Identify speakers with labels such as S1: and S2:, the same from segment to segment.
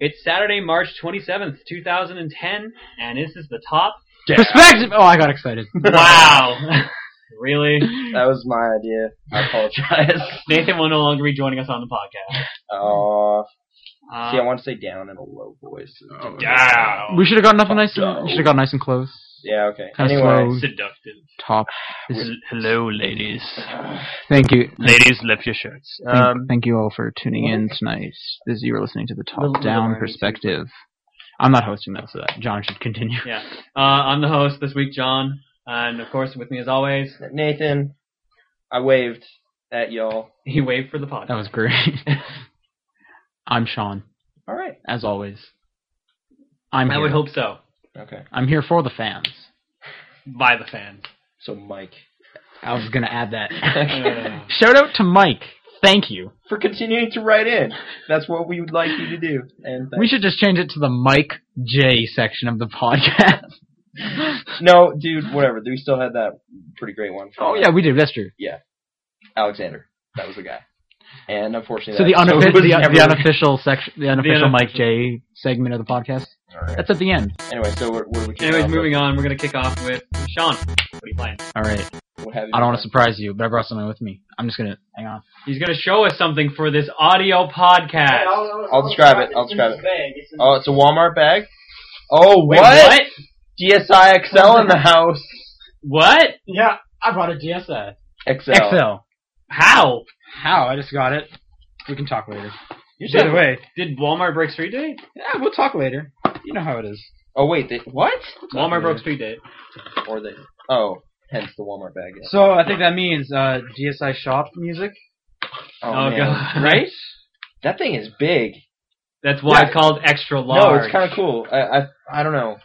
S1: It's Saturday, March 27th, 2010, and this is the top.
S2: Yeah.
S3: Perspective. Oh, I got excited.
S1: Wow. really?
S4: That was my idea. I apologize.
S1: Nathan will no longer be joining us on the podcast.
S4: Oh,
S1: Uh,
S4: see, I want to say down in a low voice.
S2: Oh.
S1: Down.
S3: We should have gotten up nice.
S4: Fuck.
S3: Should have got nice and close.
S4: Yeah, okay.
S3: Kinda
S4: anyway,
S1: Seductive.
S3: Top.
S5: Hel- Hello, ladies.
S3: Thank you.
S5: Ladies, lift your shirts.
S3: Thank,
S5: Um,
S3: thank you all for tuning in tonight. As you were listening to the
S4: Little
S3: top down
S4: Leonard.
S3: perspective. I'm not hosting that, so that John should continue.
S1: Yeah. Uh, I'm the host this week, John, and of course, with me as always,
S4: Nathan, I waved at y'all.
S1: he waved for the podcast.
S3: That was great. I'm Sean,
S4: All right.
S3: as always. I'm
S1: I
S3: here.
S1: would hope so.
S4: Okay.
S3: I'm here for the fans.
S1: By the fans.
S4: So Mike,
S3: I was gonna add that.
S1: Uh,
S3: Shout out to Mike. Thank you.
S4: for continuing to write in, that's what we would like you to do. And
S3: We should just change it to the Mike J section of the podcast.
S4: thanks. no, dude, whatever. We still had that pretty great one. from
S3: oh yeah, we did. That's true.
S4: Alexander. That was the guy. And unfortunately,
S3: So the,
S4: that
S3: unoffi-
S4: episode was
S3: the, uh,
S4: never-
S3: the unofficial section, the unofficial Mike
S1: unofficial.
S3: J segment of the podcast.
S4: All right.
S3: That's at the end.
S4: Anyway, so we're, we're
S1: anyways, moving on, we're going to kick off with Sean. What are you playing?
S3: All right.
S4: What have you
S3: I don't want to surprise you, but I brought something with me. I'm just gonna hang on.
S1: He's going to show us something for this audio podcast.
S4: I'll describe it. I'll describe it. Oh, it's a Walmart bag. Oh,
S1: Wait,
S4: what? DSI XL in the house.
S1: What? What?
S3: Yeah, I brought a GSI.
S4: XL.
S3: XL.
S1: How?
S3: How? I just got it. We can talk later.
S4: You
S3: By
S4: said,
S3: the way,
S1: Did Walmart break street day?
S3: yeah, we'll talk later. You know how it is.
S4: oh wait, they, what?
S1: Walmart broke street day.
S4: Or they? Oh, hence the Walmart bag. yeah.
S3: So I think that means uh, GSI shop music,
S4: Oh,
S1: Oh,
S4: man.
S1: God.
S3: right?
S4: that thing is big.
S1: That's why
S4: Yeah.
S1: it's called extra
S4: No,
S1: large.
S4: it's kind of cool. I, I I don't know.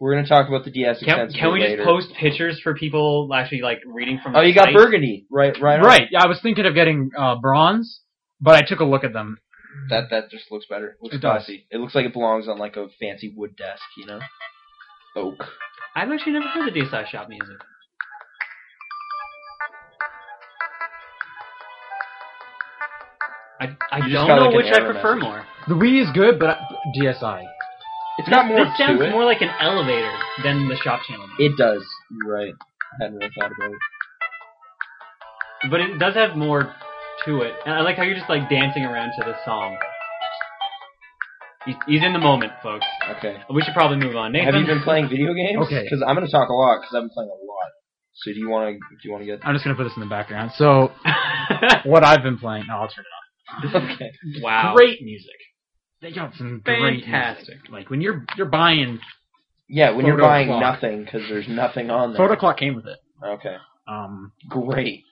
S4: We're gonna talk about the DS
S1: can,
S4: extensively
S1: can we
S4: later.
S1: just post pictures for people actually like reading from?
S4: oh,
S1: the
S4: you got
S1: site?
S4: burgundy, right? Right. on.
S3: Right. I was thinking of getting uh, bronze, but I took a look at them.
S4: That that just looks better. Looks
S3: It does.
S4: classy. It looks like it belongs on like a fancy wood desk, you know. Oak.
S1: I've actually never heard the DSI shop music. I, I
S4: You just
S1: don't
S4: got,
S1: know
S4: like, an
S1: which I
S4: error
S1: prefer
S4: message.
S1: more.
S3: The Wii is good, but uh, I, DSI.
S4: It's got more
S1: This sounds
S4: to it.
S1: more like an elevator than the shop channel.
S4: It does. You're right. I hadn't really thought about it.
S1: But it does have more to it. And I like how you're just like dancing around to this song. He's, he's in the moment, folks.
S4: Okay.
S1: We should probably move on. Nathan,
S4: Have you been playing video games?
S3: Okay.
S4: Because I'm gonna talk a lot because I've been playing a lot. So do you want to? Do you want to
S3: I'm just gonna put this in the background. So what I've been playing. Oh, I'll turn it
S4: get? okay.
S1: wow.
S3: off. Great music. They got some great
S1: Fantastic.
S3: music. Like when you're you're buying,
S4: Yeah, when you're
S3: Photo
S4: buying
S3: clock.
S4: nothing because there's nothing on there.
S3: Photo Clock came with it.
S4: Okay.
S3: Um,
S4: Great.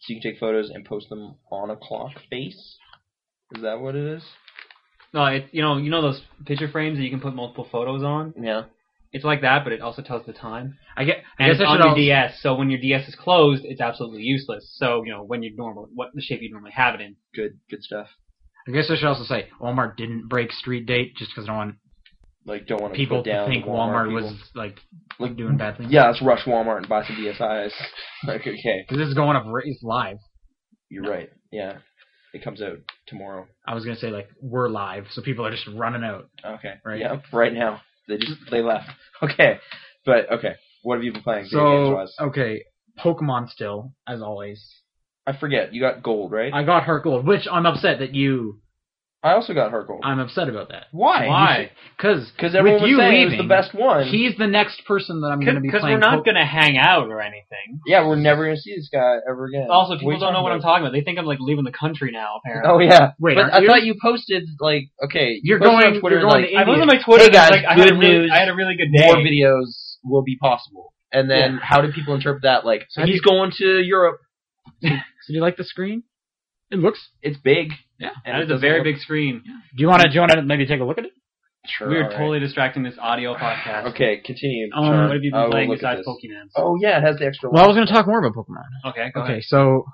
S4: So you can take photos and post them on a clock face. Is that what it is?
S1: No, it, you know, you know those picture frames that you can put multiple photos on.
S4: Yeah.
S1: It's like that, but it also tells the time.
S3: I get. I
S1: And
S3: guess
S1: it's
S3: I
S1: on
S3: should.
S1: your
S3: al-
S1: DS, so when your DS is closed, it's absolutely useless. So you know when you normal, what the shape you normally have it in.
S4: Good. Good stuff.
S3: I guess I should also say Walmart didn't break street date just because I don't want
S4: Like don't want
S3: people
S4: put down
S3: to think
S4: the Walmart,
S3: Walmart, was
S4: people.
S3: like
S4: like
S3: doing bad things.
S4: Yeah, let's rush Walmart and buy some DSIs. like okay,
S3: 'Cause this is going up. ri- It's live.
S4: you're right. Yeah, it comes out tomorrow.
S3: I was gonna say like we're live, so people are just running out.
S4: Okay.
S3: Right.
S4: Yep. Right now, they just they left. Okay. But okay, what have you been playing? video games
S3: So
S4: wise?
S3: okay, Pokemon still as always.
S4: I forget. You got gold, right?
S3: I got her gold, which I'm upset that you.
S4: I also got her gold.
S3: I'm upset about that.
S4: Why?
S1: Why?
S3: Because
S4: Because everyone
S3: with
S4: was
S3: you
S4: saying
S3: leaving,
S4: it was the best one.
S3: he's the next person that I'm going to be
S1: Because
S3: playing.
S1: we're not
S3: po-
S1: gonna hang out or anything.
S4: yeah, we're never gonna see this guy ever again.
S1: Also,
S4: What are
S1: people
S4: you
S1: don't know what I'm
S4: about?
S1: talking about. They think I'm like leaving the country now. Apparently,
S4: Oh yeah.
S3: Wait,
S4: but
S3: aren't
S4: I
S3: you?
S4: thought you posted like okay. you
S3: You're
S4: posted
S3: going-
S4: on Twitter
S3: you're going
S4: like,
S3: to
S1: I was on my Twitter.
S4: Oh, Hey,
S1: and I was
S4: guys,
S1: like, I had, a
S4: good
S1: really,
S4: news.
S1: I had a really good day.
S4: more videos will be possible. And then how do people interpret that? Like
S3: So
S4: he's
S3: you-
S4: going to Europe.
S3: So do you like the screen? It looks.
S4: It's big.
S3: Yeah.
S4: And
S1: that
S4: it
S1: is a
S4: doesn't
S1: very
S4: look-
S1: big screen.
S3: Do you want to? Do you want to maybe take a look at it?
S4: Sure,
S1: We are
S4: all right.
S1: totally distracting this audio podcast.
S4: okay. Continue.
S3: Um,
S4: Sure.
S1: What have you
S4: I
S1: been
S4: will
S1: playing
S4: look at
S1: besides
S4: this.
S1: Pokemon?
S4: Oh yeah, it has the extra.
S3: Well, I was going to talk more about Pokemon.
S1: Okay, go
S3: Okay, so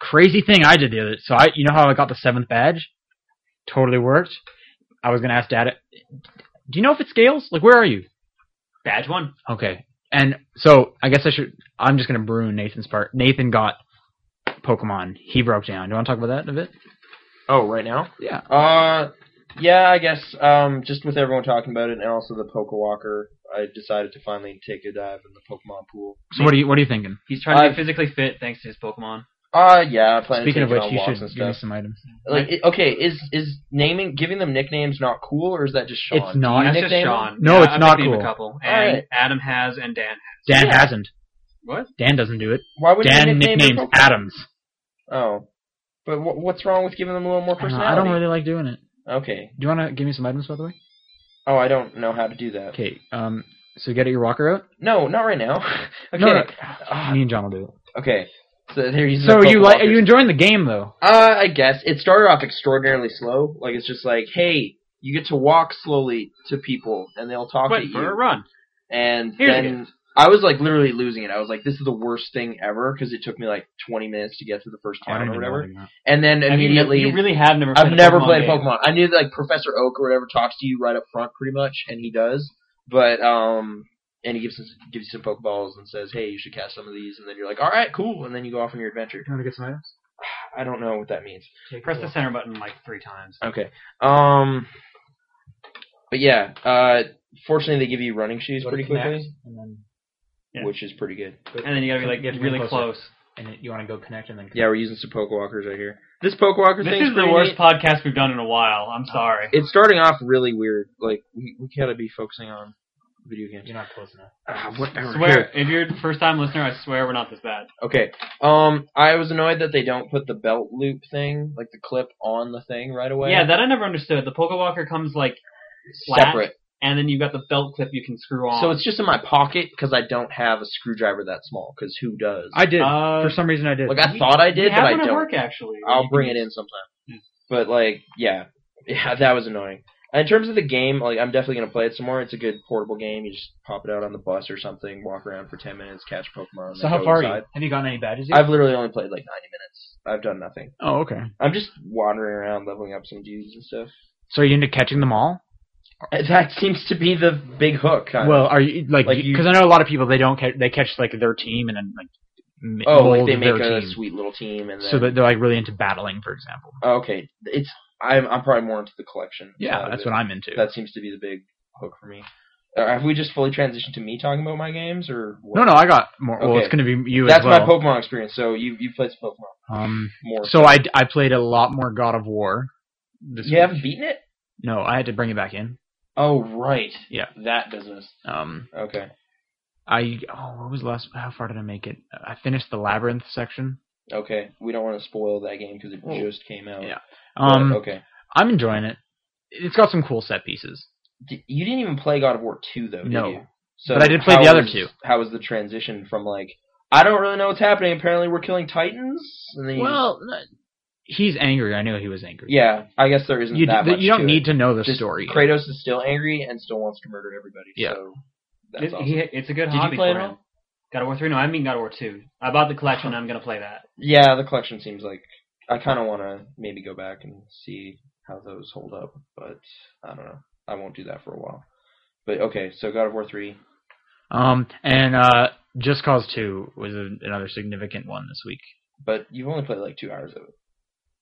S3: crazy thing I did the other. So I, you know how I got the seventh badge? Totally worked. I was going to ask Dad. Do you know if it scales? Like, where are you?
S1: ahead. Badge one.
S3: Okay. And so I guess I should. I'm just gonna ruin Nathan's part. Nathan got Pokemon. He broke down. Do you want to talk about that in a bit?
S4: Oh, right now?
S3: Yeah.
S4: Uh, Yeah, I guess um, just with everyone talking about it, and also the Poke Walker, I decided to finally take a dive in the Pokemon pool.
S3: So what are you what are you thinking?
S1: He's trying to
S4: I've-
S1: be physically fit thanks to his Pokemon.
S4: Uh yeah, I plan to
S3: Speaking of
S4: take it
S3: which,
S4: on
S3: you
S4: walks
S3: should
S4: and
S3: give me
S4: stuff.
S3: some items.
S4: Like, it- okay, is is naming giving them nicknames not cool, or is that just Sean?
S3: It's not.
S1: That's just
S4: nickname him?
S1: Sean.
S3: No,
S1: Yeah,
S3: it's
S1: I've
S3: not
S1: nicknamed
S3: cool.
S1: A couple, and
S4: Alright.
S1: Adam has, and Dan. has.
S3: Dan
S4: Yeah.
S3: hasn't.
S1: What?
S3: Dan doesn't do it.
S4: Why would
S3: Dan
S4: nickname
S3: nicknames
S4: your Pokemon?
S3: Adams.
S4: Oh, but wh- what's wrong with giving them a little more
S3: Uh, I don't know,
S4: personality?
S3: I don't really like doing it.
S4: Okay.
S3: Do you want to give me some items, by the way?
S4: Oh, I don't know how to do that.
S3: Okay. Um. So get your walker out.
S4: No, not right now. okay.
S3: No, no.
S4: Ah,
S3: Me and John will do it.
S4: okay. So they're using.
S3: So
S4: the
S3: you
S4: Pokewalkers.
S3: like? Are you enjoying the game though?
S4: Uh, I guess it started off extraordinarily slow. Like it's just like, hey, you get to walk slowly to people, and they'll talk
S1: Went
S4: at
S1: for a
S4: you.
S1: run.
S4: And
S1: Here's a
S4: then I was like literally losing it. I was like, this is the worst thing ever because it took me like 20 minutes to get to the first town or whatever. And then
S1: I mean, you-
S4: immediately,
S1: you, really have never.
S4: I've
S1: played a
S4: never
S1: Pokemon
S4: played
S1: game.
S4: Pokemon. I knew that, like Professor Oak or whatever talks to you right up front, pretty much, and he does. But um, and he gives us, gives you some Pokeballs and says, hey, you should cast some of these. And then you're like, all right, cool. And then you go off on your adventure.
S3: You want to get some items?
S4: I don't know what that means.
S1: Press the center button like three times.
S4: Okay. Um. But yeah, uh, fortunately they give you running shoes pretty quickly,
S3: and then
S1: Yeah.
S4: which is pretty good.
S1: And then you gotta be like
S3: You have to
S1: get
S3: be
S1: really
S3: closer.
S1: close.
S3: and then you want to go connect and then
S4: Yeah, we're using some poke walkers right here. This poke walker
S1: This
S4: thing
S1: is the worst podcast we've done in a while. I'm sorry.
S4: It's starting off really weird. Like we we gotta be focusing on video games.
S3: not close enough.
S4: Ah, whatever.
S1: swear, if you're a first time listener, I swear we're not this bad.
S4: Okay. Um, I was annoyed that they don't put the belt loop thing, like the clip, on the thing right away.
S1: Yeah, that I never understood. The Poke Walker comes like flat,
S4: separate.
S1: and then you've got the belt clip you can screw on.
S4: So it's just in my pocket because I don't have a screwdriver that small. Because who does?
S3: I did.
S1: Uh,
S3: For some reason, I did.
S4: like I thought I did,
S1: we have
S4: but I
S1: one at
S4: don't.
S1: work actually.
S4: I'll bring
S3: Mm-hmm.
S4: it in sometime.
S1: Yeah.
S4: But like, yeah, yeah, that was annoying. And in terms of the game, like, I'm definitely gonna play it some more. It's a good portable game. You just pop it out on the bus or something, walk around for ten minutes, catch Pokemon. and
S3: so
S4: then
S3: how
S4: go
S3: far are you?
S4: inside.
S3: Have you gotten any badges yet?
S4: I've literally only played like 90 minutes. I've done nothing.
S3: oh, okay.
S4: I'm just wandering around, leveling up some dudes and stuff.
S3: So are you into catching them all?
S4: That seems to be the big hook. Kind
S3: Well, are you like?
S4: Like you-
S3: Because I know a lot of people they don't catch. They catch like their team and then like. m-
S4: of. oh, like
S3: mold
S4: they
S3: their
S4: make a
S3: team.
S4: sweet little team, and then, Oh,
S3: so that they're like really into battling, for example.
S4: okay, it's I'm I'm probably more into the collection.
S3: Yeah, that's what I'm into.
S4: That seems to be the big hook for me. Uh, have we just fully transitioned to me talking about my games, or what?
S3: no, no, I got more. Well, it's
S4: Okay.
S3: going to be you
S4: That's
S3: as well.
S4: my Pokemon experience. So you you played some Pokemon
S3: Um,
S4: more.
S3: so I, I played a lot more God of War. This
S4: you
S3: week.
S4: haven't beaten it?
S3: No, I had to bring it back in.
S4: Oh right.
S3: Yeah.
S4: That business.
S3: Um,
S4: Okay.
S3: I oh, what was the last? How far did I make it? I finished the labyrinth section.
S4: Okay. We don't want to spoil that game because it
S3: Oh.
S4: just came out.
S3: Yeah.
S4: But,
S3: Um,
S4: okay.
S3: I'm enjoying it. It's got some cool set pieces.
S4: D- you didn't even play God of War two though, did
S3: No.
S4: you? So
S3: But I did play
S4: how
S3: the other
S4: was-
S3: two.
S4: How was the transition from like I don't really know what's happening. Apparently we're killing titans, and then you
S3: Well, n- he's angry. I knew he was angry.
S4: just- yeah, I guess there isn't
S3: you, d-
S4: that much.
S3: you don't
S4: to
S3: need
S4: it.
S3: to know the
S4: Just
S3: story.
S4: Kratos is still angry and still wants to murder everybody.
S3: Yeah.
S4: So that's
S1: It,
S4: awesome.
S1: he, it's a good
S4: Did you
S1: hobby
S4: play
S1: for
S4: it
S1: him.
S4: all?
S1: God of War three? No, I mean God of War two. I bought the collection. I'm gonna play that.
S4: Yeah, the collection seems like I kind of want to maybe go back and see how those hold up, but I don't know. I won't do that for a while. But okay, so God of War three.
S3: Um, and uh, Just Cause Two was a, another significant one this week.
S4: But you've only played like two hours of it,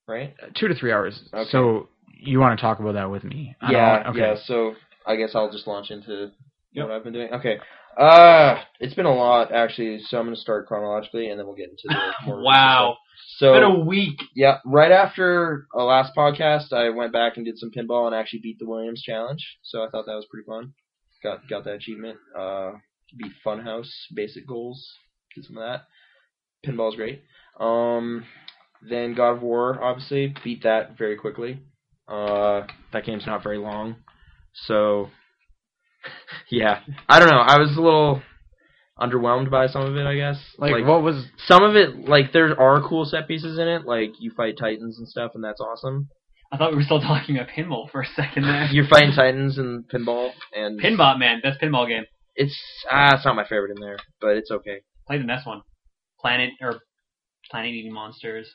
S4: right?
S3: Uh, Two to three hours.
S4: Okay.
S3: So you want to talk about that with me? I don't
S4: yeah.
S3: want-
S4: Yeah. So I guess I'll just launch into
S1: Yep.
S4: what I've been doing. Okay. Uh it's been a lot actually, so I'm gonna start chronologically, and then we'll get into the more recent
S1: Wow,
S4: stuff. So
S1: been a week.
S4: Yeah, right after a last podcast, I went back and did some pinball and actually beat the Williams challenge. So I thought that was pretty fun. Got got that achievement. Uh, beat Funhouse basic goals. Did some of that. Pinball's great. Um, then God of War, obviously, beat that very quickly. Uh, that game's not very long, so yeah. I don't know. I was a little underwhelmed by some of it, I guess.
S3: Like, what was?
S4: Some of it, like there are cool set pieces in it, like you fight titans and stuff, and that's awesome.
S1: I thought we were still talking about pinball for a second there.
S4: You're fighting titans and pinball, and
S1: Pinbot man, best pinball game.
S4: It's ah, it's not my favorite in there, but it's okay.
S1: Play the next one. Planet or Planet Eating Monsters.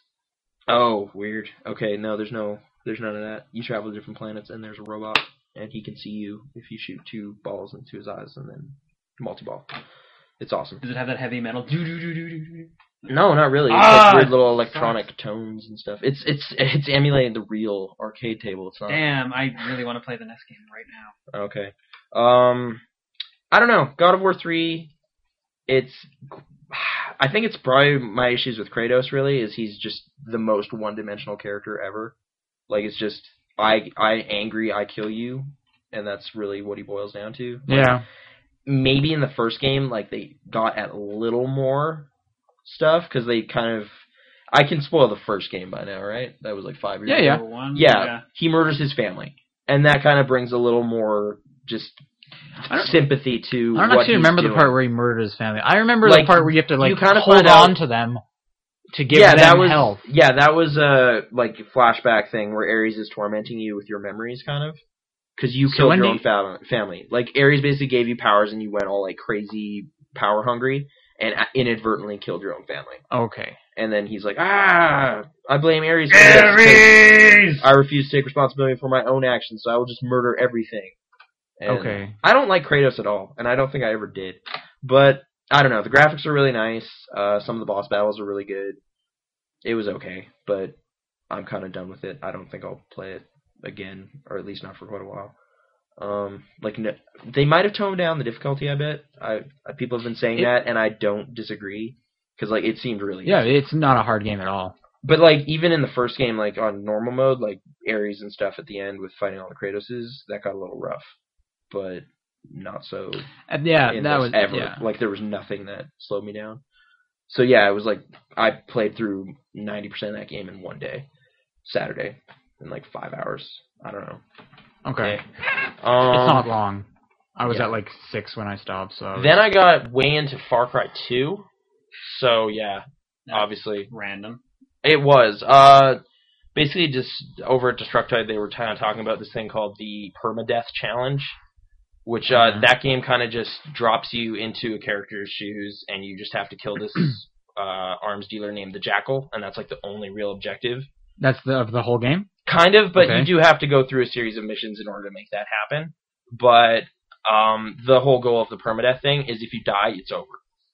S4: Oh, weird. Okay, no, there's no, there's none of that. You travel to different planets, and there's a robot, and he can see you if you shoot two balls into his eyes, and then multi-ball. It's awesome.
S1: Does it have that heavy metal? Do do do do do. do?
S4: No, not really. It's
S3: Ah,
S4: like weird little electronic tones and stuff. It's it's it's emulating the real arcade table. It's not
S1: Damn, I really want to play the next game right now.
S4: Okay. Um, I don't know. God of War three. It's. I think it's probably my issues with Kratos. Really, is he's just the most one-dimensional character ever. Like it's just I I angry I kill you, and that's really what he boils down to. Like,
S3: Yeah.
S4: Maybe in the first game, like they got at a little more stuff because they kind of. I can spoil the first game by now, right? That was like five years.
S3: Yeah,
S4: ago.
S3: yeah.
S1: Number One,
S4: Yeah, he murders his family, and that kind of brings a little more just
S3: I don't-
S4: sympathy to.
S3: I don't
S4: what
S3: actually
S4: he's
S3: remember the
S4: doing.
S3: part where he murdered his family. I remember
S4: Like,
S3: the part where you have to like
S4: you kinda
S3: hold
S4: find
S3: on
S4: out-
S3: to them to give
S4: yeah,
S3: them
S4: that was
S3: help.
S4: yeah, that was a like flashback thing where Ares is tormenting you with your memories, kind of, because you
S3: So
S4: killed
S3: when
S4: your
S3: do
S4: own
S3: you-
S4: fa- family. Like Ares basically gave you powers, and you went all like crazy, power hungry, and uh, inadvertently killed your own family.
S3: Okay.
S4: And then he's like, ah, I blame Ares. For this 'cause
S1: Uh,
S4: I refuse to take responsibility for my own actions, so I will just murder everything. And
S3: Okay.
S4: I don't like Kratos at all, and I don't think I ever did. But I don't know. The graphics are really nice. Uh, some of the boss battles are really good. It was okay, but I'm kind of done with it. I don't think I'll play it again, or at least not for quite a while. Um, like no, they might have toned down the difficulty. I bet. I I- people have been saying
S3: It-
S4: that, and I don't disagree because like it seemed really
S3: Yeah, it's not a hard game at all.
S4: but like even in the first game, like on normal mode, like Ares and stuff at the end with fighting all the Kratoses, that got a little rough. But not so
S3: Uh, yeah,
S4: in
S3: that
S4: this
S3: was
S4: ever.
S3: yeah.
S4: Like there was nothing that slowed me down. So yeah, it was like I played through ninety percent of that game in one day. Saturday. In like five hours. I don't know.
S3: Okay.
S4: Yeah.
S3: It's
S4: Um,
S3: not long. I was
S4: yeah.
S3: at like six when I stopped, so
S4: then I got way into Far Cry two. So yeah,
S1: Yeah.
S4: obviously
S1: Random.
S4: It was. Uh, basically, just over at Destructoid, they were kind of talking about this thing called the permadeath challenge, which uh,
S3: Mhm.
S4: that game kind of just drops you into a character's shoes, and you just have to kill this uh, arms dealer named the Jackal, and that's like the only real objective.
S3: that's the of the whole game.
S4: Kind of, but
S3: Okay.
S4: you do have to go through a series of missions in order to make that happen. But um, the whole goal of the permadeath thing is if you die, it's over.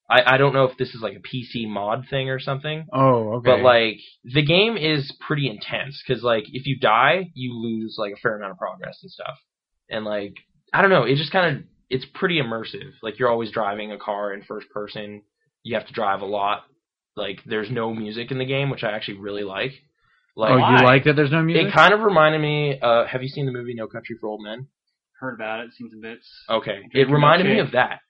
S4: I, I don't know if this is like a PC mod thing or something.
S3: Oh, okay.
S4: But like the game is pretty intense because like if you die, you lose like a fair amount of progress and stuff. And like I don't know, it just kind of it's pretty immersive. Like you're always driving a car in first person. You have to drive a lot. Like there's no music in the game, which I actually really like. Like
S3: oh,
S1: why?
S3: you like that? There's no music.
S4: it kind of reminded me. Uh, have you seen the movie No Country for Old Men?
S1: Heard about it. Seen some bits.
S4: Okay, it
S1: Drinking
S4: reminded me
S1: milkshake.
S4: of that.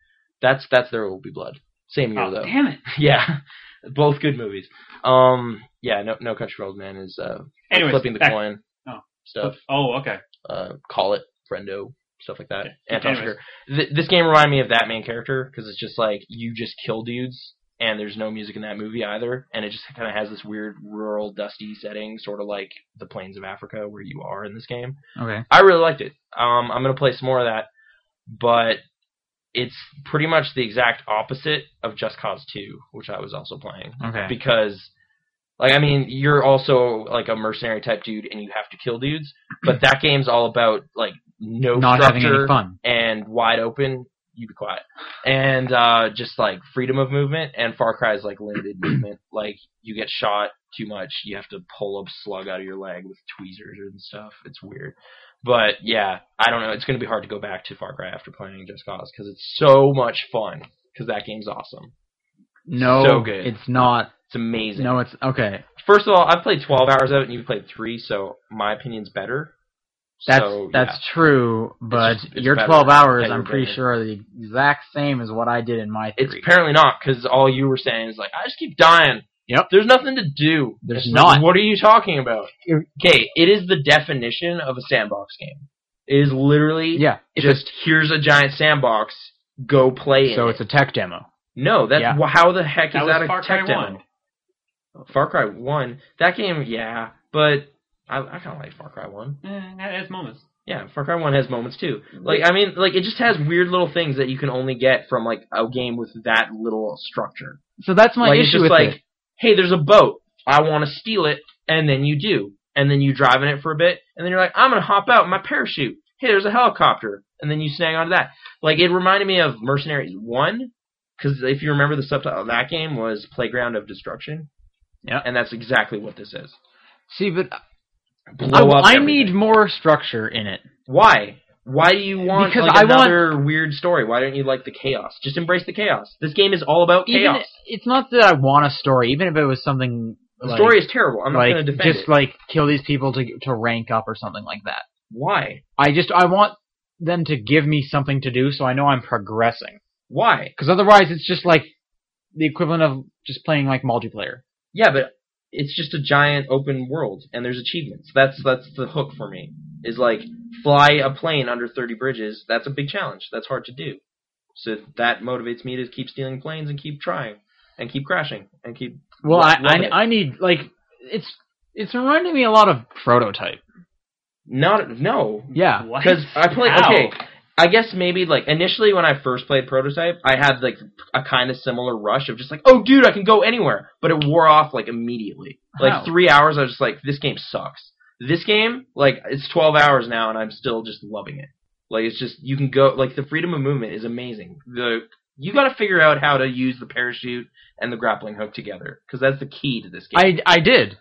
S4: That's that's There Will Be Blood. Same year
S1: Oh,
S4: though
S1: damn it.
S4: yeah, both good movies. Um, yeah, no, no Country for Old Men is uh,
S1: Anyways,
S4: flipping the
S1: back-
S4: coin
S1: oh.
S4: stuff.
S1: Oh, okay.
S4: Uh, call it friendo stuff like that.
S1: Yeah.
S4: Anton
S1: Anyways.
S4: Chigurh. Th- this game reminded me of that main character because it's just like you just kill dudes, and there's no music in that movie either, and it just kind of has this weird rural, dusty setting, sort of like the plains of Africa where you are in this game.
S3: okay.
S4: I really liked it. Um, I'm gonna play some more of that, but it's pretty much the exact opposite of Just Cause 2, which I was also playing
S3: Okay.
S4: because like I mean you're also like a mercenary type dude and you have to kill dudes, but that game's all about like no
S3: Not having any
S4: structure
S3: fun.
S4: and wide open. You be quiet and uh, just like freedom of movement and Far Cry is like limited movement. Like you get shot too much, you have to pull a slug out of your leg with tweezers and stuff. It's weird. But yeah, I don't know. It's going to be hard to go back to Far Cry after playing Just Cause because it's so much fun. Because that game's awesome.
S3: No,
S4: so good.
S3: it's not.
S4: It's amazing.
S3: No, it's okay.
S4: First of all, I've played 12 hours of it and you've played three, so my opinion's better.
S3: That's
S4: So,
S3: that's
S4: yeah.
S3: true, but
S4: just- it's
S3: your
S4: better
S3: 12 hours,
S4: and
S3: I'm
S4: you're
S3: pretty
S4: better.
S3: sure, are the exact same as what I did in my
S4: It's
S3: three.
S4: apparently not because all you were saying is like, I just keep dying.
S3: Yep.
S4: There's nothing to do.
S3: There's
S4: It's like,
S3: not.
S4: what are you talking about? Okay, it is the definition of a sandbox game. It is literally
S3: yeah, it's a-
S4: just here's a giant sandbox. Go play
S3: so
S4: in
S3: it's
S4: it.
S3: a tech demo.
S4: no, that's
S3: yeah.
S4: wh- how the heck is
S1: That was
S4: that a
S1: Far Cry
S4: tech demo?
S1: 1.
S4: Far Cry One. That game, yeah, but I, I kind of like Far Cry One.
S1: Eh, it's moments.
S4: Yeah, Far Cry One has moments too. Like I mean, like it just has weird little things that you can only get from like a game with that little structure.
S3: So that's my
S4: like it's
S3: issue
S4: just
S3: with
S4: like,
S3: it.
S4: hey, there's a boat. I want to steal it, and then you do, and then you drive in it for a bit, and then you're like, I'm gonna hop out in my parachute. Hey, there's a helicopter, and then you snag onto that. Like it reminded me of Mercenaries One, Because if you remember, the subtitle of that game was Playground of Destruction.
S3: Yeah.
S4: And that's exactly what this is.
S3: See, but I,
S4: Blow up.
S3: Oh, I
S4: everything.
S3: need more structure in it.
S4: Why? Why do you want
S3: Because
S4: like,
S3: I want-
S4: another weird story? Why don't you like the chaos? Just embrace the chaos. This game is all about
S3: Even
S4: chaos.
S3: it's not that I want a story, even if it was something.
S4: The
S3: like,
S4: story is terrible. I'm not
S3: like
S4: going to defend
S3: just
S4: it.
S3: like kill these people to to rank up or something like that.
S4: Why?
S3: I just I want them to give me something to do so I know I'm progressing.
S4: Why?
S3: Because otherwise, it's just like the equivalent of just playing like multiplayer.
S4: Yeah, but it's just a giant open world, and there's achievements. That's that's the hook for me. Is like fly a plane under 30 bridges. That's a big challenge. That's hard to do. So that motivates me to keep stealing planes and keep trying and keep crashing and keep.
S3: Well,
S4: Lo-
S3: I,
S4: love it.
S3: I I need like it's it's reminding me a lot of prototype.
S4: Not no,
S3: Yeah.
S1: What?
S4: Because I play
S1: How?
S4: okay. I guess maybe like initially when I first played Prototype, I had like a kind of similar rush of just like, oh dude, I can go anywhere. But it wore off like immediately. Like
S3: How?
S4: three hours, I was just like, this game sucks. This game, like it's twelve hours now, and I'm still just loving it. Like it's just you can go like the freedom of movement is amazing. The you got to figure out how to use the parachute and the grappling hook together because that's the key to this game.
S3: I I did.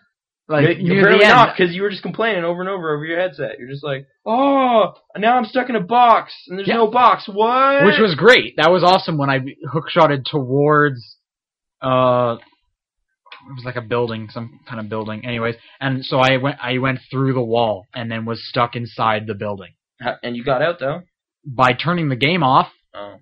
S3: Like
S4: You're
S3: near the
S4: barely
S3: end,
S4: not because you were just complaining over and over over your headset. You're just like, oh, now I'm stuck in a box and there's
S3: Yeah.
S4: no box. What?
S3: which was great. That was awesome when I hookshotted towards uh it was like a building, some kind of building. Anyways, and so I went I went through the wall and then was stuck inside the building.
S4: Ha- and you got out though.
S3: By turning the game off
S4: Oh,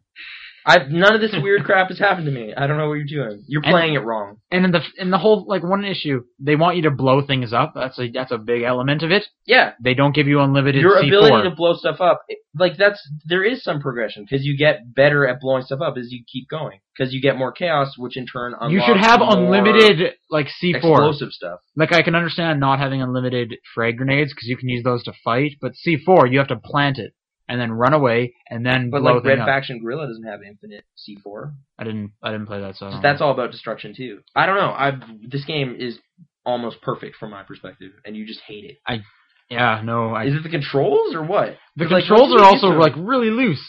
S4: I've none of this weird crap has happened to me. I don't know what you're doing. You're
S3: And-
S4: playing it wrong.
S3: and in the in the whole like one issue, they want you to blow things up. That's a that's a big element of it.
S4: Yeah,
S3: They don't give you unlimited
S4: your
S3: C4.
S4: ability to blow stuff up, it- like that's there is some progression because you get better at blowing stuff up as you keep going because you get more chaos, which in turn unlocks
S3: you should have
S4: more
S3: unlimited like C4.
S4: explosive stuff.
S3: Like I can understand not having unlimited frag grenades because you can use those to fight, but C4 you have to plant it and then run away and then
S4: But
S3: blow
S4: like
S3: thing
S4: Red
S3: up.
S4: Faction Gorilla doesn't have infinite C4.
S3: I didn't I didn't play that so. I don't
S4: that's
S3: know.
S4: all about destruction too. I don't know. I've this game is almost perfect from my perspective, and you just hate it.
S3: Yeah, no. I,
S4: Is it the controls or what?
S3: the
S4: like,
S3: controls
S4: once
S3: are
S4: you
S3: also
S4: get
S3: like really loose.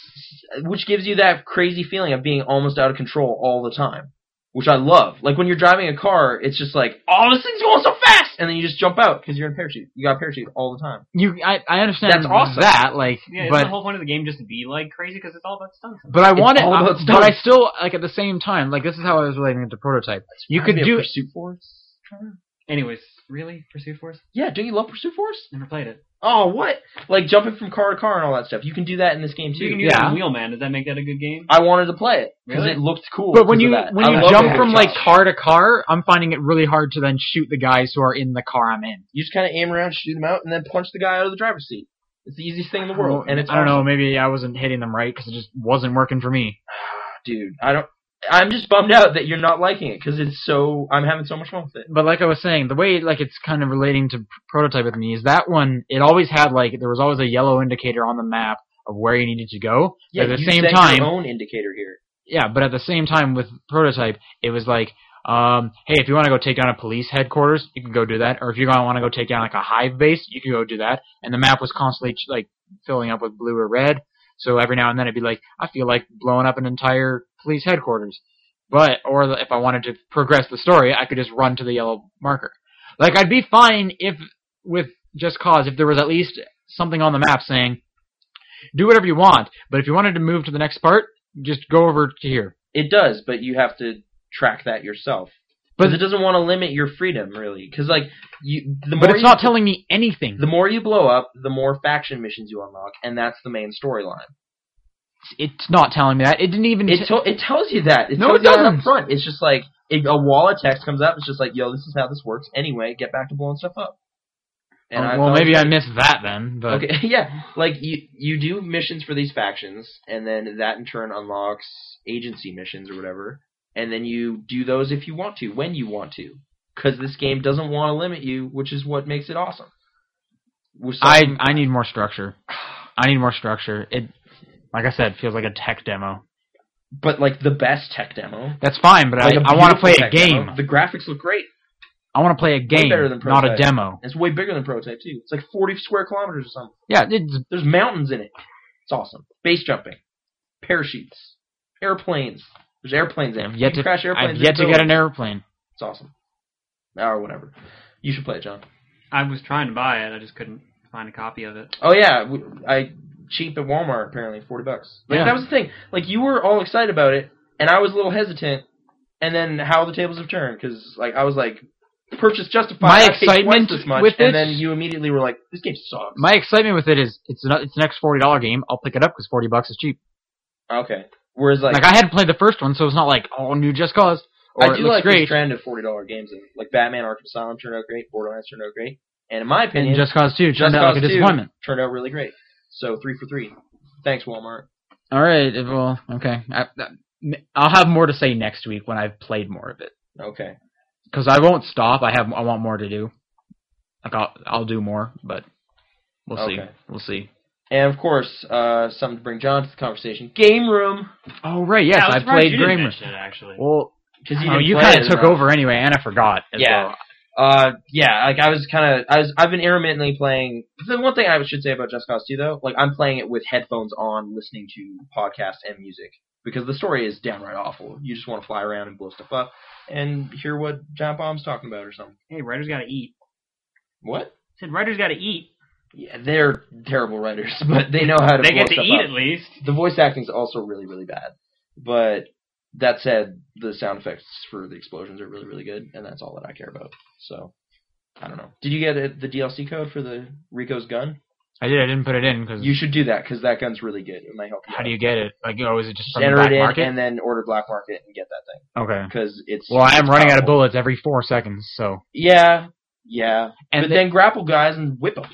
S4: Which gives you that crazy feeling of being almost out of control all the time, which I love. Like when you're driving a car, it's just like, oh, this thing's going so fast, and then you just jump out because you're in a parachute. You got a parachute all the time.
S3: You I I understand
S4: That's awesome.
S3: that like
S1: Yeah, isn't the
S3: but
S1: whole point of the game just to be like crazy because it's all about stunts?
S3: but I
S4: It's
S3: want it
S4: all
S3: I-
S4: about
S3: but I
S4: stunts.
S3: still like at the same time like this is how I was relating it to prototype. You could
S4: Maybe a
S3: do
S4: Pursuit Force. Trevor?
S1: Anyways, really, Pursuit Force?
S4: Yeah, don't you love Pursuit Force?
S1: Never played it.
S4: Oh, what? Like jumping from car to car and all that stuff. You can do that in this game
S1: So you
S4: too.
S1: can use
S3: Yeah.
S1: yeah. Wheelman. Does that make that a good game?
S4: I wanted to play it because
S1: Really?
S4: it looked cool.
S3: But when
S4: 'cause of
S3: you
S4: that.
S3: when
S4: I
S3: you
S4: love
S3: jump
S4: that
S3: from like
S4: shot.
S3: car to car, I'm finding it really hard to then shoot the guys who are in the car I'm in.
S4: You just kind of aim around, shoot them out, and then punch the guy out of the driver's seat. It's the easiest thing in the
S3: Well,
S4: world, and it's
S3: I don't know.
S4: awesome.
S3: Maybe I wasn't hitting them right because it just wasn't working for me.
S4: dude. I don't. I'm just bummed out that you're not liking it because it's so. I'm having so much fun with it.
S3: But like I was saying, the way like it's kind of relating to prototype with me is that one. It always had like there was always a yellow indicator on the map of where you needed to go.
S4: Yeah,
S3: at the
S4: you
S3: same
S4: set
S3: time,
S4: your own indicator here.
S3: yeah. But at the same time with prototype, it was like. Um, hey, if you want to go take down a police headquarters, you can go do that. Or if you want to go take down like a hive base, you can go do that. And the map was constantly ch- like filling up with blue or red. So every now and then it'd be like, I feel like blowing up an entire police headquarters. But, or the- if I wanted to progress the story, I could just run to the yellow marker. Like, I'd be fine if, with Just Cause, if there was at least something on the map saying, do whatever you want, but if you wanted to move to the next part, just go over to here.
S4: It does, but you have to track that yourself.
S3: But-
S4: But it doesn't want to limit your freedom really, because like you. The more
S3: But it's
S4: you-
S3: not telling me anything.
S4: The more you blow up, the more faction missions you unlock, and that's the main storyline.
S3: It's not telling me that. It didn't even.
S4: It,
S3: t-
S4: to- it tells you that. It
S3: No,
S4: tells
S3: it
S4: you that
S3: doesn't.
S4: up front. It's just like it, a wall of text comes up. It's just like, yo, this is how this works. Anyway, get back to blowing stuff up.
S3: Oh,
S4: I
S3: well,
S4: thought-
S3: maybe I missed that then. But
S4: Okay, yeah, like you you do missions for these factions, and then that in turn unlocks agency missions or whatever, and then you do those if you want to, when you want to, because this game doesn't want to limit you, which is what makes it awesome. With
S3: I
S4: something-
S3: I need more structure. I need more structure. It, like I said, feels like a tech demo.
S4: but like the best tech demo.
S3: That's fine, but
S4: Like
S3: I,
S4: a
S3: I want to
S4: beautiful
S3: play a
S4: tech
S3: game.
S4: demo. The graphics look great.
S3: I want to play a game,
S4: better than
S3: not a
S4: Prototype.
S3: demo.
S4: It's way bigger than prototype too. It's like 40 square kilometers or something.
S3: Yeah, it's,
S4: There's mountains in it. It's awesome. Base jumping, parachutes, airplanes. There's airplanes in.
S3: I've
S4: it.
S3: yet
S4: you
S3: to
S4: crash airplanes.
S3: I've
S4: in
S3: yet to get an
S4: buildings.
S3: airplane.
S4: It's awesome. Or whatever. You should play it, John.
S1: I was trying to buy it. I just couldn't find a copy of it.
S4: Oh yeah, w- I cheap at Walmart apparently, forty bucks. Like
S3: Yeah.
S4: that was the thing. Like you were all excited about it, and I was a little hesitant. And then how the tables have turned because like I was like, purchase justified.
S3: My
S4: I paid twice
S3: excitement
S4: this much,
S3: with
S4: and
S3: it-
S4: then you immediately were like, this game sucks.
S3: My excitement with it is it's an, it's the next forty dollar game. I'll pick it up because forty bucks is cheap.
S4: okay. Whereas like,
S3: Like, I hadn't played the first one, so it's not like oh new Just Cause. Or
S4: I
S3: it
S4: do
S3: looks
S4: like
S3: great.
S4: this trend of forty dollar games. and, Like Batman Arkham Asylum turned out great. Borderlands turned out great. And in my opinion,
S3: and Just Cause Two
S4: Just
S3: turned out like a
S4: Cause 2
S3: disappointment.
S4: turned out really great. So three for three. Thanks Walmart.
S3: All right, well, okay. I, I'll have more to say next week when I've played more of it.
S4: Okay.
S3: because I won't stop. I have I want more to do. Like I'll I'll do more, but we'll see.
S4: Okay.
S3: We'll see.
S4: And of course, uh, something to bring John to the conversation. Game room.
S3: Oh right, yes,
S1: yeah, I was
S3: I
S1: surprised
S3: played
S1: you didn't
S3: Grammar.
S1: mention it, actually.
S3: Well,
S4: Because
S3: oh, you kind of took over anyway, and I forgot. As
S4: Yeah.
S3: well.
S4: Uh, yeah. Like I was kind of, I was, I've been intermittently playing. The one thing I should say about Just Cause 2, though, like I'm playing it with headphones on, listening to podcasts and music because the story is downright awful. You just want to fly around and blow stuff up and hear what John Bomb's talking about or something.
S1: hey, writers gotta eat.
S4: What?
S1: I said writers gotta eat.
S4: Yeah, they're terrible writers, but they know how to.
S1: They
S4: blow
S1: get to
S4: stuff
S1: eat
S4: up.
S1: at least.
S4: the voice acting's also really really bad but that said the sound effects for the explosions are really really good and that's all that i care about so i don't know did you get it the dlc code for the rico's gun
S3: I did. I didn't put it in because
S4: you should do that because that gun's really good it might help you
S3: how
S4: out.
S3: do you get it? Like, oh, is it just
S4: Just
S3: from the
S4: enter
S3: black
S4: it in
S3: market?
S4: and then order black market and get that thing
S3: okay.
S4: because it's
S3: Well, I am
S4: it's
S3: running out of
S4: powerful.
S3: bullets every four seconds, so
S4: yeah yeah
S3: and
S4: but
S3: they-
S4: then grapple guys and whip them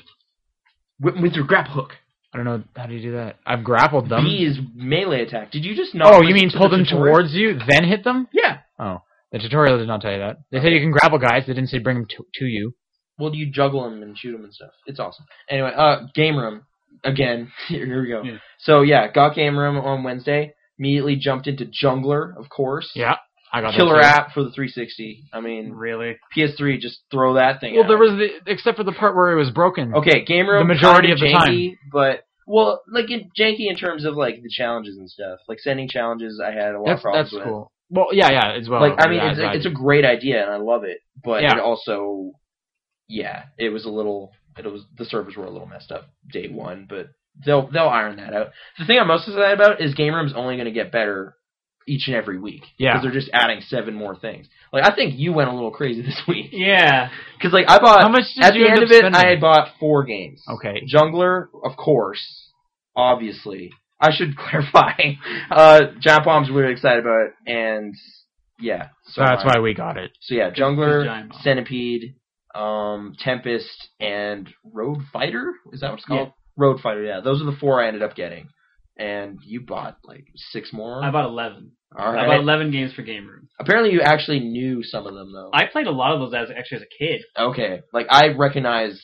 S4: whip 'em with your grapple hook
S3: I don't know how do you do that. I've grappled them.
S4: b is melee attack did you just know
S3: oh, you mean pull them towards you, then hit them?
S4: yeah
S3: The tutorial did not tell you that. They said you can grapple guys. They didn't say bring them to, to you.
S4: Well, you juggle them and shoot them and stuff. It's awesome. Anyway, uh, game room again. Here we go.
S1: Yeah.
S4: So yeah, got game room on Wednesday. Immediately jumped into Jungler, of course.
S3: Yeah, I got that
S4: Killer
S3: too.
S4: app for the 360. I mean,
S1: Really?
S4: PS3, just throw that thing.
S3: Well,
S4: out.
S3: there was the except for the part where it was broken.
S4: okay game room.
S3: the majority
S4: kinda
S3: of the
S4: janky, but well, like in, janky in terms of like the challenges and stuff. Like sending challenges, I had a lot of
S3: that's
S4: problems
S3: that's
S4: with.
S3: cool. Well, yeah, yeah, as well.
S4: like I mean,
S3: yeah,
S4: it's,
S3: as I
S4: it's a
S3: did.
S4: great idea and I love it, but
S3: Yeah.
S4: it also, yeah, it was a little, it was the servers were a little messed up day one, but they'll they'll iron that out. The thing I'm most excited about is game room's only going to get better each and every week.
S3: Yeah.
S4: because they're just adding seven more things. Like I think you went a little crazy this week
S1: Yeah.
S4: because like I
S3: how
S4: bought
S3: much did
S4: at
S3: you
S4: the end
S3: end
S4: of
S3: up
S4: it,
S3: spending?
S4: I had bought four games.
S3: okay,
S4: Jungler, of course, obviously. I should clarify. Uh, John Palm's really excited about it, and yeah,
S3: so that's
S4: am I.
S3: why we got it.
S4: So yeah,
S1: Good
S4: Jungler,
S1: giant bomb.
S4: Centipede, um, Tempest, and Road Fighter. Is that what it's called?
S1: Yeah.
S4: Road Fighter. Yeah, those are the four I ended up getting. And you bought like six more.
S1: I bought 11.
S4: All
S1: I bought
S4: right.
S1: 11 games for Game Room.
S4: Apparently, you actually knew some of them though.
S1: I played a lot of those as actually as a kid.
S4: okay, like I recognized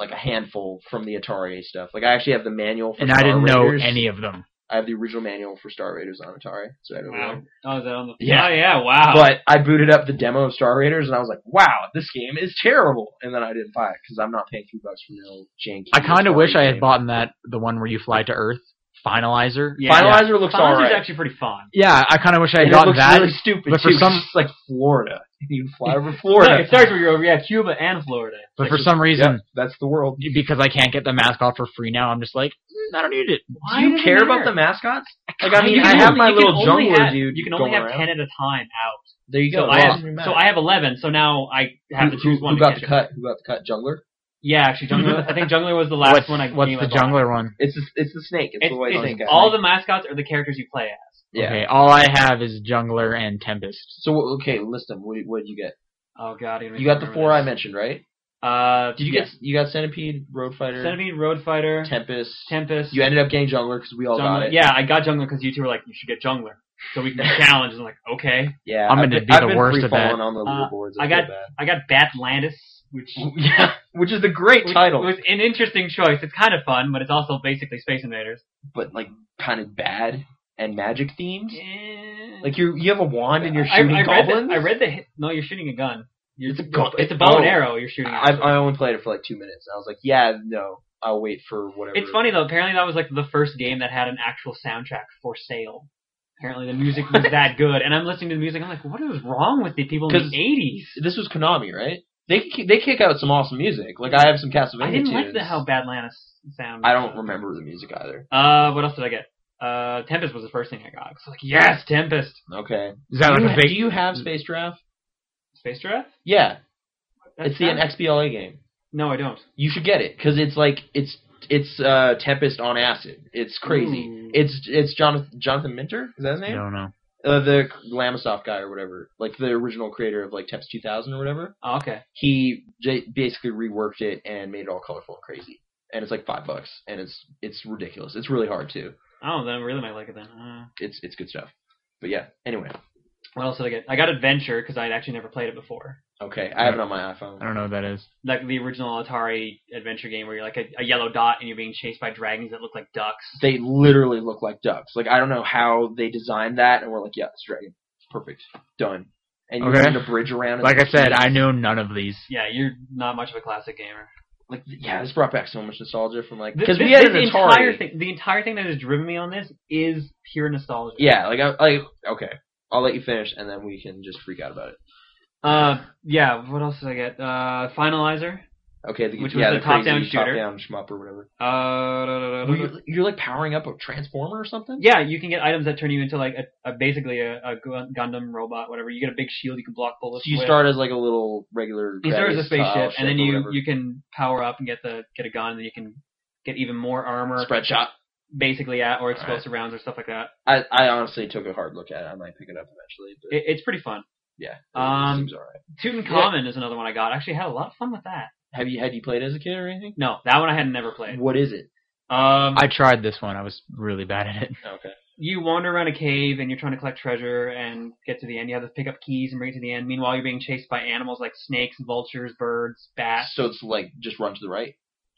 S4: like a handful from the Atari stuff. Like I actually have the manual. For
S3: And
S4: Star
S3: I didn't know
S4: Raiders.
S3: any of them.
S4: I have the original manual for Star Raiders on Atari. So I don't know.
S1: Wow. Oh, is that on the?
S4: Yeah.
S1: Oh, yeah. Wow.
S4: But I booted up the demo of Star Raiders and I was like, "Wow, this game is terrible!" And then I didn't buy it because I'm not paying three bucks for no janky.
S3: I kind
S4: Star
S3: of wish I
S4: Raider
S3: had
S4: game.
S3: bought that the one where you fly to Earth finalizer.
S1: Yeah.
S4: Finalizer looks
S1: Finalizer
S4: alright.
S1: actually pretty fun.
S3: Yeah, I kind of wish I
S4: And it
S3: had gotten
S4: looks
S3: that.
S4: really stupid
S3: but for
S4: too. 'cause
S3: some-
S4: it's like Florida. You fly over
S1: Look,
S4: Florida.
S1: it starts where you're over. Yeah, Cuba and Florida.
S3: but
S1: Like,
S3: for
S1: just-
S3: some reason,
S4: that's the world.
S3: because I can't get the mask off for free now, I'm just like, mm, I don't need it.
S1: Why
S4: do you
S1: does it
S4: care about
S1: matter?
S4: the mascots? Like, I mean,
S1: You
S4: I
S1: can
S4: have
S1: only-
S4: my
S1: you can
S4: little
S1: only
S4: jungler
S1: have-
S4: dude.
S1: You can only
S4: going
S1: have
S4: around.
S1: 10 at a time out.
S4: There you
S1: So
S4: go.
S1: I
S4: Wow.
S1: have, so I have 11. So now I have to
S4: who,
S1: choose
S4: who-
S1: one.
S4: who
S1: to
S4: got
S1: catch
S4: the
S1: up.
S4: cut? Who got the cut? Jungler.
S1: Yeah, actually, Jungler. I think Jungler was the last
S3: what's
S1: one. I
S3: what's
S1: game
S3: the
S1: I bought.
S3: jungler one?
S4: It's the, it's the snake. It's,
S1: It's,
S4: the white
S1: it's
S4: snake guy.
S1: all the mascots are the characters you play as.
S4: yeah.
S3: Okay, all I have is jungler and tempest.
S4: So okay, list them. What, what did you get?
S1: Oh god, you
S4: You got the four I mentioned, right?
S1: Uh,
S4: Did you
S1: yeah.
S4: get you got Centipede, Road Fighter,
S1: Centipede, Road Fighter,
S4: Tempest?
S1: Tempest?
S4: You ended up getting Jungler because we all got
S1: Jungler.
S4: it.
S1: Yeah, I got Jungler because you two were like, you should get Jungler, so we can challenge. And I'm like, okay.
S4: yeah.
S3: I'm
S4: I've
S3: gonna
S4: been-
S3: be
S4: I've
S3: the
S4: been
S3: worst at that.
S4: free-falling on the
S1: Uh,
S4: leaderboards.
S1: I
S4: feel
S1: got- I got Batlandis, which.
S4: bad. yeah, which is a great
S1: which
S4: title,
S1: was an interesting choice. It's kind of fun, but it's also basically Space Invaders.
S4: but like kind of bad and magic themed.
S1: Eh.
S4: Like you you have a wand and you're
S1: I-
S4: shooting
S1: I, read
S4: goblins.
S1: The, I read the. hi- No, you're shooting a gun. You're-
S4: It's a gun-
S1: It's a bow and
S4: oh.
S1: arrow. You're shooting.
S4: I,
S1: at.
S4: I only played it for like two minutes. I was like, yeah, no, I'll wait for whatever.
S1: It's funny though. Apparently, that was like the first game that had an actual soundtrack for sale. Apparently, the music was that good, and I'm listening to the music. I'm like, what is wrong with the people in
S4: 'Cause-
S1: the '80s?
S4: This was Konami, right? They ki- they kick out some awesome music. Like I have some Castlevania
S1: I didn't
S4: tunes.
S1: like the, how Badlands sounded.
S4: I don't remember the music either.
S1: Uh, what else did I get? Uh, Tempest was the first thing I got. I was like, yes, Tempest.
S4: Okay.
S3: Is that
S4: Do you,
S3: like a
S4: ha-
S3: big?
S4: do you have Space Draft?
S1: Space Draft?
S4: Yeah,
S1: That's
S4: it's the an
S1: not-
S4: XBLA game.
S1: No, I don't.
S4: You should get it because it's like it's it's uh, Tempest on acid. It's crazy.
S1: Ooh.
S4: It's it's Jonathan Jonathan Minter. Is that his
S3: I
S4: name?
S3: don't know.
S4: Uh, the Lamasoft guy or whatever, like the original creator of like Tempest 2000 or whatever.
S1: Oh, okay.
S4: He j- basically reworked it and made it all colorful and crazy. And it's like five bucks, and it's it's ridiculous. It's really hard too.
S1: Oh, then I really might like it then. Uh,
S4: It's it's good stuff. But yeah. Anyway.
S1: what else did I get? I got Adventure because I'd actually never played it before.
S4: Okay. I have it on my iPhone.
S3: I don't know what that is.
S1: Like the original Atari adventure game where you're like a, a yellow dot and you're being chased by dragons that look like ducks.
S4: they literally look like ducks. Like I don't know how they designed that, and we're like, yeah, it's dragon, perfect, done. And you
S3: Okay.
S4: run a bridge around. and
S3: Like I said, I
S4: keys.
S3: know none of these.
S1: Yeah, you're not much of a classic gamer.
S4: Like yeah, this brought back so much nostalgia from like
S1: Th-
S4: because we
S1: this-
S4: had an
S1: this
S4: Atari.
S1: entire thing. The entire thing that has driven me on this is pure nostalgia.
S4: Yeah, like I like okay, I'll let you finish, and then we can just freak out about it.
S1: Uh, yeah. What else did I get? Uh, Finalizer.
S4: Okay, the,
S1: Which
S4: yeah,
S1: was
S4: the
S1: the top-down
S4: crazy
S1: shooter.
S4: top-down shmup or whatever.
S1: Uh, da- da- da- da-
S4: Were
S1: da-
S4: you, you're like powering up a transformer or something.
S1: Yeah, you can get items that turn you into like a, a basically a, a Gun- Gundam robot, whatever. You get a big shield you can block
S4: So
S1: bullets.
S4: you
S1: with.
S4: start as like a little regular.
S1: You start as a
S4: Gradius style
S1: spaceship,
S4: ship
S1: and then
S4: or
S1: you
S4: whatever.
S1: you can power up and get the get a gun, and then you can get even more armor,
S4: spread shot.
S1: basically at or
S4: Alright.
S1: explosive rounds or stuff like that.
S4: I, I honestly took a hard look at it. I might pick it up eventually, but
S1: It, it's pretty fun.
S4: yeah, it
S1: Um,
S4: seems alright.
S1: Tutankhamun is another one I got. I actually had a lot of fun with that.
S4: Have you had you played as a kid or anything?
S1: No, that one I had never played.
S4: What is it?
S1: Um,
S3: I tried this one. I was really bad at it.
S4: Okay.
S1: you wander around a cave and you're trying to collect treasure and get to the end. You have to pick up keys and bring it to the end. Meanwhile, you're being chased by animals like snakes, vultures, birds, bats.
S4: So it's like just run to the right.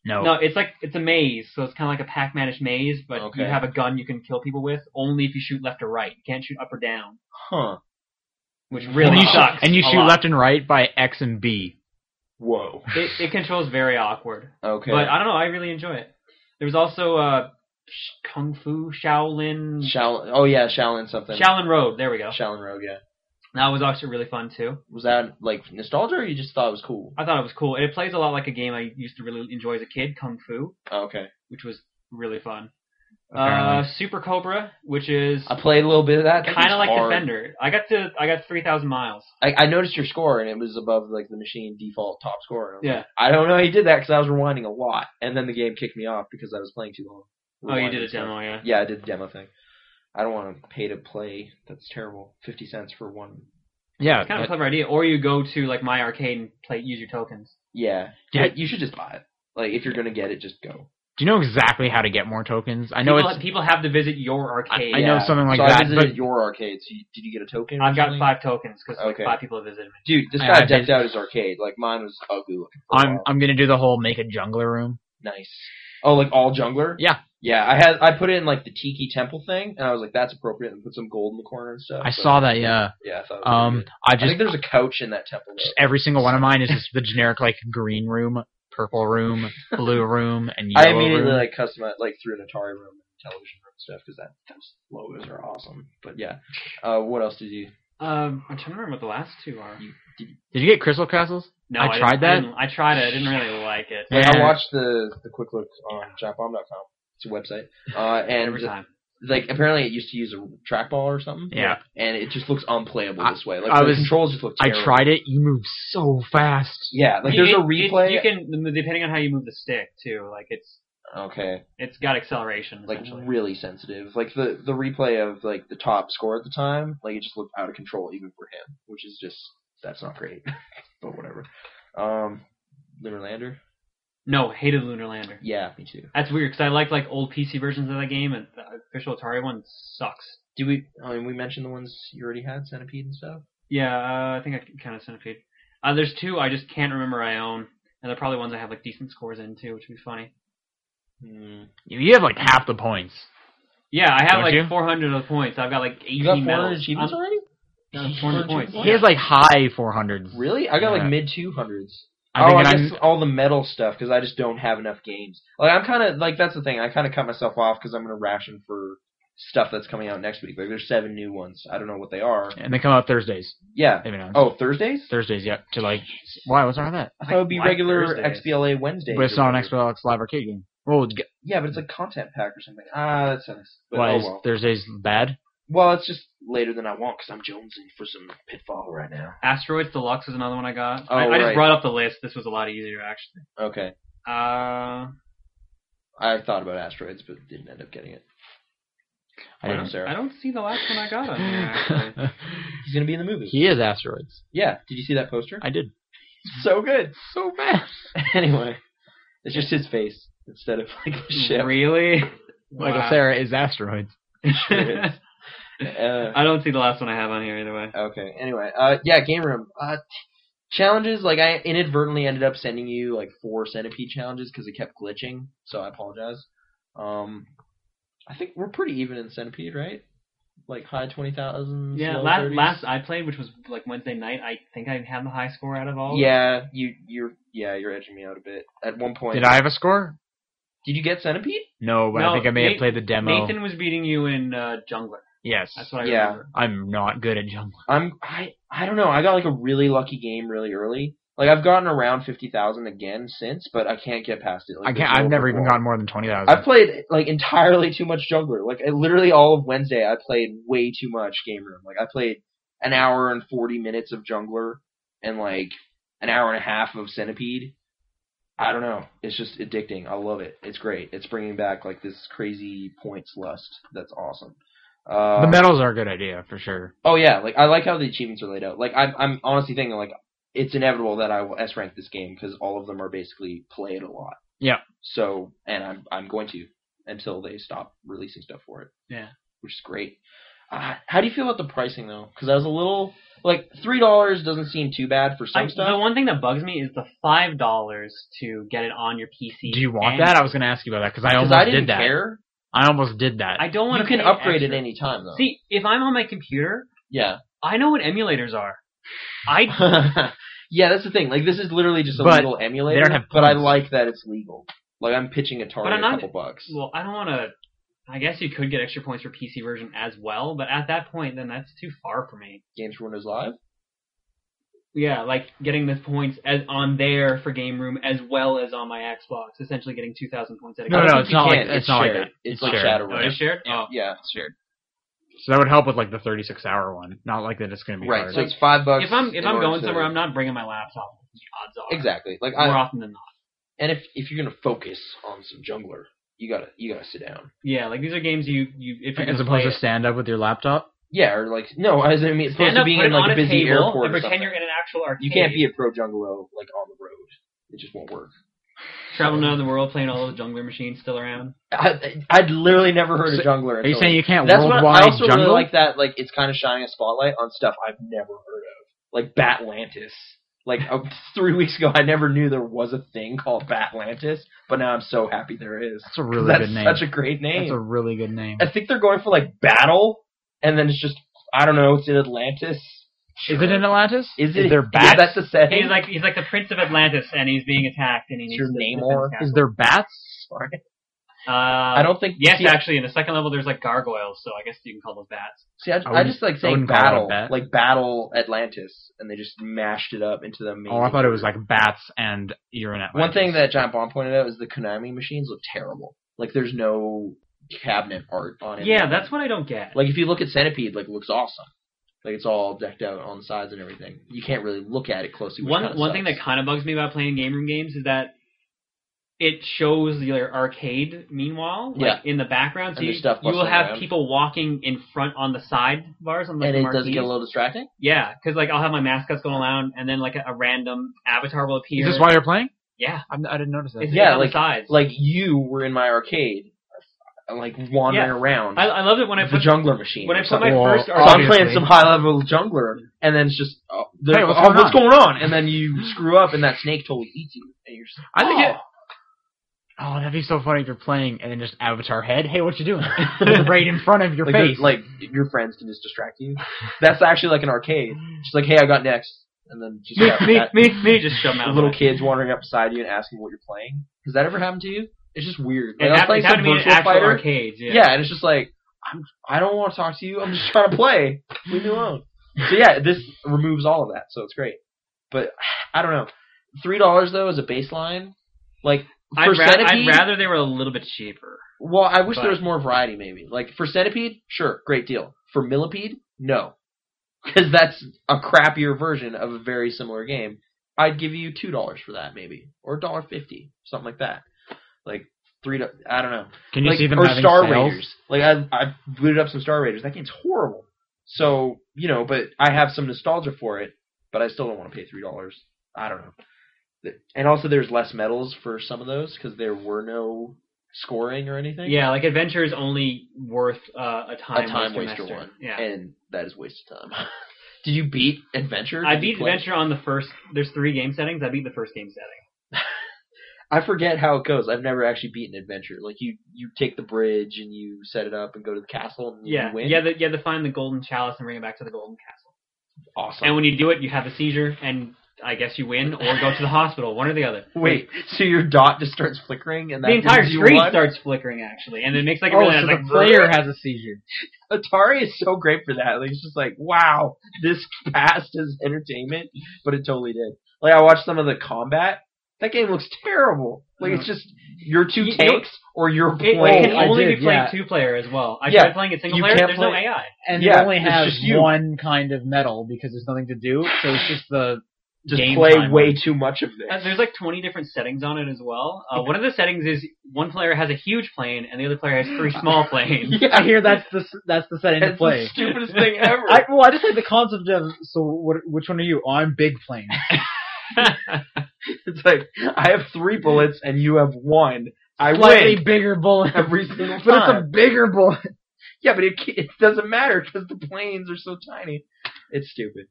S3: No.
S1: No, it's like it's a maze, so it's kind of like a Pac-Man-ish maze, but
S4: Okay.
S1: you have a gun you can kill people with only if you shoot left or right. You can't shoot up or down,
S4: Huh.
S1: which
S3: and
S1: really
S3: you
S1: sucks.
S3: shoot, and you
S1: a
S3: shoot
S1: lot.
S3: left and right by X and B.
S4: Whoa.
S1: It, it controls very awkward,
S4: Okay.
S1: but I don't know. I really enjoy it. There was also uh, Sh- Kung Fu Shaolin
S4: Shaolin. Oh yeah, Shaolin something.
S1: Shaolin Road. There we go.
S4: Shaolin Rogue. Yeah.
S1: That was actually really fun too.
S4: Was that like nostalgia, or you just thought it was cool?
S1: I thought it was cool. And it plays a lot like a game I used to really enjoy as a kid, Kung Fu,
S4: Oh, okay.
S1: which was really fun. Uh,
S3: Apparently.
S1: Super Cobra, which is
S4: I played a little bit of that. That
S1: kind
S4: was
S1: of like
S4: hard.
S1: Defender. I got to I got three thousand miles.
S4: I, I noticed your score, and it was above like the machine default top score. And I was
S1: Yeah.
S4: like, I don't know. how You did that because I was rewinding a lot, and then the game kicked me off because I was playing too long.
S1: Oh, you
S4: Rewinding
S1: did a
S4: stuff.
S1: demo, yeah.
S4: Yeah, I did the demo thing. I don't want to pay to play. That's terrible. Fifty cents for one.
S3: Yeah.
S1: It's kind of a
S3: that-
S1: clever idea. Or you go to like my arcade and play use your tokens.
S4: Yeah.
S3: Yeah.
S4: Like, you should just buy it. Like if you're gonna get it, just go.
S3: do you know exactly how to get more tokens? I know
S1: people,
S3: it's.
S1: people have to visit your arcade.
S3: I know
S4: Yeah.
S3: something like
S4: so I
S3: that,
S4: visited
S3: but-
S4: your arcade. So you, did you get a token?
S1: I've got
S4: originally?
S1: five tokens because
S4: Okay.
S1: like five people have visited me.
S4: Dude, this
S3: I-
S4: guy
S3: I
S4: decked
S3: visited-
S4: out his arcade. Like mine was ugly looking. for a
S3: I'm
S4: while.
S3: I'm gonna do the whole make a jungler room.
S4: nice. Oh, like all jungler?
S3: Yeah.
S4: Yeah, I had I put it in like the tiki temple thing, and I was like, that's appropriate, and put some gold in the corner and stuff.
S3: I
S4: but-
S3: saw that. Yeah.
S4: Yeah, I thought. It was
S3: Um.
S4: good.
S3: I
S4: I
S3: just
S4: think there's a couch in that temple.
S3: just
S4: Though.
S3: every single one of mine is just the generic like green room, purple room, blue room, and
S4: I
S3: yellow
S4: immediately
S3: room.
S4: like customized like through an Atari room, and television room and stuff because that those logos are awesome. But yeah, uh, what else did you?
S1: Um, I'm trying to remember what the last two are.
S3: Did you get crystal castles?
S1: No,
S3: I
S1: didn't-
S3: tried that.
S1: didn't- I tried it. I didn't really like it.
S4: Like, I
S3: Yeah.
S4: watched the the quick look on jackbomb.com. It's a website, uh, and
S1: Every time.
S4: like apparently it used to use a trackball or something.
S3: Yeah.
S4: and it just looks unplayable
S3: I-
S4: this way. Like
S3: I
S4: the
S3: was-
S4: controls just look.
S3: I
S4: Terrible.
S3: tried it. You move so fast.
S4: Yeah, like there's
S1: It-
S4: a
S1: it-
S4: replay.
S1: You can depending on how you move the stick too. Like it's
S4: okay,
S1: it's got acceleration
S4: like
S1: essentially.
S4: really sensitive. Like the the replay of like the top score at the time, like it just looked out of control even for him, which is just that's not great. but whatever. Um, Lunar Lander.
S1: no, hated Lunar Lander.
S4: Yeah, me too.
S1: That's weird because I like like old PC versions of that game, and the official Atari one sucks.
S4: Do we? I mean, we mentioned the ones you already had, Centipede and stuff.
S1: Yeah, uh, I think I kind of centipede. Uh, there's two I just can't remember I own, and they're probably ones I have like decent scores in too, which would be funny.
S4: Hmm.
S3: You- You have like half the points.
S1: Yeah, I have
S3: Don't
S1: like
S3: you?
S1: 400 of the points. I've got like 18
S4: You got 400
S1: medals.
S4: achievements
S1: I'm-
S4: already?
S1: I'm 400 points.
S3: He has like high 400s.
S4: Really? I got
S3: Yeah.
S4: like mid two hundreds.
S3: I
S4: oh,
S3: think
S4: I
S3: I'm-
S4: guess all the metal stuff because I just don't have enough games. Like I'm kind of like that's the thing. I kind of cut myself off because I'm gonna ration for stuff that's coming out next week. Like there's seven new ones. I don't know what they are.
S3: and they come out Thursdays.
S4: Yeah.
S3: They've announced
S4: Oh, Thursdays?
S3: Thursdays. Yep. To like, why? What's wrong with that?
S4: I thought it would be
S1: Like
S4: regular
S1: Thursdays.
S4: XBLA Wednesdays.
S3: But it's
S4: or
S3: not an
S4: whatever.
S3: Xbox Live Arcade game. Well, g-
S4: Yeah, but it's like content pack or something. Ah, that sucks. But
S3: why
S4: oh
S3: is
S4: well.
S3: Thursdays bad?
S4: Well, it's just later than I want because I'm jonesing for some Pitfall right now.
S1: Asteroids Deluxe is another one I got.
S4: Oh,
S1: I, I
S4: right.
S1: just brought up the list. This was a lot easier actually.
S4: Okay.
S1: Uh,
S4: I thought about Asteroids, but didn't end up getting it.
S3: I
S4: Why
S3: don't
S4: not, Sarah?
S1: I don't see the last one I got on here. Oh, Actually.
S4: He's gonna be in the movie.
S3: he is asteroids.
S4: yeah. Did you see that poster?
S3: I did
S4: so good.
S3: so bad.
S4: anyway, it's just his face instead of like the ship.
S1: Really?
S3: Michael
S1: Wow.
S3: Sarah is asteroids.
S4: Sure is. Uh,
S1: I don't see the last one I have on here either way.
S4: Okay. Anyway, uh, yeah, game room. Uh, t- challenges like I inadvertently ended up sending you like four centipede challenges because it kept glitching, so I apologize. Um, I think we're pretty even in centipede, right? Like high twenty thousand.
S1: Yeah, last last I played, which was like Wednesday night, I think I had the high score out of all. of them.
S4: Yeah, you you're yeah you're edging me out a bit. At one point,
S3: Did I have a score?
S4: Did you get centipede?
S3: No, but
S1: No,
S3: I think I may have
S1: Nate-
S3: played the demo.
S1: Nathan was beating you in uh, Jungler.
S3: yes,
S1: That's what I
S4: Yeah.
S1: remember.
S3: I'm not good at jungle.
S4: I'm I I don't know. I got like a really lucky game really early. Like I've gotten around fifty thousand again since, but I can't get past it. Like,
S3: I
S4: there's
S3: can't.
S4: no
S3: I've never even
S4: wall.
S3: gotten more than twenty thousand.
S4: I've played like entirely too much jungler. Like I, literally all of Wednesday, I played way too much game room. Like I played an hour and forty minutes of jungler and like an hour and a half of centipede. I don't know. It's just addicting. I love it. It's great. It's bringing back like this crazy points lust. That's awesome. Uh,
S3: the medals are a good idea for sure.
S4: Oh yeah, like I like how the achievements are laid out. Like I'm, I'm honestly thinking like it's inevitable that I will S rank this game because all of them are basically play it a lot.
S3: Yeah.
S4: So and I'm I'm going to until they stop releasing stuff for it.
S1: Yeah.
S4: Which is great. Uh, how do you feel about the pricing though? Because I was a little like three dollars doesn't seem too bad for some
S1: I,
S4: stuff.
S1: the one thing that bugs me is the five dollars to get it on your PC.
S3: Do you want
S1: and-
S3: that? I was going to ask you about that because I
S4: 'Cause
S3: almost
S4: I didn't
S3: did that.
S4: care.
S3: I almost did that.
S1: I don't want
S4: You
S1: to.
S4: can upgrade it any time though.
S1: See, if I'm on my computer,
S4: Yeah.
S1: I know what emulators are. I
S4: yeah, that's the thing. Like this is literally just a
S3: But
S4: legal emulator.
S3: don't have
S4: but I
S3: points.
S4: like that it's legal. Like I'm pitching Atari
S1: But I'm
S4: a
S1: not-
S4: couple bucks.
S1: well, I don't want to. I guess you could get extra points for PC version as well, but at that point, then that's too far for me.
S4: Games for Windows Live.
S1: Yeah, like getting the points as on there for Game Room as well as on my Xbox, essentially getting two thousand points at a
S3: No,
S1: game.
S4: I don't
S3: no,
S4: think
S3: it's
S4: you
S3: not like-
S4: can.
S3: it's not like
S4: shared.
S3: that.
S4: It's,
S3: It's
S4: like
S3: shared.
S4: Shadow
S1: Oh, it is
S4: Realm.
S1: shared. Oh,
S4: Yeah,
S3: shared. So that would help with like the 36 hour one. Not like that it's going to be
S4: right.
S3: hard.
S4: So it's five bucks.
S1: if I'm
S4: in
S1: if I'm
S4: order
S1: going
S4: to-
S1: somewhere, I'm not bringing my laptop. The odds are
S4: exactly like
S1: more
S4: I
S1: often than not.
S4: and if if you're gonna focus on some jungler, you gotta you gotta sit down.
S1: Yeah, like these are games you you if you're gonna
S3: as opposed
S1: play
S3: to
S1: it,
S3: stand up with your laptop.
S4: Yeah, or like no, I was- I mean, it's supposed
S1: stand
S4: to
S1: up,
S4: be
S1: put
S4: in
S1: it on
S4: like a
S1: a
S4: busy
S1: table,
S4: airport
S1: and
S4: or
S1: pretend
S4: something.
S1: you're in an actual arcade.
S4: You can't be a pro jungler like on the road. It just won't work.
S1: traveling around the world playing all those jungler machines still around.
S4: I, I'd literally never heard of jungler.
S3: Are you
S4: until-
S3: saying you can't
S4: That's what I
S3: worldwide
S4: also
S3: jungle?
S4: really like that. Like it's kind of shining a spotlight on stuff I've never heard of, like Batlantis. Like uh, three weeks ago, I never knew there was a thing called Batlantis, but now I'm so happy there is.
S3: that's a really
S4: that's
S3: good name.
S4: such a great
S3: That's a
S4: name.
S3: really good name.
S4: I think they're going for like battle, and then it's just I don't know. It's in Atlantis.
S3: Is it in Atlantis?
S4: Is it?
S3: there
S4: Yeah,
S3: bats?
S4: that's the setting.
S1: He's like he's like the prince of Atlantis, and he's being attacked, and he needs
S4: Sure,
S1: to defend
S4: Namor.
S1: his
S3: Is there bats?
S4: Sorry.
S1: castle. Uh,
S4: I don't think.
S1: Yes,
S4: see,
S1: actually, in the second level, there's like gargoyles, so I guess you can call those bats.
S4: See, I,
S3: I
S4: I,
S3: wouldn't-
S4: just like
S3: I
S4: saying
S3: wouldn't call it a
S4: battle,
S3: bat.
S4: like battle Atlantis, and they just mashed it up into the. Amazing
S3: Oh, I thought it was
S4: word.
S3: like bats and you're in Atlantis.
S4: One thing that John Baum pointed out is the Konami machines look terrible. Like there's no cabinet art on it.
S1: Yeah, that's what I don't get.
S4: like if you look at Centipede, like it looks awesome. Like it's all decked out on the sides and everything. You can't really look at it closely. Which
S1: one
S4: kinda
S1: one thing that
S4: sucks.
S1: kind of bugs me about playing game room games is that it shows your arcade meanwhile, like in the background. So
S4: And
S1: you,
S4: there's stuff
S1: you will
S4: bustling
S1: have
S4: around.
S1: people walking in front on the side bars on like
S4: and
S1: the
S4: it does get a
S1: marquees.
S4: little distracting.
S1: Yeah, because like I'll have my mascots going around, and then like a, a random avatar will
S3: is
S1: appear.
S3: this why you're playing?
S1: Yeah,
S3: I'm, I didn't notice that.
S1: it's
S4: Yeah,
S1: yeah, on
S4: like-
S1: the sides.
S4: Like you were in my arcade, like wandering
S1: Yeah.
S4: around
S1: I, I loved it when I
S4: with the
S1: put
S4: jungler machine.
S1: when
S4: or
S1: I put
S4: something.
S1: my
S3: Well,
S1: first
S4: so
S3: uh,
S4: I'm
S3: Obviously.
S4: playing some high level jungler, and then it's just oh, they're-
S3: Hey, what's
S4: oh,
S3: going on?
S4: going on? And then you screw up, and that snake totally eats you. And you're just,
S3: I think
S4: oh.
S3: it- Oh, that'd be so funny if you're playing and then just avatar head. Hey, what you doing? right in front of your
S4: like, they're-
S3: face.
S4: like your friends can just distract you. That's actually like an arcade. She's like, "Hey, I got next," and then just
S1: me,
S4: have
S1: me,
S4: that-
S1: me, me, just shove 'em out. of the
S4: little
S1: way.
S4: kids wandering up beside you and asking what you're playing. Has that ever happened to you? It's just weird.
S1: It
S4: Like, I
S1: happened, it
S4: was playing
S1: happened to
S4: some
S1: me in
S4: virtual
S1: actual
S4: fighter.
S1: arcades.
S4: Yeah.
S1: Yeah.
S4: and it's just like I'm, I don't want to talk to you. I'm just trying to play. Leave me alone. So yeah, this removes all of that, so it's great. But I don't know. Three dollars though is a baseline. Like for
S1: I'd, ra- I'd
S4: centipede,
S1: rather they were a little bit cheaper.
S4: well, I wish
S1: but-
S4: there was more variety. Maybe like for centipede, sure, great deal. For millipede, no, because that's a crappier version of a very similar game. I'd give you two dollars for that, maybe, or a dollar fifty, something like that. Like three, do- I don't know
S3: Can you
S4: like,
S3: see them
S4: or
S3: having
S4: Star
S3: sales?
S4: Raiders. Like I I booted up some Star Raiders. That game's horrible. So you know, but I have some nostalgia for it. But I still don't want to pay three dollars. I don't know. The- And also, there's less medals for some of those because there were no scoring or anything.
S1: Yeah, like Adventure is only worth uh, a time,
S4: a time
S1: waster
S4: waster
S1: master.
S4: one.
S1: Yeah.
S4: and that is wasted time. Did you beat Adventure?
S1: I
S4: Did you
S1: beat
S4: play-
S1: Adventure on the first. There's three game settings. I beat the first game setting.
S4: I forget how it goes. I've never actually beaten Adventure. Like you, you take the bridge and you set it up and go to the castle and
S1: Yeah,
S4: you win.
S1: yeah, the, you have to find the golden chalice and bring it back to the golden castle.
S4: awesome.
S1: And when you do it, you have a seizure, and I guess you win or go to the hospital, one or the other.
S4: Wait, so your dot just starts flickering and that
S1: the entire
S4: means you
S1: screen
S4: won?
S1: starts flickering actually, and it makes like a
S3: Oh,
S1: really
S3: so
S1: like
S3: the player has a seizure.
S4: Atari is so great for that. Like it's just like, wow, this passed as entertainment, but it totally did. Like I watched some of the combat. That game looks terrible. Like it's just your two
S1: You- you know-
S4: tanks or your
S1: It, it
S4: plane.
S1: can
S3: I
S1: only
S3: did,
S1: be played
S3: yeah.
S1: two player as well. I
S4: Yeah,
S1: tried playing it single
S4: you
S1: player.
S4: can't
S1: There's no
S4: play-
S1: AI.
S3: And
S4: Yeah,
S3: it only
S4: it's
S3: has
S4: just you.
S3: one kind of metal because there's nothing to do, so it's just the
S4: just
S3: game
S4: play
S3: timer.
S4: way too much of this.
S1: Uh, there's like 20 different settings on it as well. Uh, one of the settings is one player has a huge plane and the other player has three small planes.
S4: yeah,
S3: I hear that's the that's the setting to
S4: it's
S3: play.
S4: the stupidest thing ever.
S3: I, well, I just like the concept of so. What, which one are you? Oh, I'm big plane.
S4: it's like I have three bullets and you have one. I
S3: Slightly
S4: win
S3: bigger bullet.
S4: every single time.
S3: But it's a bigger bullet.
S4: Yeah, but it, ca- it doesn't matter because the planes are so tiny. It's stupid.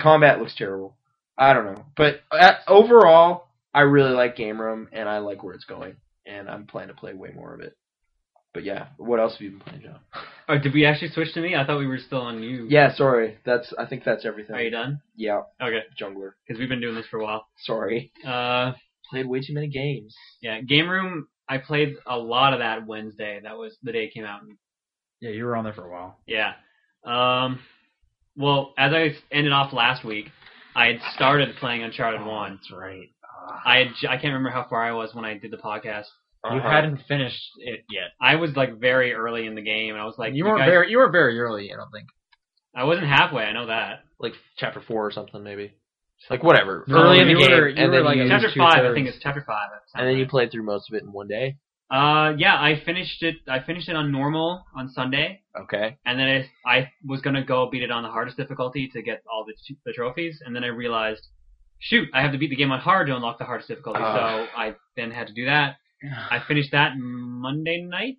S4: Combat looks terrible. I don't know, but uh, overall, I really like Game Room and I like where it's going, and I'm planning to play way more of it. But yeah, what else have you been playing, John?
S1: Oh, did we actually switch to me? I thought we were still on you.
S4: Yeah, sorry. That's I think that's everything.
S1: Are you done?
S4: Yeah,
S1: Okay,
S4: jungler.
S1: because we've been doing this for a while.
S4: Sorry,
S1: Uh,
S4: played way too many games.
S1: yeah, game room. I played a lot of that Wednesday. That was the day it came out.
S3: Yeah, you were on there for a while.
S1: Yeah. Um, well, as I ended off last week, I had started playing Uncharted One.
S3: That's right.
S1: I had, j- I can't remember how far I was when I did the podcast.
S3: You
S4: Uh-huh.
S3: hadn't finished it yet.
S1: I was like very early in the game, and I was like,
S3: Like you weren't
S1: guys-
S3: very you were very early. I don't think.
S1: I wasn't halfway. I know that.
S4: like chapter four or something maybe. Like whatever,
S3: No,
S4: early in the
S3: you
S4: game,
S3: were- you
S4: and
S3: were
S4: then
S3: like
S4: you,
S3: at-
S1: Chapter
S3: two
S1: five, I
S3: thirds.
S1: think it's chapter five. that sounds
S4: and then you
S1: right.
S4: played through most of it in one day.
S1: Uh, yeah, I finished it. I finished it on normal on Sunday,
S4: Okay,
S1: and then I, I was gonna go beat it on the hardest difficulty to get all the ch- the trophies, and then I realized, shoot, I have to beat the game on hard to unlock the hardest difficulty.
S4: Ah.
S1: So I then had to do that. I finished that Monday night.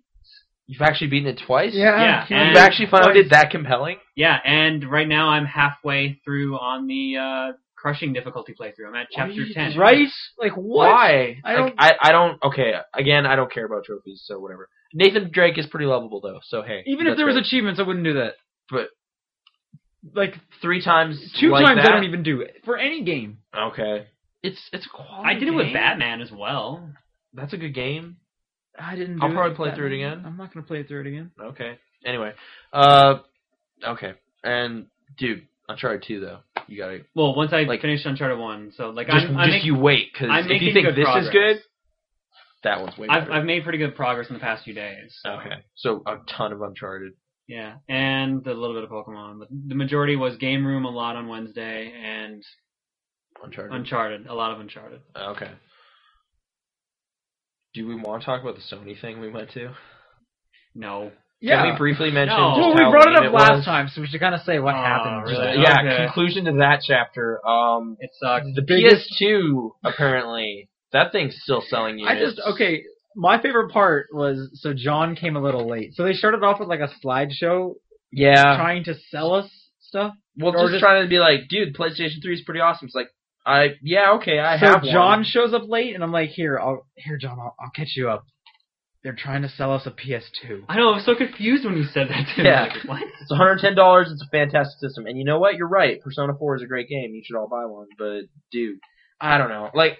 S4: you've actually beaten it twice.
S1: Yeah,
S3: can
S1: and-
S3: you-
S4: you actually found
S1: Twice.
S4: it that compelling?
S1: Yeah, and right now I'm halfway through on the uh, crushing difficulty playthrough. I'm at chapter ten.
S3: Right? Like what?
S4: Why?
S3: I
S4: Like,
S3: don't-
S4: I, I don't. Okay. Again, I don't care about trophies, so whatever. Nathan Drake is pretty lovable though, so hey.
S3: Even if there was achievements, I wouldn't do that.
S4: But-
S3: like
S4: a three times,
S3: two
S4: like
S3: times,
S4: that,
S3: I don't even do it for any game.
S4: Okay. It's it's a quality.
S1: I did it with
S4: game.
S1: Batman as well.
S4: That's a good game.
S3: I didn't.
S4: I'll
S3: do
S4: probably
S3: it
S4: play
S3: that
S4: through it
S3: many-
S4: again.
S3: I'm not gonna play through it again.
S4: Okay. Anyway, uh, okay. And dude, Uncharted two though. You gotta
S1: Well, once I
S4: Like-
S1: finished Uncharted One, so like
S4: just,
S1: I'm, I'm
S4: just
S1: making,
S4: you wait because
S1: I'm
S4: if
S1: making
S4: you think
S1: good
S4: this
S1: progress.
S4: is good, that one's way
S1: I've,
S4: better.
S1: I've made pretty good progress in the past few days. so,
S4: okay. So a ton of Uncharted.
S1: Yeah, and a little bit of Pokemon, but the majority was Game Room a lot on Wednesday and
S4: Uncharted.
S1: Uncharted, a lot of Uncharted.
S4: Okay. Do we want to talk about the Sony thing we went to?
S1: No.
S4: Can we briefly mention?
S1: No.
S4: just
S3: well, we
S4: how
S3: brought it
S4: lame
S3: up last
S4: was?
S3: time, so we should kind of say what
S1: Oh,
S3: happened.
S1: really?
S3: Just- uh,
S4: Yeah.
S1: Okay.
S4: Conclusion to that chapter. Um,
S1: It sucks.
S3: The biggest.
S4: PS2 apparently that thing's still selling
S3: I
S4: units.
S3: just okay. My favorite part was so John came a little late. So they started off with like a slideshow
S4: Yeah.
S3: trying to sell us stuff.
S4: Well,
S3: or
S4: just,
S3: just-
S4: trying to be like, dude, PlayStation 3 is pretty awesome. It's like, I yeah, okay, I
S3: so
S4: have one.
S3: John shows up late, and I'm like, "Here, I'll here, John, I'll, I'll catch you up." They're trying to sell us a PS2.
S1: I know, I was so confused when you said that to me.
S4: Yeah.
S1: Like, what?
S4: It's 110 dollars. It's a fantastic system, and you know what? You're right. Persona 4 is a great game. You should all buy one. But dude, I don't know. Like,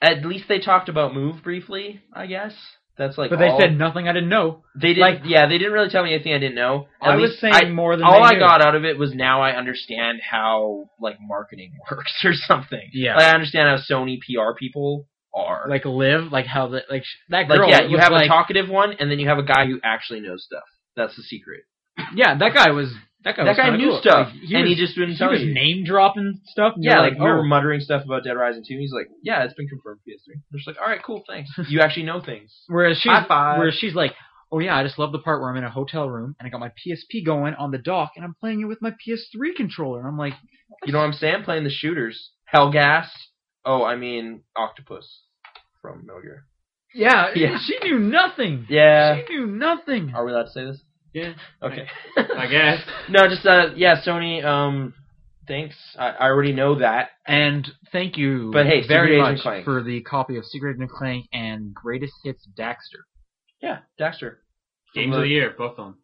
S4: at least they talked about Move briefly, I guess. That's like.
S3: but they
S4: all-
S3: said nothing I didn't know.
S4: they didn't.
S3: like-
S4: yeah, they didn't really tell me anything I didn't know. At
S2: I was
S4: least
S2: saying
S4: I-
S2: more than
S4: all
S2: they
S4: I
S2: knew.
S4: got out of it was now I understand how like marketing works or something.
S3: Yeah.
S4: Like I understand how Sony PR people are.
S3: Like live, like how the like sh- that
S4: Like,
S3: girl.
S4: yeah, you
S3: was
S4: have
S3: like,
S4: a talkative one, and then you have a guy who actually knows stuff. That's the secret.
S3: Yeah, that guy was that guy.
S4: That
S3: was
S4: guy
S3: kinda
S4: knew
S3: cool.
S4: stuff,
S3: Like, he
S4: and he
S3: was,
S4: just didn't
S3: he
S4: tell
S3: was
S4: you.
S3: name dropping stuff. and
S4: yeah,
S3: you're
S4: like, we were
S3: oh.
S4: muttering stuff about Dead Rising 2. He's like, yeah, it's been confirmed for PS3. They're just like, all right, cool, thanks. You actually know things.
S3: Whereas she's,
S4: High five.
S3: whereas she's like, oh yeah, I just love the part where I'm in a hotel room and I got my PSP going on the dock and I'm playing it with my PS3 controller. I'm like,
S4: You know what I'm saying? Playing the shooters. Hellgas. Oh, I mean Octopus from Metal Gear.
S3: yeah,
S4: Yeah.
S3: she knew nothing.
S4: Yeah.
S3: She knew nothing.
S4: Are we allowed to say this?
S1: Yeah.
S4: Okay.
S1: I guess.
S4: no, just uh, yeah, Sony. Um, thanks. I, I already know that.
S3: And thank you
S4: But hey, Secret
S3: very
S4: Agent
S3: much
S4: Clank.
S3: for the copy of Secret Agent Clank and Greatest Hits Daxter.
S4: Yeah, Daxter.
S1: Games of the year, both of them.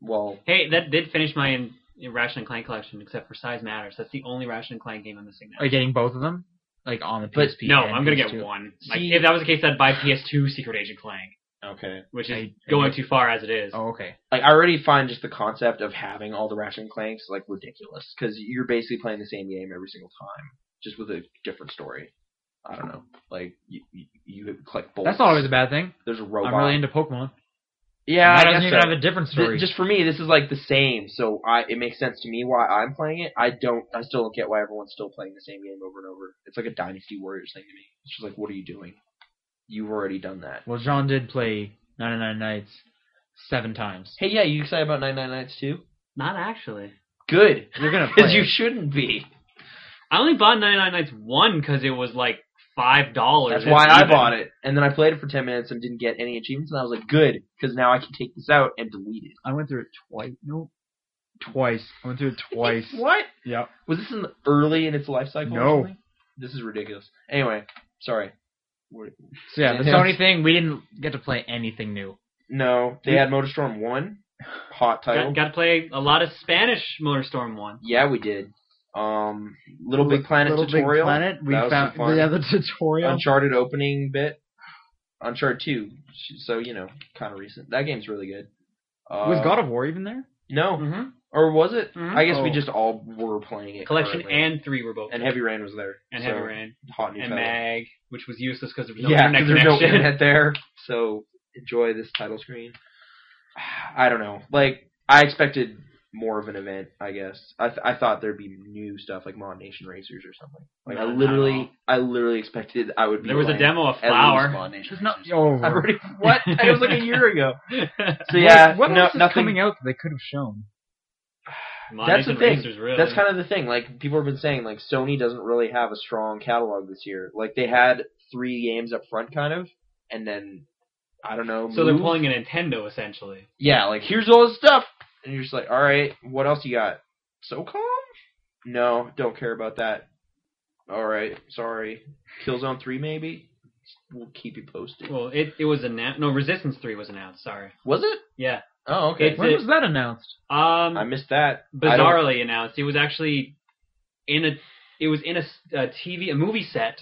S4: Well,
S1: Hey, that did finish my in, in Ratchet and Clank collection, except for Size Matters. That's the only Ratchet and Clank game I'm missing now.
S3: Are you getting both of them? Like on the
S4: But-
S3: PSP?
S1: no,
S3: and
S1: I'm gonna get
S3: PS2?
S1: one. Like,
S4: See-
S1: if that was the case, I'd buy PS2 Secret Agent Clank,
S4: okay.
S1: which is
S3: I- I
S1: going
S3: get-
S1: too far as it is.
S3: Oh, okay.
S4: Like I already find just the concept of having all the Ratchet and Clanks like ridiculous because you're basically playing the same game every single time, just with a different story. I don't know. Like you, you, you collect bullets.
S3: That's not always a bad thing.
S4: There's a robot.
S3: I'm really into Pokemon.
S4: Oh, yeah,
S3: that
S4: I
S3: doesn't
S4: guess
S3: even
S4: so.
S3: have a different
S4: Th-
S3: story.
S4: just for me, this is like the same, so I it makes sense to me why I'm playing it. I don't, I still don't get why everyone's still playing the same game over and over. It's like a Dynasty Warriors thing to me. It's just like, what are you doing? You've already done that.
S3: well, John did play 99 Nights seven times.
S4: Hey, yeah, you excited about 99 Nights too?
S1: Not actually.
S4: Good,
S3: You're gonna play.
S4: because you
S3: it.
S4: shouldn't be.
S1: I only bought 99 Nights 1 because it was like $5.
S4: That's why I bought it, and then I played it for 10 minutes and didn't get any achievements, and I was like, good, because now I can take this out and delete it.
S3: I went through it twice. No, twice. I went through it twice.
S4: what?
S3: yep.
S4: Was this in the, early in its life cycle? or
S3: No.
S4: something? This is ridiculous. Anyway, sorry. We're-
S3: So yeah, the
S4: Yeah.
S3: Sony thing, we didn't get to play anything new.
S4: No, they had MotorStorm One, hot title.
S1: Got, got to play a lot of Spanish MotorStorm 1.
S4: yeah, we did. Um, Little Big Planet
S3: Little
S4: tutorial,
S3: Big Planet. We
S4: That was
S3: found
S4: some fun.
S3: the other tutorial.
S4: Uncharted opening bit, Uncharted Two. So you know, kind of recent. That game's really good. Uh, Hmm?
S3: was God of War even there?
S4: No,
S1: Mm-hmm.
S4: or was it?
S1: Mhm.
S4: I guess we
S3: Oh.
S4: just all were playing it.
S1: Collection
S4: currently.
S1: and 3 were both.
S4: and Heavy Rain was there.
S1: and
S4: so
S1: Heavy Rain.
S4: Hot new
S1: And
S4: title.
S1: Mag, which was useless because there was no
S4: yeah, 'cause
S1: internet
S4: there's no
S1: connection.
S4: internet there. So enjoy this title screen. I don't know. Like I expected more of an event. I guess I th- I thought there'd be new stuff like Mod Nation Racers or something. Like
S1: Not-
S4: I
S1: not at
S4: literally, I literally expected I would. Be
S1: There was a
S4: playing
S1: demo of
S4: at least
S1: Flower.
S4: Mod Nation
S3: It's not
S4: Racers.
S3: over.
S4: I already what? It was like a year ago. So
S3: Oh. What-
S4: yeah,
S3: what
S4: no,
S3: else is
S4: nothing.
S3: coming out that they could have shown?
S1: Mod
S4: That's the
S1: Nation
S4: thing.
S1: Racers, really.
S4: That's kind of the thing. Like people have been saying, like Sony doesn't really have a strong catalog this year. Like they had three games up front, kind of, and then I don't know.
S1: so they're
S4: Move?
S1: pulling a Nintendo, essentially.
S4: Yeah, like here's all the stuff, and you're just like, all right, what else you got? SOCOM? No, don't care about that. All right, sorry. Killzone three maybe. We'll keep you posted.
S1: Well, it, it was announced. No, Resistance 3 was announced, sorry.
S4: Was it?
S1: Yeah.
S4: Oh, okay.
S1: It's-
S3: When
S1: it-
S3: was that announced?
S1: Um,
S4: I missed that. I don't-
S1: bizarrely announced. It was actually in a it was in a, s- a TV a movie set,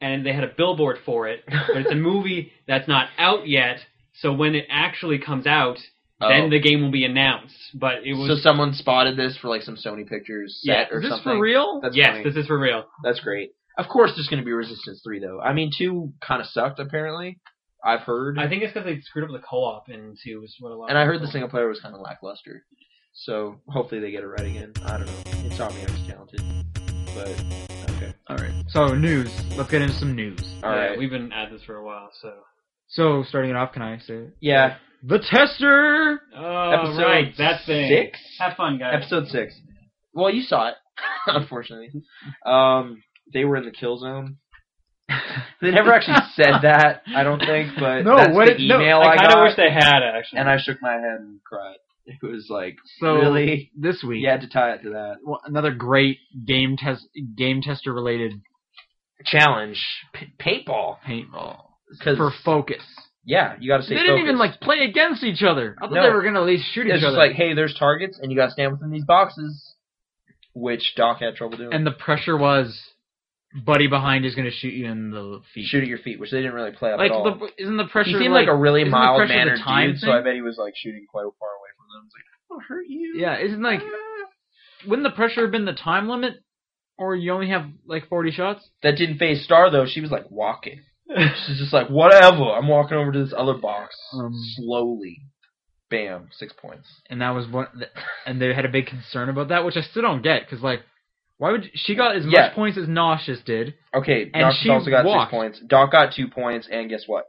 S1: and they had a billboard for it. But it's a movie that's not out yet. So when it actually comes out,
S4: Oh.
S1: then the game will be announced. But it
S4: so
S1: was
S4: someone spotted this for like some Sony Pictures set
S1: Yeah,
S4: or
S3: Is this
S4: something.
S3: for real?
S4: That's
S1: yes,
S4: funny.
S1: this is for real.
S4: That's great. Of course, there's going to be Resistance three though. I mean, two kind of sucked apparently. I've heard,
S1: I think it's because they screwed up the co-op in two. Was what a lot.
S4: and I
S1: of
S4: heard the
S1: people-
S4: single player was kind of lackluster. So hopefully they get it right again. I don't know. Insomniac's talented, but okay.
S3: All right. So news. Let's get into some news.
S4: All
S1: yeah,
S4: right.
S1: we've been at this for a while. So
S3: So starting it off, can I say it?
S4: Yeah.
S3: the tester?
S1: oh,
S4: Episode
S1: right, that thing.
S4: six.
S1: Have fun, guys.
S4: Episode six. Well, you saw it, unfortunately. Um, they were in the kill zone. they never actually said that. I don't think, but
S3: No,
S4: that's
S3: what
S4: the
S3: it- no,
S4: email
S1: I
S4: I
S1: kind of
S4: got,
S1: wish they had actually.
S4: and I shook my head and cried. It was like
S3: So
S4: really.
S3: this week,
S4: You had to tie it to that.
S3: well, another great game test, game tester related
S4: challenge P- paintball
S3: paintball
S4: 'Cause-
S3: for focus.
S4: yeah you got to
S3: They
S4: stay
S3: didn't even
S4: focused.
S3: like play against each other. I thought
S4: No.
S3: they were gonna at least shoot
S4: it's
S3: each
S4: just
S3: other.
S4: like hey there's targets and you got to stand within these boxes which Doc had trouble doing
S3: and the pressure was buddy behind is going to shoot you in the feet.
S4: Shoot at your feet, which they didn't really play up
S3: like
S4: at all.
S3: the, isn't the pressure
S4: he seemed like, a really
S3: isn't the
S4: mild
S3: pressure the
S4: mannered
S3: time
S4: dude, so I
S3: thing?
S4: bet he was like shooting quite far away from them. He's like, "I'll hurt you."
S3: yeah? Isn't like wouldn't the pressure have been the time limit, or you only have like forty shots?
S4: That didn't phase Star though. She was like walking. She's just like, whatever. I'm walking over to this other box
S3: Um.
S4: slowly. Bam, six points.
S3: And that was one. th- And they had a big concern about that, which I still don't get because like, why would she got as
S4: Yeah.
S3: much points as Nauseous did?
S4: Okay,
S3: And
S4: Doc
S3: she
S4: also got
S3: walked.
S4: six points. Doc got two points, and guess what?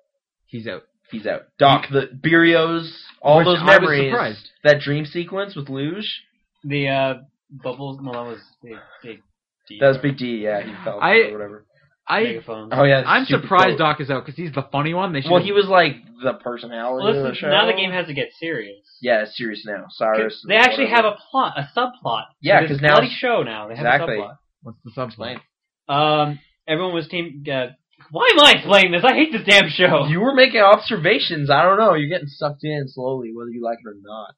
S3: He's out.
S4: He's out. Doc, the Burios, all
S3: Which
S4: those
S3: I was
S4: memories.
S3: surprised.
S4: That dream sequence with Luge.
S1: The uh, bubbles. No, that was big. big D
S4: That was Big D. Yeah, he fell
S3: I-
S4: or whatever.
S3: I
S1: Megaphone.
S4: Oh yeah,
S3: I'm
S4: stupid
S3: surprised
S4: quote.
S3: Doc is out because he's the funny one. They should
S4: Well, he was like the personality
S1: Well,
S4: of the
S1: this is-
S4: show.
S1: now the game has to get serious.
S4: Yeah, it's serious now.
S1: 'Cause
S4: Cyrus.
S1: They actually
S4: whatever.
S1: have a plot, a subplot. to
S4: Yeah,
S1: this
S4: 'cause now-
S1: bloody show now they have
S4: Exactly.
S1: a subplot.
S3: what's the subplot?
S1: Um, everyone was team. Uh, why am I explaining this? I hate this damn show.
S4: You were making observations. I don't know. You're getting sucked in slowly, whether you like it or not.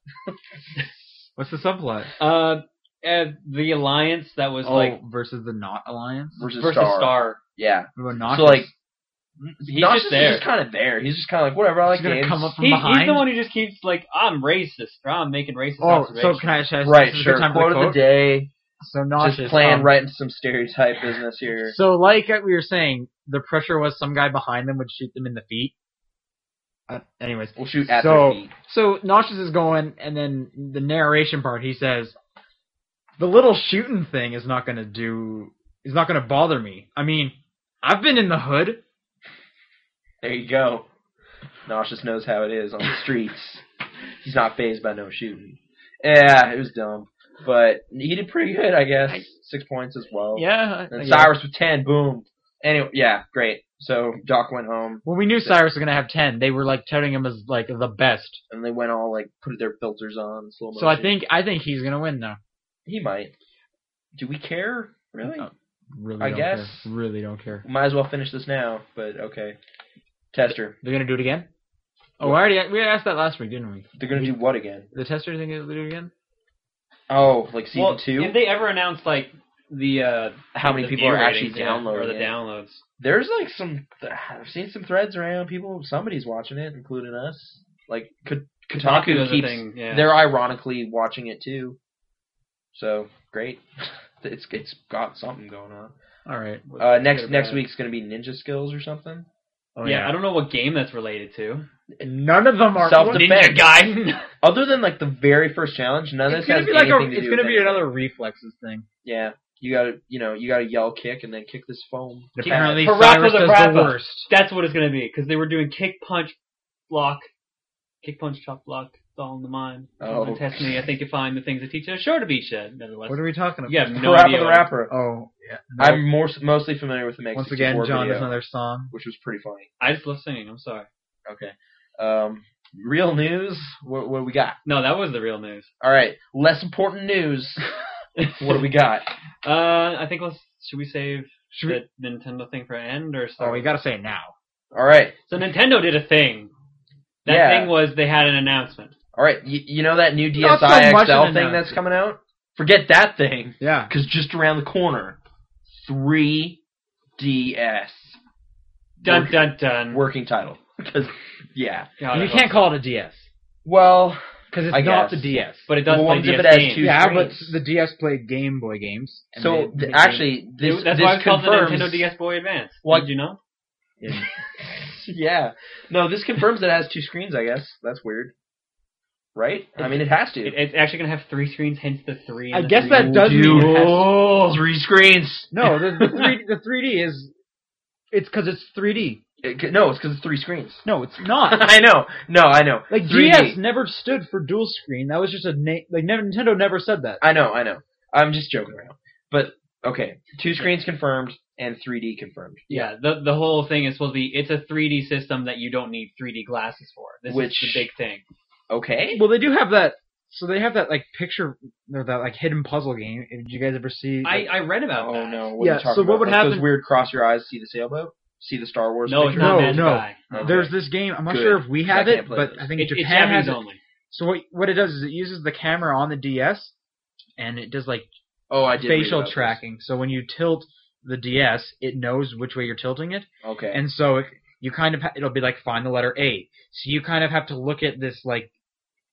S3: What's the subplot?
S1: Uh, uh, the alliance that was
S3: oh,
S1: like
S3: versus the Not Alliance.
S4: Versus,
S1: versus
S4: Star.
S1: Star.
S4: Yeah.
S3: What about Nauseous?
S4: So like,
S1: He's
S4: Nosh
S1: just
S4: is
S1: there.
S4: just kind of there. He's just kind of like whatever. I like
S3: He's gonna
S4: games.
S3: come up from
S1: He, he's
S3: behind.
S1: the one who just keeps like, I'm racist, or I'm making racist
S3: Oh, so
S1: observations.
S3: can I should I-
S4: right.
S3: this is a
S4: Sure.
S3: good time for
S4: Quote
S3: the
S4: of the
S3: quote?
S4: day.
S3: So nauseous.
S4: just playing
S3: um,
S4: right into some stereotype business here.
S3: So like we were saying, the pressure was some guy behind them would shoot them in the feet. Uh, anyways,
S4: We'll shoot at
S3: so-
S4: their feet.
S3: so nauseous is going, and then the narration part. He says, "The little shooting thing is not gonna do. Is not gonna bother me. I mean, I've been in the hood.
S4: There you go. Nosh just knows how it is on the streets. He's not phased by no shooting. Yeah, it was dumb, but he did pretty good, I guess. Six points as well.
S3: Yeah.
S4: And Cyrus with ten. Boom. Anyway, yeah, great. So Doc went home,
S3: When we knew Cyrus was gonna have ten, they were like touting him as like the best.
S4: and they went all like put their filters on slow motion.
S3: So I think I think he's gonna win though.
S4: he might. Do we care? Really?
S3: Uh, really.
S4: I
S3: don't
S4: guess.
S3: Care. Really don't care.
S4: Might as well finish this now. But okay. Tester,
S3: They're gonna do it again. Oh, I already we asked that last week, didn't we?
S4: they're gonna do what again?
S3: The tester thing is do it again.
S4: Oh, like season
S1: well,
S4: two.
S1: if they ever announce like the uh,
S4: How many
S1: the
S4: people are
S1: view
S4: actually
S1: ratings, yeah,
S4: downloading
S1: or the
S4: it?
S1: downloads?
S4: There's like some. I've seen some threads around. People, somebody's watching it, including us. Like K- Kotaku,
S1: does a
S4: keeps.
S1: thing, yeah.
S4: They're ironically watching it too. So great. it's it's got something going on.
S3: All right.
S4: Uh, next
S1: Good or
S4: next
S1: bad.
S4: week's gonna be ninja skills or something.
S3: Oh,
S1: yeah, I don't know what game that's related to.
S3: None of them are.
S4: Self-defense.
S1: Ninja
S4: Defense.
S1: Gaiden.
S4: Other than like the very first challenge, none of
S3: It's
S4: this
S3: gonna
S4: has
S3: be like a,
S4: anything to
S3: it's
S4: do
S3: gonna
S4: with
S3: be
S4: anything.
S3: another reflexes thing.
S4: Yeah, you gotta you know you gotta yell kick and then kick this foam. pad.
S3: Apparently,
S1: Parappa
S3: Cyrus
S1: the
S3: does
S1: Rapper.
S3: the worst.
S1: That's what it's gonna be because they were doing kick, punch, block, kick, punch, chop, block. It's all in the mind.
S4: Oh.
S1: Don't test me. I think you find the things that teach us sure to be shed. Nevertheless,
S3: What are we talking about?
S1: you have no
S4: Parappa
S1: idea.
S4: the
S1: what-
S4: rapper.
S3: Oh, yeah.
S4: I'm more mostly familiar with the Meg
S3: once
S4: 64
S3: again, John
S4: video,
S3: does another song.
S4: which was pretty funny.
S1: I just love singing. I'm sorry.
S4: Okay. Um, real news. What, what do we got?
S1: No, that was the real news.
S4: All right. Less important news. what do we got?
S1: Uh, I think let's. Should we save
S3: Should we-
S1: the Nintendo thing for end or
S3: Oh, we
S1: something?
S3: gotta say it now.
S4: All right.
S1: so Nintendo did a thing. That
S4: Yeah.
S1: thing was they had an announcement.
S4: All right. You, you know that new
S3: Not
S4: DSi
S3: so much
S4: XL
S3: an
S4: thing that's
S3: announcement.
S4: coming out? Forget that thing,
S3: Yeah.
S4: because just around the corner, 3DS.
S1: Dun
S4: Work-
S1: dun dun.
S4: Working title. Because, yeah.
S1: God, I
S3: you
S1: hope
S3: can't
S1: so.
S3: call it a DS
S4: Well,
S3: because it's
S4: I
S3: not
S4: guess.
S3: the DS.
S1: But it does
S4: Well,
S1: play
S4: what if it
S1: DS
S4: has
S1: games.
S4: two
S3: yeah, but
S4: screens.
S3: the DS played Game Boy games. and
S4: so
S3: they-
S4: th- actually,
S1: It-
S4: this,
S1: That's
S4: this
S1: why it's called the
S4: confirms-
S1: Nintendo DS Boy Advance.
S4: What-
S1: Did you know?
S4: yeah. No, this confirms it has two screens, I guess. That's weird. Right? I mean, it has to.
S1: It, it's actually gonna have three screens, hence the three.
S3: I
S1: and the
S3: guess
S1: three.
S3: that does mean it has
S4: Oh, three screens.
S3: No, the, the three the three D is it's because it's three D.
S4: It c- no, it's because it's three screens.
S3: No, it's not.
S4: I know. No, I know.
S3: Like
S4: 3D.
S3: DS never stood for dual screen. That was just a name. Like never, Nintendo never said that.
S4: I know. I know. I'm just joking around. But okay, two screens confirmed and 3D confirmed.
S1: Yeah, the the whole thing is supposed to be it's a 3D system that you don't need 3D glasses for. This
S4: Which-
S1: is the big thing.
S4: Okay.
S3: Well, they do have that. So they have that like picture or that like hidden puzzle game. Did you guys ever see?
S1: I, I read about
S4: Oh
S1: that.
S4: no. What are you
S3: Yeah,
S4: talking
S3: so what
S4: about?
S3: would
S4: Like Those
S3: happen-
S4: weird cross your eyes, see the sailboat, see the Star Wars.
S1: No, it's
S4: picture?
S1: not
S3: No,
S1: that
S3: no.
S1: guy.
S4: Okay.
S3: There's this game. I'm not
S4: Good.
S3: sure if we have
S4: I
S3: it,
S4: can't play
S3: but
S4: this.
S3: I think
S1: It, it's
S3: Japan
S1: Japanese
S3: has it.
S1: only.
S3: So what what it does is it uses the camera on the DS, and it does like
S4: Oh, I did. read
S3: facial
S4: about this.
S3: tracking. So when you tilt the DS, it knows which way you're tilting it,
S4: Okay.
S3: and so it, you kind of ha- it'll be like find the letter A. So you kind of have to look at this like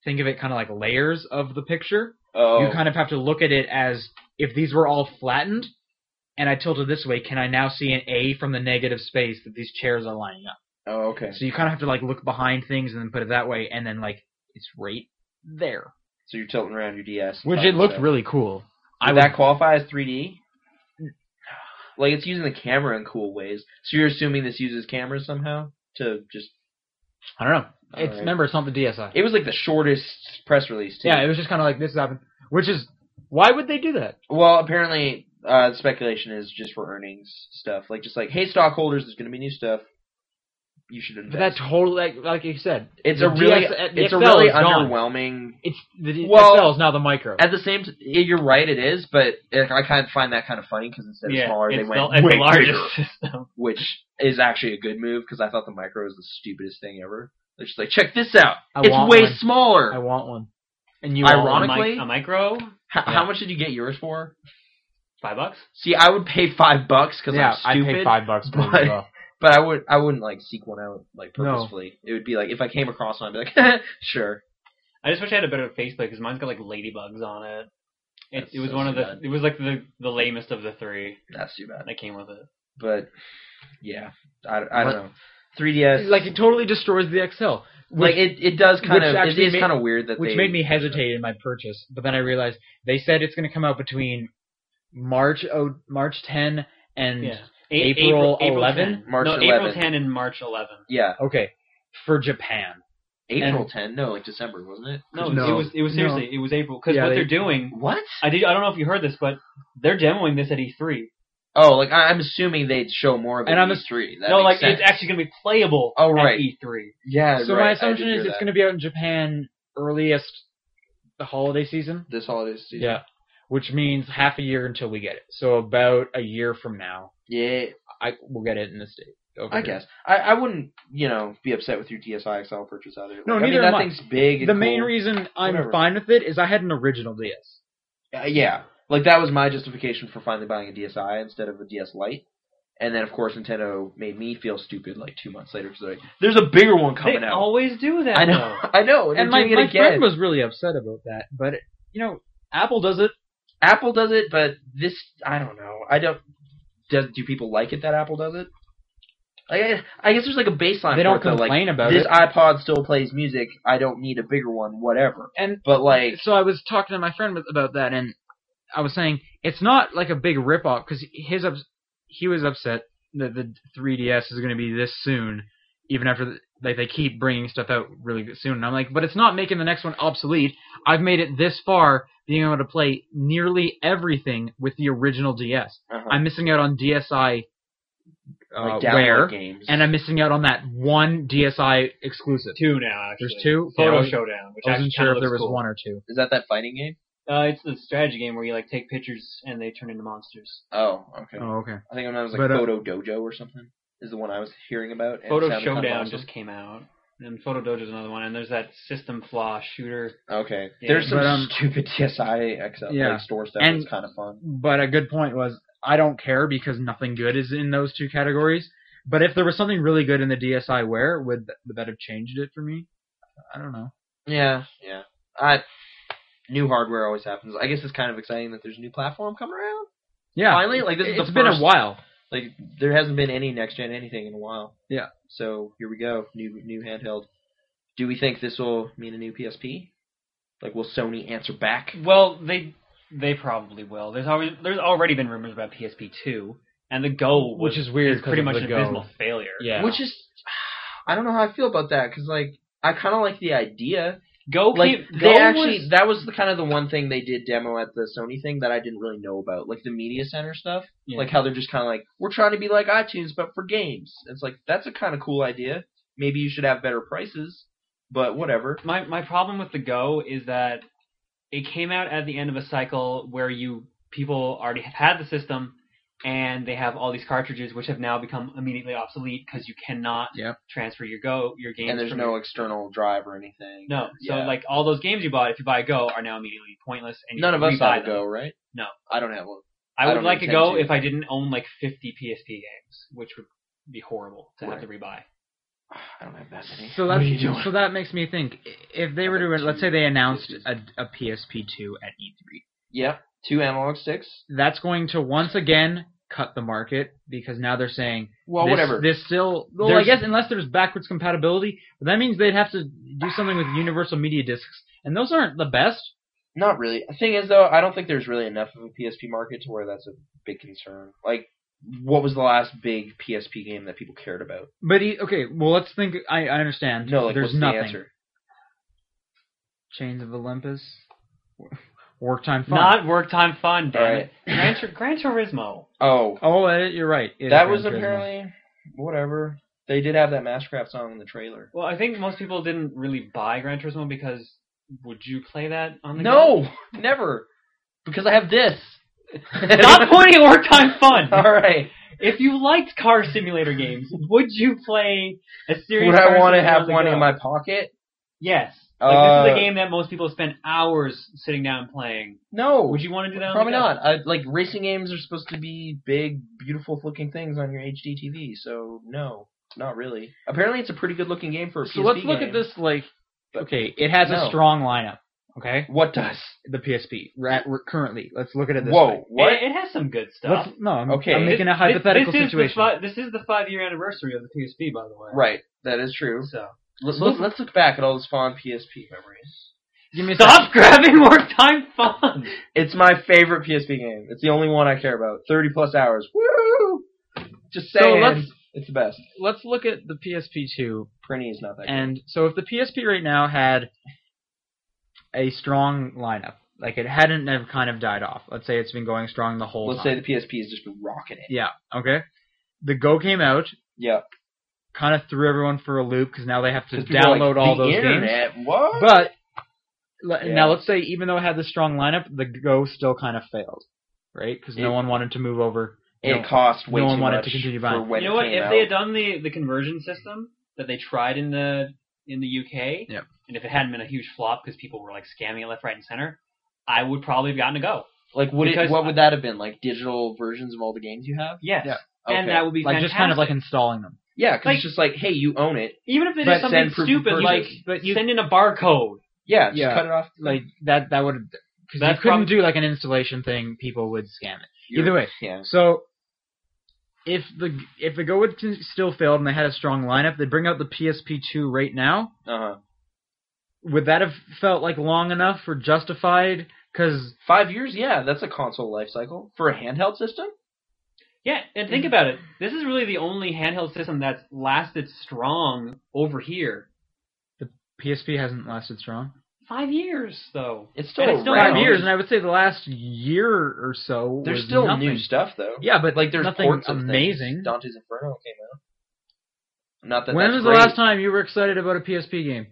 S3: think of it kind of like layers of the picture.
S4: oh.
S3: You kind of have to look at it as if these were all flattened and I tilted this way, can I now see an A from the negative space that these chairs are lining up?
S4: oh, okay.
S3: So you kind of have to like look behind things and then put it that way, and then like it's right there,
S4: So you're tilting around your Oh, DS.
S3: which it looked really cool.
S4: Would
S3: I would,
S4: that qualify as 3D? Like it's using the camera in cool ways. So you're assuming this uses cameras somehow to just.
S3: I don't know. It's
S4: Alright.
S3: remember it's not the DSi.
S4: It was like the shortest press release too.
S3: yeah, it was just kind of like this happened, which is why would they do that?
S4: Well, apparently, uh, the speculation is just for earnings stuff. Like, just like, hey, stockholders, there's going to be new stuff. You should invest.
S3: But that totally, like, like you said,
S4: it's
S3: the
S4: a really,
S3: DS uh, the
S4: it's a
S3: XL
S4: really
S3: is gone.
S4: underwhelming.
S3: It's the
S4: Well-
S3: XL is now the micro.
S4: At the same, t- yeah, you're right, it is, but it, I kind of find that kind of funny because instead of
S1: yeah,
S4: smaller,
S1: it's
S4: they went
S1: the, it's
S4: way
S1: the largest
S4: bigger,
S1: system.
S4: which is actually a good move because I thought the micro was the stupidest thing ever. They're just like, check this out,
S3: I
S4: it's
S3: want
S4: way
S3: one. I
S4: smaller.
S3: want one. And you
S1: A
S4: Ironic-
S1: mic-
S4: Ironically-
S1: a micro,
S4: How,
S3: yeah.
S4: how much did you get yours for?
S1: five bucks.
S4: See, I would pay five bucks because
S3: yeah,
S4: I'm
S3: I
S4: stupid.
S3: paid five bucks for it
S4: but-
S3: as well.
S4: But I would I wouldn't like seek one out like
S3: No.
S4: purposefully. It would be like if I came across one, I'd be like, sure.
S1: I just wish I had a better faceplate because mine's got like ladybugs on it. It,
S4: That's
S1: it was
S4: so
S1: one of the.
S4: sad.
S1: It was like the the lamest of the three
S4: That's too bad.
S1: that came with it.
S4: But yeah, I, I
S3: What?
S4: don't know. 3ds
S3: Like it totally destroys the XL,
S4: like
S3: which,
S4: it, it does
S3: which
S4: kind of it
S3: actually
S4: is
S3: ma-
S4: kind of weird that
S3: which
S4: they
S3: made me hesitate in my purchase. But then I realized they said it's going to come out between March oh, March 10 and
S1: Yeah. A-
S3: Mm. April 11?
S1: 10.
S4: March
S1: no,
S4: 11.
S1: April 10 and March 11.
S4: yeah
S3: okay for Japan.
S4: April 10 no like December wasn't it
S1: No,
S3: No.
S1: it was it was
S3: No.
S1: seriously it was April because
S3: Yeah,
S1: what
S3: they-
S1: they, are doing.
S4: what
S1: I did. I don't know if you heard this, but they're demoing this at E E3.
S4: oh like I, I'm assuming they'd show more of it
S3: And I'm
S4: in
S3: ass-
S4: E3 that
S1: no,
S4: makes
S1: like
S4: sense.
S1: it's actually going to be playable
S4: Oh, right.
S1: at E E3.
S4: yeah
S3: So my assumption is it's going to be out in Japan earliest the holiday season.
S4: this holiday season
S3: Yeah. Which means half a year until we get it. So about a year from now,
S4: yeah
S3: I we'll get it in the state. over
S4: I
S3: here.
S4: guess I, I wouldn't you know be upset with your DSi XL purchase either
S3: No,
S4: Like, I mean,
S3: neither
S4: that
S3: am I.
S4: thing's big and
S3: The main
S4: cool.
S3: reason I'm
S4: Whatever.
S3: fine with it is I had an original DS.
S4: Uh, yeah, like that was my justification for finally buying a DSi instead of a DS Lite. And then of course Nintendo made me feel stupid like two months later because like, there's a bigger one coming
S1: they
S4: out.
S1: always do that.
S4: I know,
S1: though.
S4: I know. And,
S3: And
S4: they're
S3: my,
S4: doing it
S3: my
S4: again.
S3: friend was really upset about that, but you know, Apple does it.
S4: Apple does it, but this I don't know. I don't. Does do people like it that Apple does it? Like, I, I guess there's like a baseline. for
S3: They don't
S4: it, though, like,
S3: complain about
S4: this
S3: it.
S4: iPod still plays music. I don't need a bigger one. Whatever.
S3: And
S4: But like,
S3: so I was talking to my friend with- about that, and I was saying it's not like a big ripoff because his ups- he was upset that the 3ds is going to be this soon, even after the, like they keep bringing stuff out really soon. And I'm like, but it's not making the next one obsolete. I've made it this far, being able to play nearly everything with the original DS.
S4: uh-huh,
S3: I'm missing out on DSi uh,
S4: like download
S3: Ware,
S4: games
S3: and I'm missing out on that one DSi exclusive.
S1: Two now. Actually.
S3: There's two.
S1: Photo
S3: Yeah, I was-
S1: Showdown, which
S3: I wasn't
S1: actually kinda
S3: sure if there
S1: looks
S3: was
S1: cool.
S3: one or two.
S4: Is that that fighting game?
S1: Uh, it's the strategy game where you like take pictures and they turn into monsters.
S4: Oh, okay.
S3: Oh, okay.
S4: I think when I was like
S3: But, uh,
S4: Photo Dojo or something is the one I was hearing about. and it
S1: Photo
S4: sounded kind of
S1: Showdown
S4: awesome.
S1: just came out, and Photo Dojo's another one. And there's that system flaw shooter.
S4: okay.
S1: Yeah.
S4: There's some
S3: But, um,
S4: stupid TSI XL
S3: yeah.
S4: like, store stuff
S3: And-
S4: that's kind of fun.
S3: but a good point was I don't care because nothing good is in those two categories. But if there was something really good in the DSI wear, would, th- would that have changed it for me? I don't know.
S4: Yeah, yeah. I new hardware always happens. I guess it's kind of exciting that there's a new platform coming around.
S3: Yeah,
S4: Finally, like this is
S3: it's
S4: the
S3: been a
S4: first-
S3: while.
S4: Like there hasn't been any next gen anything in a while.
S3: Yeah.
S4: So here we go, new new handheld. Do we think this will mean a new PSP? Like, will Sony answer back?
S1: Well, they they probably will. There's always there's already been rumors about PSP two, and the Go, was,
S3: Which is weird 'cause
S1: pretty
S3: of
S1: much
S3: the
S1: an
S3: Go.
S1: abysmal failure.
S3: Yeah,
S4: Which is, I don't know how I feel about that because like I kind of like the idea.
S1: Go
S4: like
S1: came,
S4: they
S1: Go
S4: actually
S1: was,
S4: that was the kind of the one thing they did demo at the Sony thing that I didn't really know about, like the media center stuff,
S1: Yeah.
S4: like how they're just kind of like we're trying to be like iTunes but for games. It's like that's a kind of cool idea. Maybe you should have better prices, but whatever.
S1: my my problem with the Go is that it came out at the end of a cycle where you people already have had the system. And they have all these cartridges, which have now become immediately obsolete because you cannot
S3: Yep.
S1: transfer your Go your games.
S4: And there's
S1: from
S4: no
S1: your-
S4: external drive or anything.
S1: No. So
S4: Yeah.
S1: like all those games you bought, if you buy a Go, are now immediately pointless. And you
S4: none of us
S1: rebuy
S4: have a
S1: them.
S4: Go, right?
S1: No.
S4: I don't have one.
S1: I
S4: I
S1: would
S4: don't
S1: like to
S4: intend
S1: go
S4: to.
S1: if I didn't own like 50 PSP games, which would be horrible to have to rebuy.
S4: I don't have that many.
S3: So
S4: what
S3: that
S4: are you doing?
S3: so that makes me think i- if they were to let's say they announced a, a PSP2 at E3,
S4: Yep, two analog sticks.
S3: that's going to once again cut the market because now they're saying
S4: Well,
S3: this-
S4: whatever.
S3: This still well, I
S4: There's-
S3: guess unless there's backwards compatibility, but that means they'd have to do something with universal media discs, and those aren't the best.
S4: Not really. The thing is, though, I don't think there's really enough of a PSP market to where that's a big concern. Like, what was the last big PSP game that people cared about?
S3: But e okay, well let's think. I, I understand.
S4: No, like,
S3: there's
S4: what's
S3: nothing.
S4: the answer?
S3: Chains of Olympus, Worktime Fun.
S1: Not work time fun, damn
S4: Alright.
S1: it. Gran, Tur- Gran Turismo.
S4: Oh,
S3: oh, uh, you're right. It is
S4: that
S3: Gran
S4: was
S3: Turismo.
S4: apparently whatever. They did have that Mashcraft song in the trailer.
S1: Well, I think most people didn't really buy Gran Turismo because would you play that on the game?
S4: No, never, because I have this.
S1: Stop pointing at work time fun.
S4: All right.
S1: If you liked car simulator games, would you play a series?
S4: Would
S1: of
S4: I
S1: car
S4: want to
S1: simulator
S4: have
S1: on the
S4: one in
S1: go?
S4: my pocket?
S1: Yes. Like this is
S4: Uh,
S1: a game that most people spend hours sitting down playing.
S4: No.
S1: Would you want to do that? on the
S4: Probably
S1: go?
S4: not. I, like racing games are supposed to be big, beautiful looking things on your HD TV, so no, not really. Apparently, it's a pretty good looking game for a
S3: So
S4: PSP
S3: let's look
S4: game.
S3: at this. Like, okay, it has a
S4: No.
S3: strong lineup. Okay,
S4: What does?
S3: the PSP right, we're currently. Let's look at it this
S4: Whoa,
S3: way.
S4: what?
S1: It, it has some good stuff.
S3: Let's, no, I'm,
S4: Okay.
S3: I'm
S1: This-
S3: making a
S1: this-
S3: hypothetical
S1: this, Is
S3: situation.
S1: the fi- this is the five year anniversary of the PSP, by the way.
S4: right, that is true.
S1: So
S4: Let's, let's let's look back at all those fond PSP memories.
S3: Give me a
S1: stop
S3: second.
S1: grabbing more time fun.
S4: It's my favorite PSP game. It's the only one I care about. Thirty plus hours. Woo! Just
S3: So
S4: saying,
S3: let's-
S4: it's the best.
S3: Let's look at the PSP2.
S4: Printing is not that. good.
S3: And so, if the PSP right now had a strong lineup, like it hadn't have kind of died off. Let's say it's been going strong the whole
S4: Let's
S3: time.
S4: say the PSP has just been rocking it.
S3: yeah. Okay. The Go came out,
S4: Yeah.
S3: kind of threw everyone for a loop because now they have to
S4: Because people are like,
S3: download all
S4: the
S3: those games.
S4: internet, What?
S3: But le-
S4: Yeah.
S3: now let's say even though it had the strong lineup, the Go still kind of failed, right? Because
S4: It-
S3: no one wanted to move over.
S4: it
S3: No.
S4: cost way
S3: no
S4: too
S3: one wanted
S4: much
S3: to continue
S4: for
S3: buying.
S4: when
S1: you
S4: it
S1: know what?
S4: came
S1: If
S4: out.
S1: they had done the, the conversion system that they tried in the in the UK,
S3: Yep.
S1: and if it hadn't been a huge flop because people were like scamming it left, right, and center, I would probably have gotten a go.
S4: Like, would it,
S1: Because
S4: what
S1: I-
S4: would that have been? Like digital versions of all the games you have?
S1: Yes,
S3: Yeah.
S1: and that would be
S3: like
S1: fantastic.
S3: just kind of like installing them.
S4: yeah, because
S1: like-
S4: it's just like, hey, you own it.
S1: even if it
S4: but
S1: is something
S4: send proof of
S1: stupid
S4: purchase.
S1: like
S3: But you-
S1: send in a barcode.
S4: Yeah, just
S3: Yeah.
S4: cut it off.
S3: Like that that would because you
S1: That's
S3: couldn't
S1: prob-
S3: do like an installation thing. People would scam it.
S4: You're-
S3: Either way,
S4: yeah.
S3: So if the if the Go would con- still failed and they had a strong lineup, they bring out the PSP2 right now.
S4: Uh huh.
S3: Would that have felt like long enough for justified? Because
S4: Five years, yeah, that's a console life cycle for a handheld system.
S1: Yeah, and
S3: Mm-hmm.
S1: think about it. This is really the only handheld system that's lasted strong over here.
S3: PSP hasn't lasted strong.
S1: Five years though.
S4: It's still,
S1: And it's still
S4: around.
S3: five years, and I would say the last year or so.
S4: There's
S3: was
S4: still
S3: nothing.
S4: new stuff though.
S3: Yeah, but
S4: like there's
S3: nothing
S4: ports of things.
S3: amazing.
S4: Dante's Inferno came out. Not that.
S3: when
S4: that's
S3: was
S4: great.
S3: the last time you were excited about a PSP game?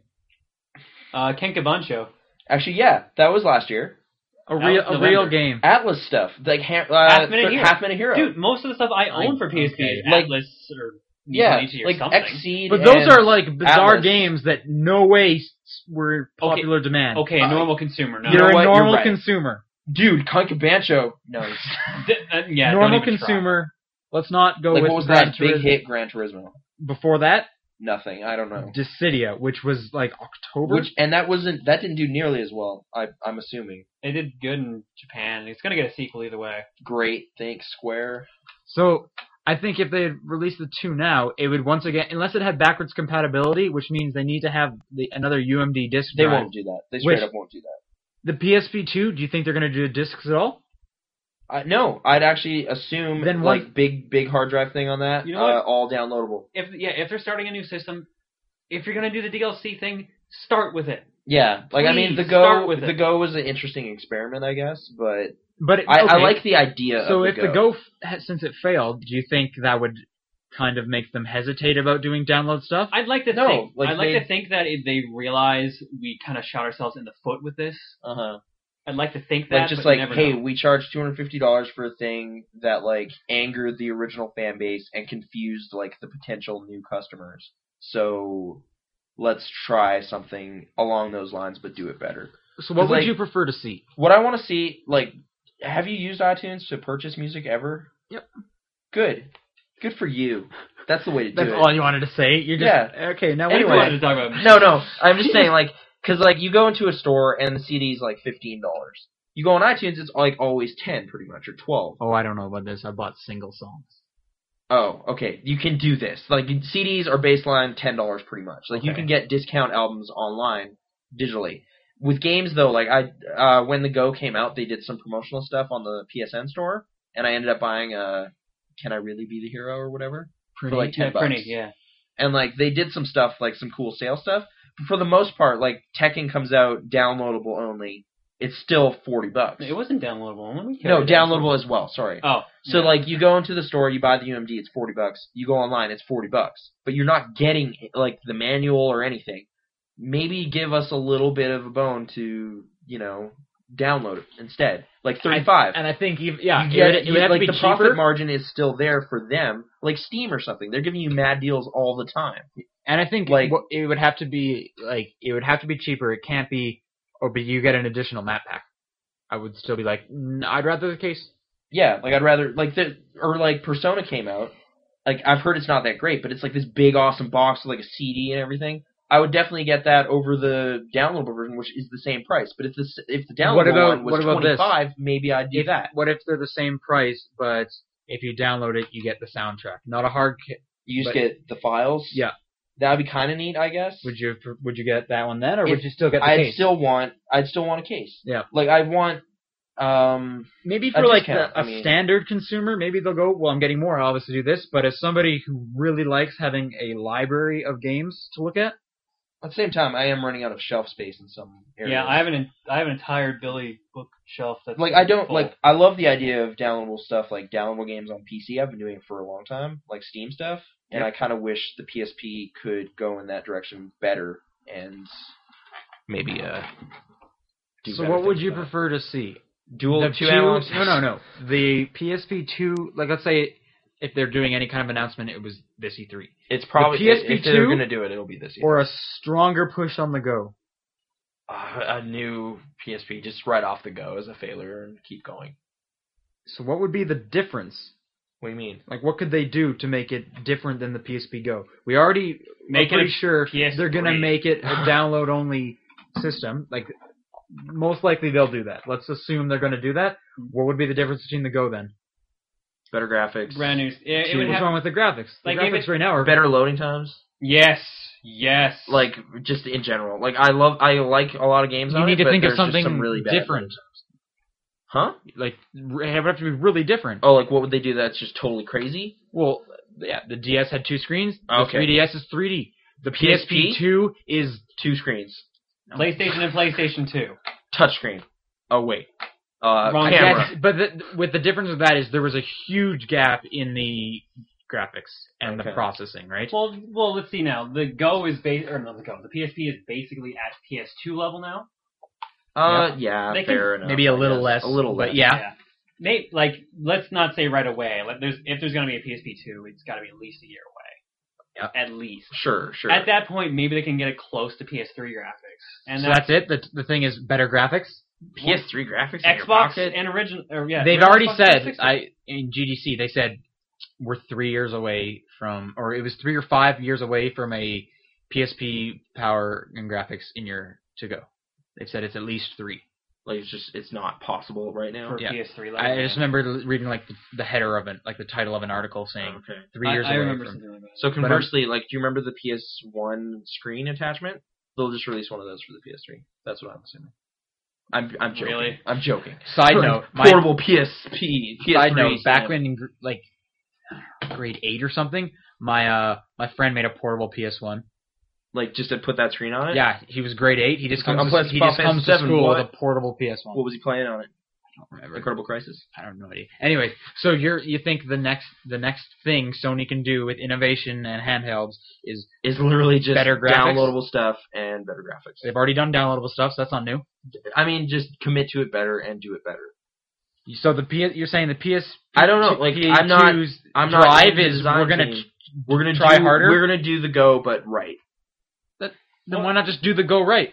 S1: Uh, Ken Cabancho.
S4: Actually, yeah, that was last year.
S3: A
S1: That
S3: real
S1: was
S3: a
S1: November.
S3: real game.
S4: Atlas stuff, like ha- uh,
S1: Half Minute
S4: thir-
S1: Hero.
S4: half minute hero.
S1: Dude, most of the stuff I own for PSP
S3: okay.
S1: is
S4: Like-
S1: Atlas or
S4: yeah,
S1: Nijichi or
S4: like
S1: something.
S4: Xseed.
S3: But those
S4: and-
S3: are like bizarre
S4: Atlas.
S3: games that no way s- were popular demand.
S1: okay,
S4: Uh,
S1: normal consumer. No,
S3: You're
S4: know what?
S3: a
S4: You're
S3: normal
S4: right.
S3: consumer.
S4: dude, Concabancho. No,
S1: D- uh, yeah, don't
S3: normal
S1: even try.
S3: consumer. Let's not go
S4: like
S3: with
S4: what was
S3: Gran
S4: that big
S3: Turismo.
S4: hit Gran Turismo?
S3: before that.
S4: Nothing. I don't know.
S3: Dissidia, which was like October.
S4: Which and that wasn't that didn't do nearly as well. I I'm assuming.
S1: It did good in Japan. It's gonna get a sequel either way.
S4: Great. Thanks Square.
S3: so I think if they had released the two now, it would once again, unless it had backwards compatibility, which means they need to have the, another UMD disc
S4: They
S3: drive.
S4: won't do that. They straight
S3: Which-
S4: up won't do that.
S3: The PSP2, do you think they're going to do discs at all?
S4: I, no, I'd actually assume
S3: Then what-
S4: like big big hard drive thing on that.
S1: You know what?
S4: uh, all downloadable.
S1: If yeah, if they're starting a new system, if you're gonna do the DLC thing, start with it.
S4: Yeah, like I mean
S1: Please,
S4: the go
S1: start with
S4: the
S1: it.
S4: go was an interesting experiment, I guess, but
S3: But it,
S4: I, uh, I
S3: okay,
S4: like the idea.
S3: So
S4: of
S3: if the Go, f- since it failed, do you think that would kind of make them hesitate about doing download stuff?
S1: I'd like to
S4: No,
S1: think.
S4: like
S1: I'd like
S4: they-
S1: to think that if they realize we kind of shot ourselves in the foot with this.
S4: uh huh
S1: I'd like to think that.
S4: like just
S1: but you
S4: like
S1: never
S4: hey,
S1: know.
S4: we charged two hundred fifty dollars for a thing that like angered the original fan base and confused like the potential new customers. So let's try something along those lines, but do it better.
S3: so what would
S4: like-
S3: you prefer to see?
S4: What I want to see, like, have you used iTunes to purchase music ever?
S3: Yep.
S4: Good. Good for you. That's the way to do
S3: That's
S4: it.
S3: all you wanted to say. You're just
S4: Yeah.
S3: okay. Now
S1: What
S3: what
S1: do
S3: do
S1: you
S4: Anyway.
S1: want to talk about?
S4: No, no. I'm just saying, like, because like you go into a store and the CD is like fifteen dollars. You go on iTunes, it's like always ten, pretty much, or twelve.
S3: Oh, I don't know about this. I bought single songs.
S4: Oh, okay. You can do this. Like CDs are baseline ten dollars, pretty much. Like you
S3: Okay.
S4: can get discount albums online digitally. With games though, like I uh, when the Go came out, they did some promotional stuff on the PSN store, and I ended up buying uh Can I Really Be the Hero or whatever.
S3: Pretty.
S4: like,
S1: Yeah,
S4: 10 bucks.
S1: Prinny, yeah.
S4: and like they did some stuff like some cool sale stuff but for the most part like tekken comes out downloadable only it's still 40 bucks
S1: It wasn't downloadable. When we
S4: no
S1: carried it.
S4: downloadable as well sorry
S1: Oh,
S4: so like you go into the store you buy the umd it's 40 bucks you go online it's 40 bucks but you're not getting like the manual or anything maybe give us a little bit of a bone to you know download it instead like 35
S3: and I think even yeah,
S4: you
S3: it
S4: get
S3: would,
S4: it,
S3: it would have
S4: like
S3: to be
S4: the profit
S3: cheaper.
S4: margin is still there for them like steam or something they're giving you mad deals all the time
S3: and I think
S4: like-
S3: like it would have to be like it would have to be cheaper. It can't be, or but you get an additional map pack. I would still be like, "Mm, I'd rather the case.
S4: Yeah, like I'd rather like the or like Persona came out. Like I've heard it's not that great, but it's like this big awesome box with like a CD and everything. I would definitely get that over the downloadable version, which is the same price. But if this if the downloadable
S3: What about-
S4: one was
S3: what about
S4: twenty
S3: this?
S4: five, maybe I'd do
S3: if,
S4: that.
S3: What if they're the same price, but if you download it, you get the soundtrack, not a hard. Ca-
S4: You just
S3: but-
S4: get the files.
S3: Yeah.
S4: that'd be kind of neat, I guess.
S3: would you would you get that one then, or
S4: If
S3: would you still get the
S4: I'd
S3: case?
S4: still want I'd still want a case.
S3: Yeah.
S4: like I want. Um,
S3: maybe
S4: a
S3: for like
S4: discount,
S3: the,
S4: I
S3: a
S4: mean.
S3: standard consumer, maybe they'll go, well, I'm getting more. I'll obviously do this. But as somebody who really likes having a library of games to look at,
S4: at the same time, I am running out of shelf space in some areas.
S1: yeah, I have an I have an entire Billy bookshelf that's
S4: like I don't
S1: full.
S4: like I love the idea of downloadable stuff like downloadable games on PC. I've been doing it for a long time, like Steam stuff, and I kind of wish the PSP could go in that direction better and maybe uh. do
S3: so
S4: better
S3: what would
S4: things
S3: you
S4: about it.
S3: prefer to see?
S4: Dual
S3: The
S4: two
S3: two-
S4: hours?
S3: No, no, no. The PSP two, like let's say if they're doing any kind of announcement, it was this E three
S4: It's probably
S3: The PSP
S4: if they're
S3: 2?
S4: gonna do it, it'll be this year.
S3: or a stronger push on the go.
S4: uh, a new PSP just right off the go as a failure and keep going.
S3: So what would be the difference?
S4: What do you mean?
S3: Like, what could they do to make it different than the PSP Go? We already
S1: Make
S3: make
S1: it a
S3: pretty sure
S1: PS3.
S3: they're gonna make it a download only system. Like, most likely they'll do that. Let's assume they're gonna do that. What would be the difference between the Go then?
S4: Better graphics,
S1: brand new. It, it would
S3: What's
S1: have,
S3: wrong with the graphics? The
S1: like, if
S3: graphics
S1: it-
S3: right now are
S4: better loading times.
S1: yes, yes.
S4: like just in general. Like I love I like a lot of games.
S3: You
S4: on
S3: need
S4: it,
S3: to
S4: but
S3: think of
S4: there's just
S3: something
S4: some really bad
S3: different.
S4: ones. Huh?
S3: Like, r- it would have to be really different.
S4: Oh, like what would they do? That's just totally crazy.
S3: Well, yeah, the DS had two screens. The
S4: Okay.
S3: 3DS is 3D. The
S4: PSP?
S3: PSP two is
S4: Two screens,
S1: PlayStation and PlayStation Two.
S4: touchscreen. Oh wait, uh,
S1: Wrong
S4: camera.
S3: That's- but the, with the difference of that is there was a huge gap in the graphics and
S4: Okay.
S3: the processing, right?
S1: Well, well, let's see now. The Go is base or not the Go. The PSP is basically at PS2 level now.
S4: Uh, yeah,
S1: They can-
S4: fair enough.
S3: Maybe a
S4: I
S3: little
S4: guess.
S3: less,
S4: A little
S3: but
S4: less.
S3: yeah.
S1: May like let's not say right away. Like, there's if there's gonna be a PSP two, it's gotta be at least a year away. At least.
S4: Sure, sure.
S1: At that point, maybe they can get it close to PS3 graphics. And
S3: so
S1: that's
S3: that's it. The, the thing is better graphics.
S4: PS3 graphics. in
S1: Xbox
S4: your pocket?
S1: and original. Or, yeah,
S3: They've
S1: original
S3: already
S1: Xbox
S3: said
S1: 360.
S3: I in GDC they said we're three years away from, or it was three or five years away from a PSP power and graphics in your to go. They've said it's at least three.
S4: like it's just it's not possible right now.
S1: for
S3: yeah.
S1: PS3 level.
S3: I I just remember l- reading like the, the header of it, like the title of an article saying
S4: Okay.
S3: three years
S1: I, I
S3: away
S1: remember
S3: from.
S1: something like that.
S4: So conversely, like, do you remember the PS1 screen attachment? They'll just release one of those for the PS3. That's what I'm assuming. I'm I'm joking.
S1: Really?
S4: I'm joking.
S3: Side
S4: Like,
S3: note, my
S4: portable PSP. PS3
S3: Side note, back
S4: yeah.
S3: when in gr- like grade eight or something, my uh my friend made a portable PS1.
S4: like just to put that screen on it.
S3: Yeah, he was grade eight. He just
S4: I'm
S3: comes
S4: playing
S3: to, he
S4: Final
S3: just comes to
S4: Fantasy VII,
S3: school with
S4: what?
S3: a portable PS1.
S4: What was he playing on it?
S3: I don't remember.
S4: Incredible Crisis.
S3: I don't know. Any. Anyway, so you're you think the next the next thing Sony can do with innovation and handhelds is
S4: Is literally just
S3: Better graphics?
S4: downloadable stuff and better graphics.
S3: they've already done downloadable stuff, so that's not new.
S4: I mean, just commit to it better and do it better.
S3: So the P, you're saying the PS
S4: I don't know. Like I'm not. I'm not in
S3: drive
S4: the
S3: is
S4: design
S3: we're gonna
S4: team.
S3: ch-
S4: We're gonna
S3: try
S4: do,
S3: harder?
S4: We're gonna do the go, but right.
S3: then why not just do the go right?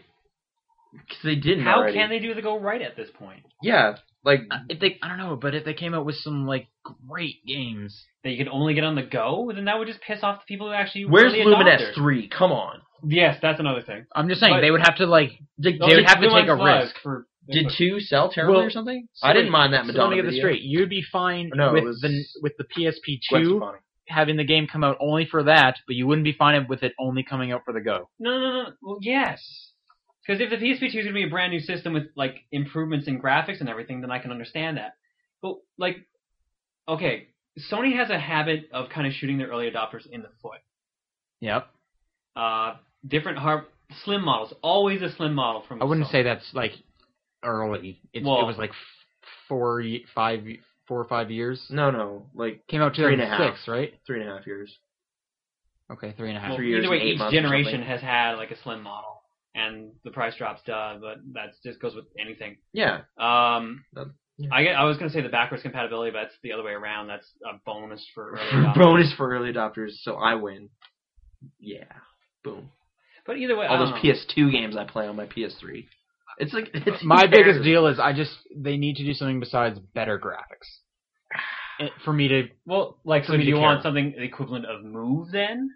S4: Because they didn't
S1: How Uh,
S4: already.
S1: can they do the go right at this point?
S4: Yeah, Like
S3: Uh, If they, I don't know, but if they came out with some like great games,
S1: that you could only get on the go, then that would just piss off the people who actually
S4: where's
S1: really adopt
S4: Luminous
S1: it.
S4: three? Come on.
S1: Yes, that's another thing.
S3: I'm just saying
S1: But-
S3: they would have to like
S4: Did,
S3: They would
S4: did,
S3: have
S1: Blue
S3: to take a
S1: Lines Live
S3: risk.
S1: for
S4: did two sell terribly
S3: Well,
S4: or something?
S3: so
S4: I didn't
S3: wait,
S4: mind that
S3: so
S4: Madonna
S3: let me get this
S4: video.
S3: straight. You'd be fine
S4: No, it
S3: with
S4: was-
S3: the with the PSP
S4: Gwen
S3: two
S4: Stefani.
S3: having the game come out only for that, but you wouldn't be fine with it only coming out for the Go.
S1: No, no, no. no. Well, yes. Because if the PSP 2 is going to be a brand new system with like improvements in graphics and everything, then I can understand that. But like, okay, Sony has a habit of kind of shooting their early adopters in the foot.
S3: Yep.
S1: Uh, different har- slim models, always a slim model from.
S3: I wouldn't
S1: Sony.
S3: say that's like early. It's,
S1: Well-
S3: it was like f- four, ye- five, ye- four or five years.
S4: No, no, like
S3: Came out
S4: Three and a
S3: 2006, right?
S4: three and a half years.
S3: Okay, three and a half.
S1: Well,
S4: three years
S1: either way,
S4: and eight
S1: each
S4: months or
S1: generation
S4: something.
S1: has had like a slim model, and the price drops, duh. But that just goes with anything.
S4: Yeah,
S1: Um,
S4: Um, yeah.
S1: I, get- I was going to say the backwards compatibility, but that's the other way around. That's a bonus for early adopters.
S4: bonus for early adopters. So I win. Yeah, boom.
S1: But either way, I
S4: All
S1: don't
S4: those
S1: know.
S4: PS2 games I play on my PS3. It's like it's
S3: My biggest
S4: embarrassing.
S3: deal is I just they need to do something besides better graphics It- for me to.
S1: Well, like,
S3: for
S1: so do
S3: me to
S1: you want
S3: care.
S1: something the equivalent of Move then?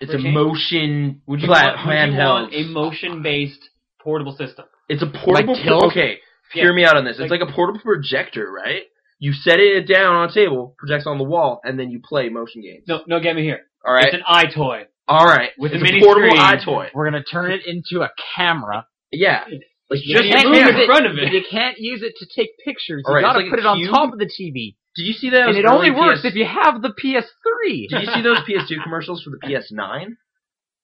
S4: It's
S1: for
S4: a
S1: change.
S4: motion
S1: Would you,
S4: plat-
S1: want, would you want a
S4: handheld.
S1: motion-based portable system?
S4: It's a portable.
S3: Like tilt?
S4: okay,
S1: Yeah.
S4: hear me out on this. It's
S1: Like-
S4: like a portable projector, right? You set it down on a table, projects on the wall, and then you play motion games.
S1: No, no, get me here.
S4: All right,
S1: It's an eye toy.
S4: all right.
S1: with
S4: it's
S1: a mini
S4: portable
S1: screen.
S4: eye toy.
S3: We're gonna turn it into a camera.
S4: Yeah, like
S1: You
S4: just
S1: can't
S4: a
S1: move
S4: camera.
S1: it in front of
S3: You
S1: it.
S3: can't use it to take pictures. You
S4: All right, it's
S3: gotta
S4: like a
S3: put it on
S4: cube.
S3: top of the TV,
S4: Did you see that?
S3: and it only works if you have the PS3.
S4: Did you see those PS2 commercials for the PS9?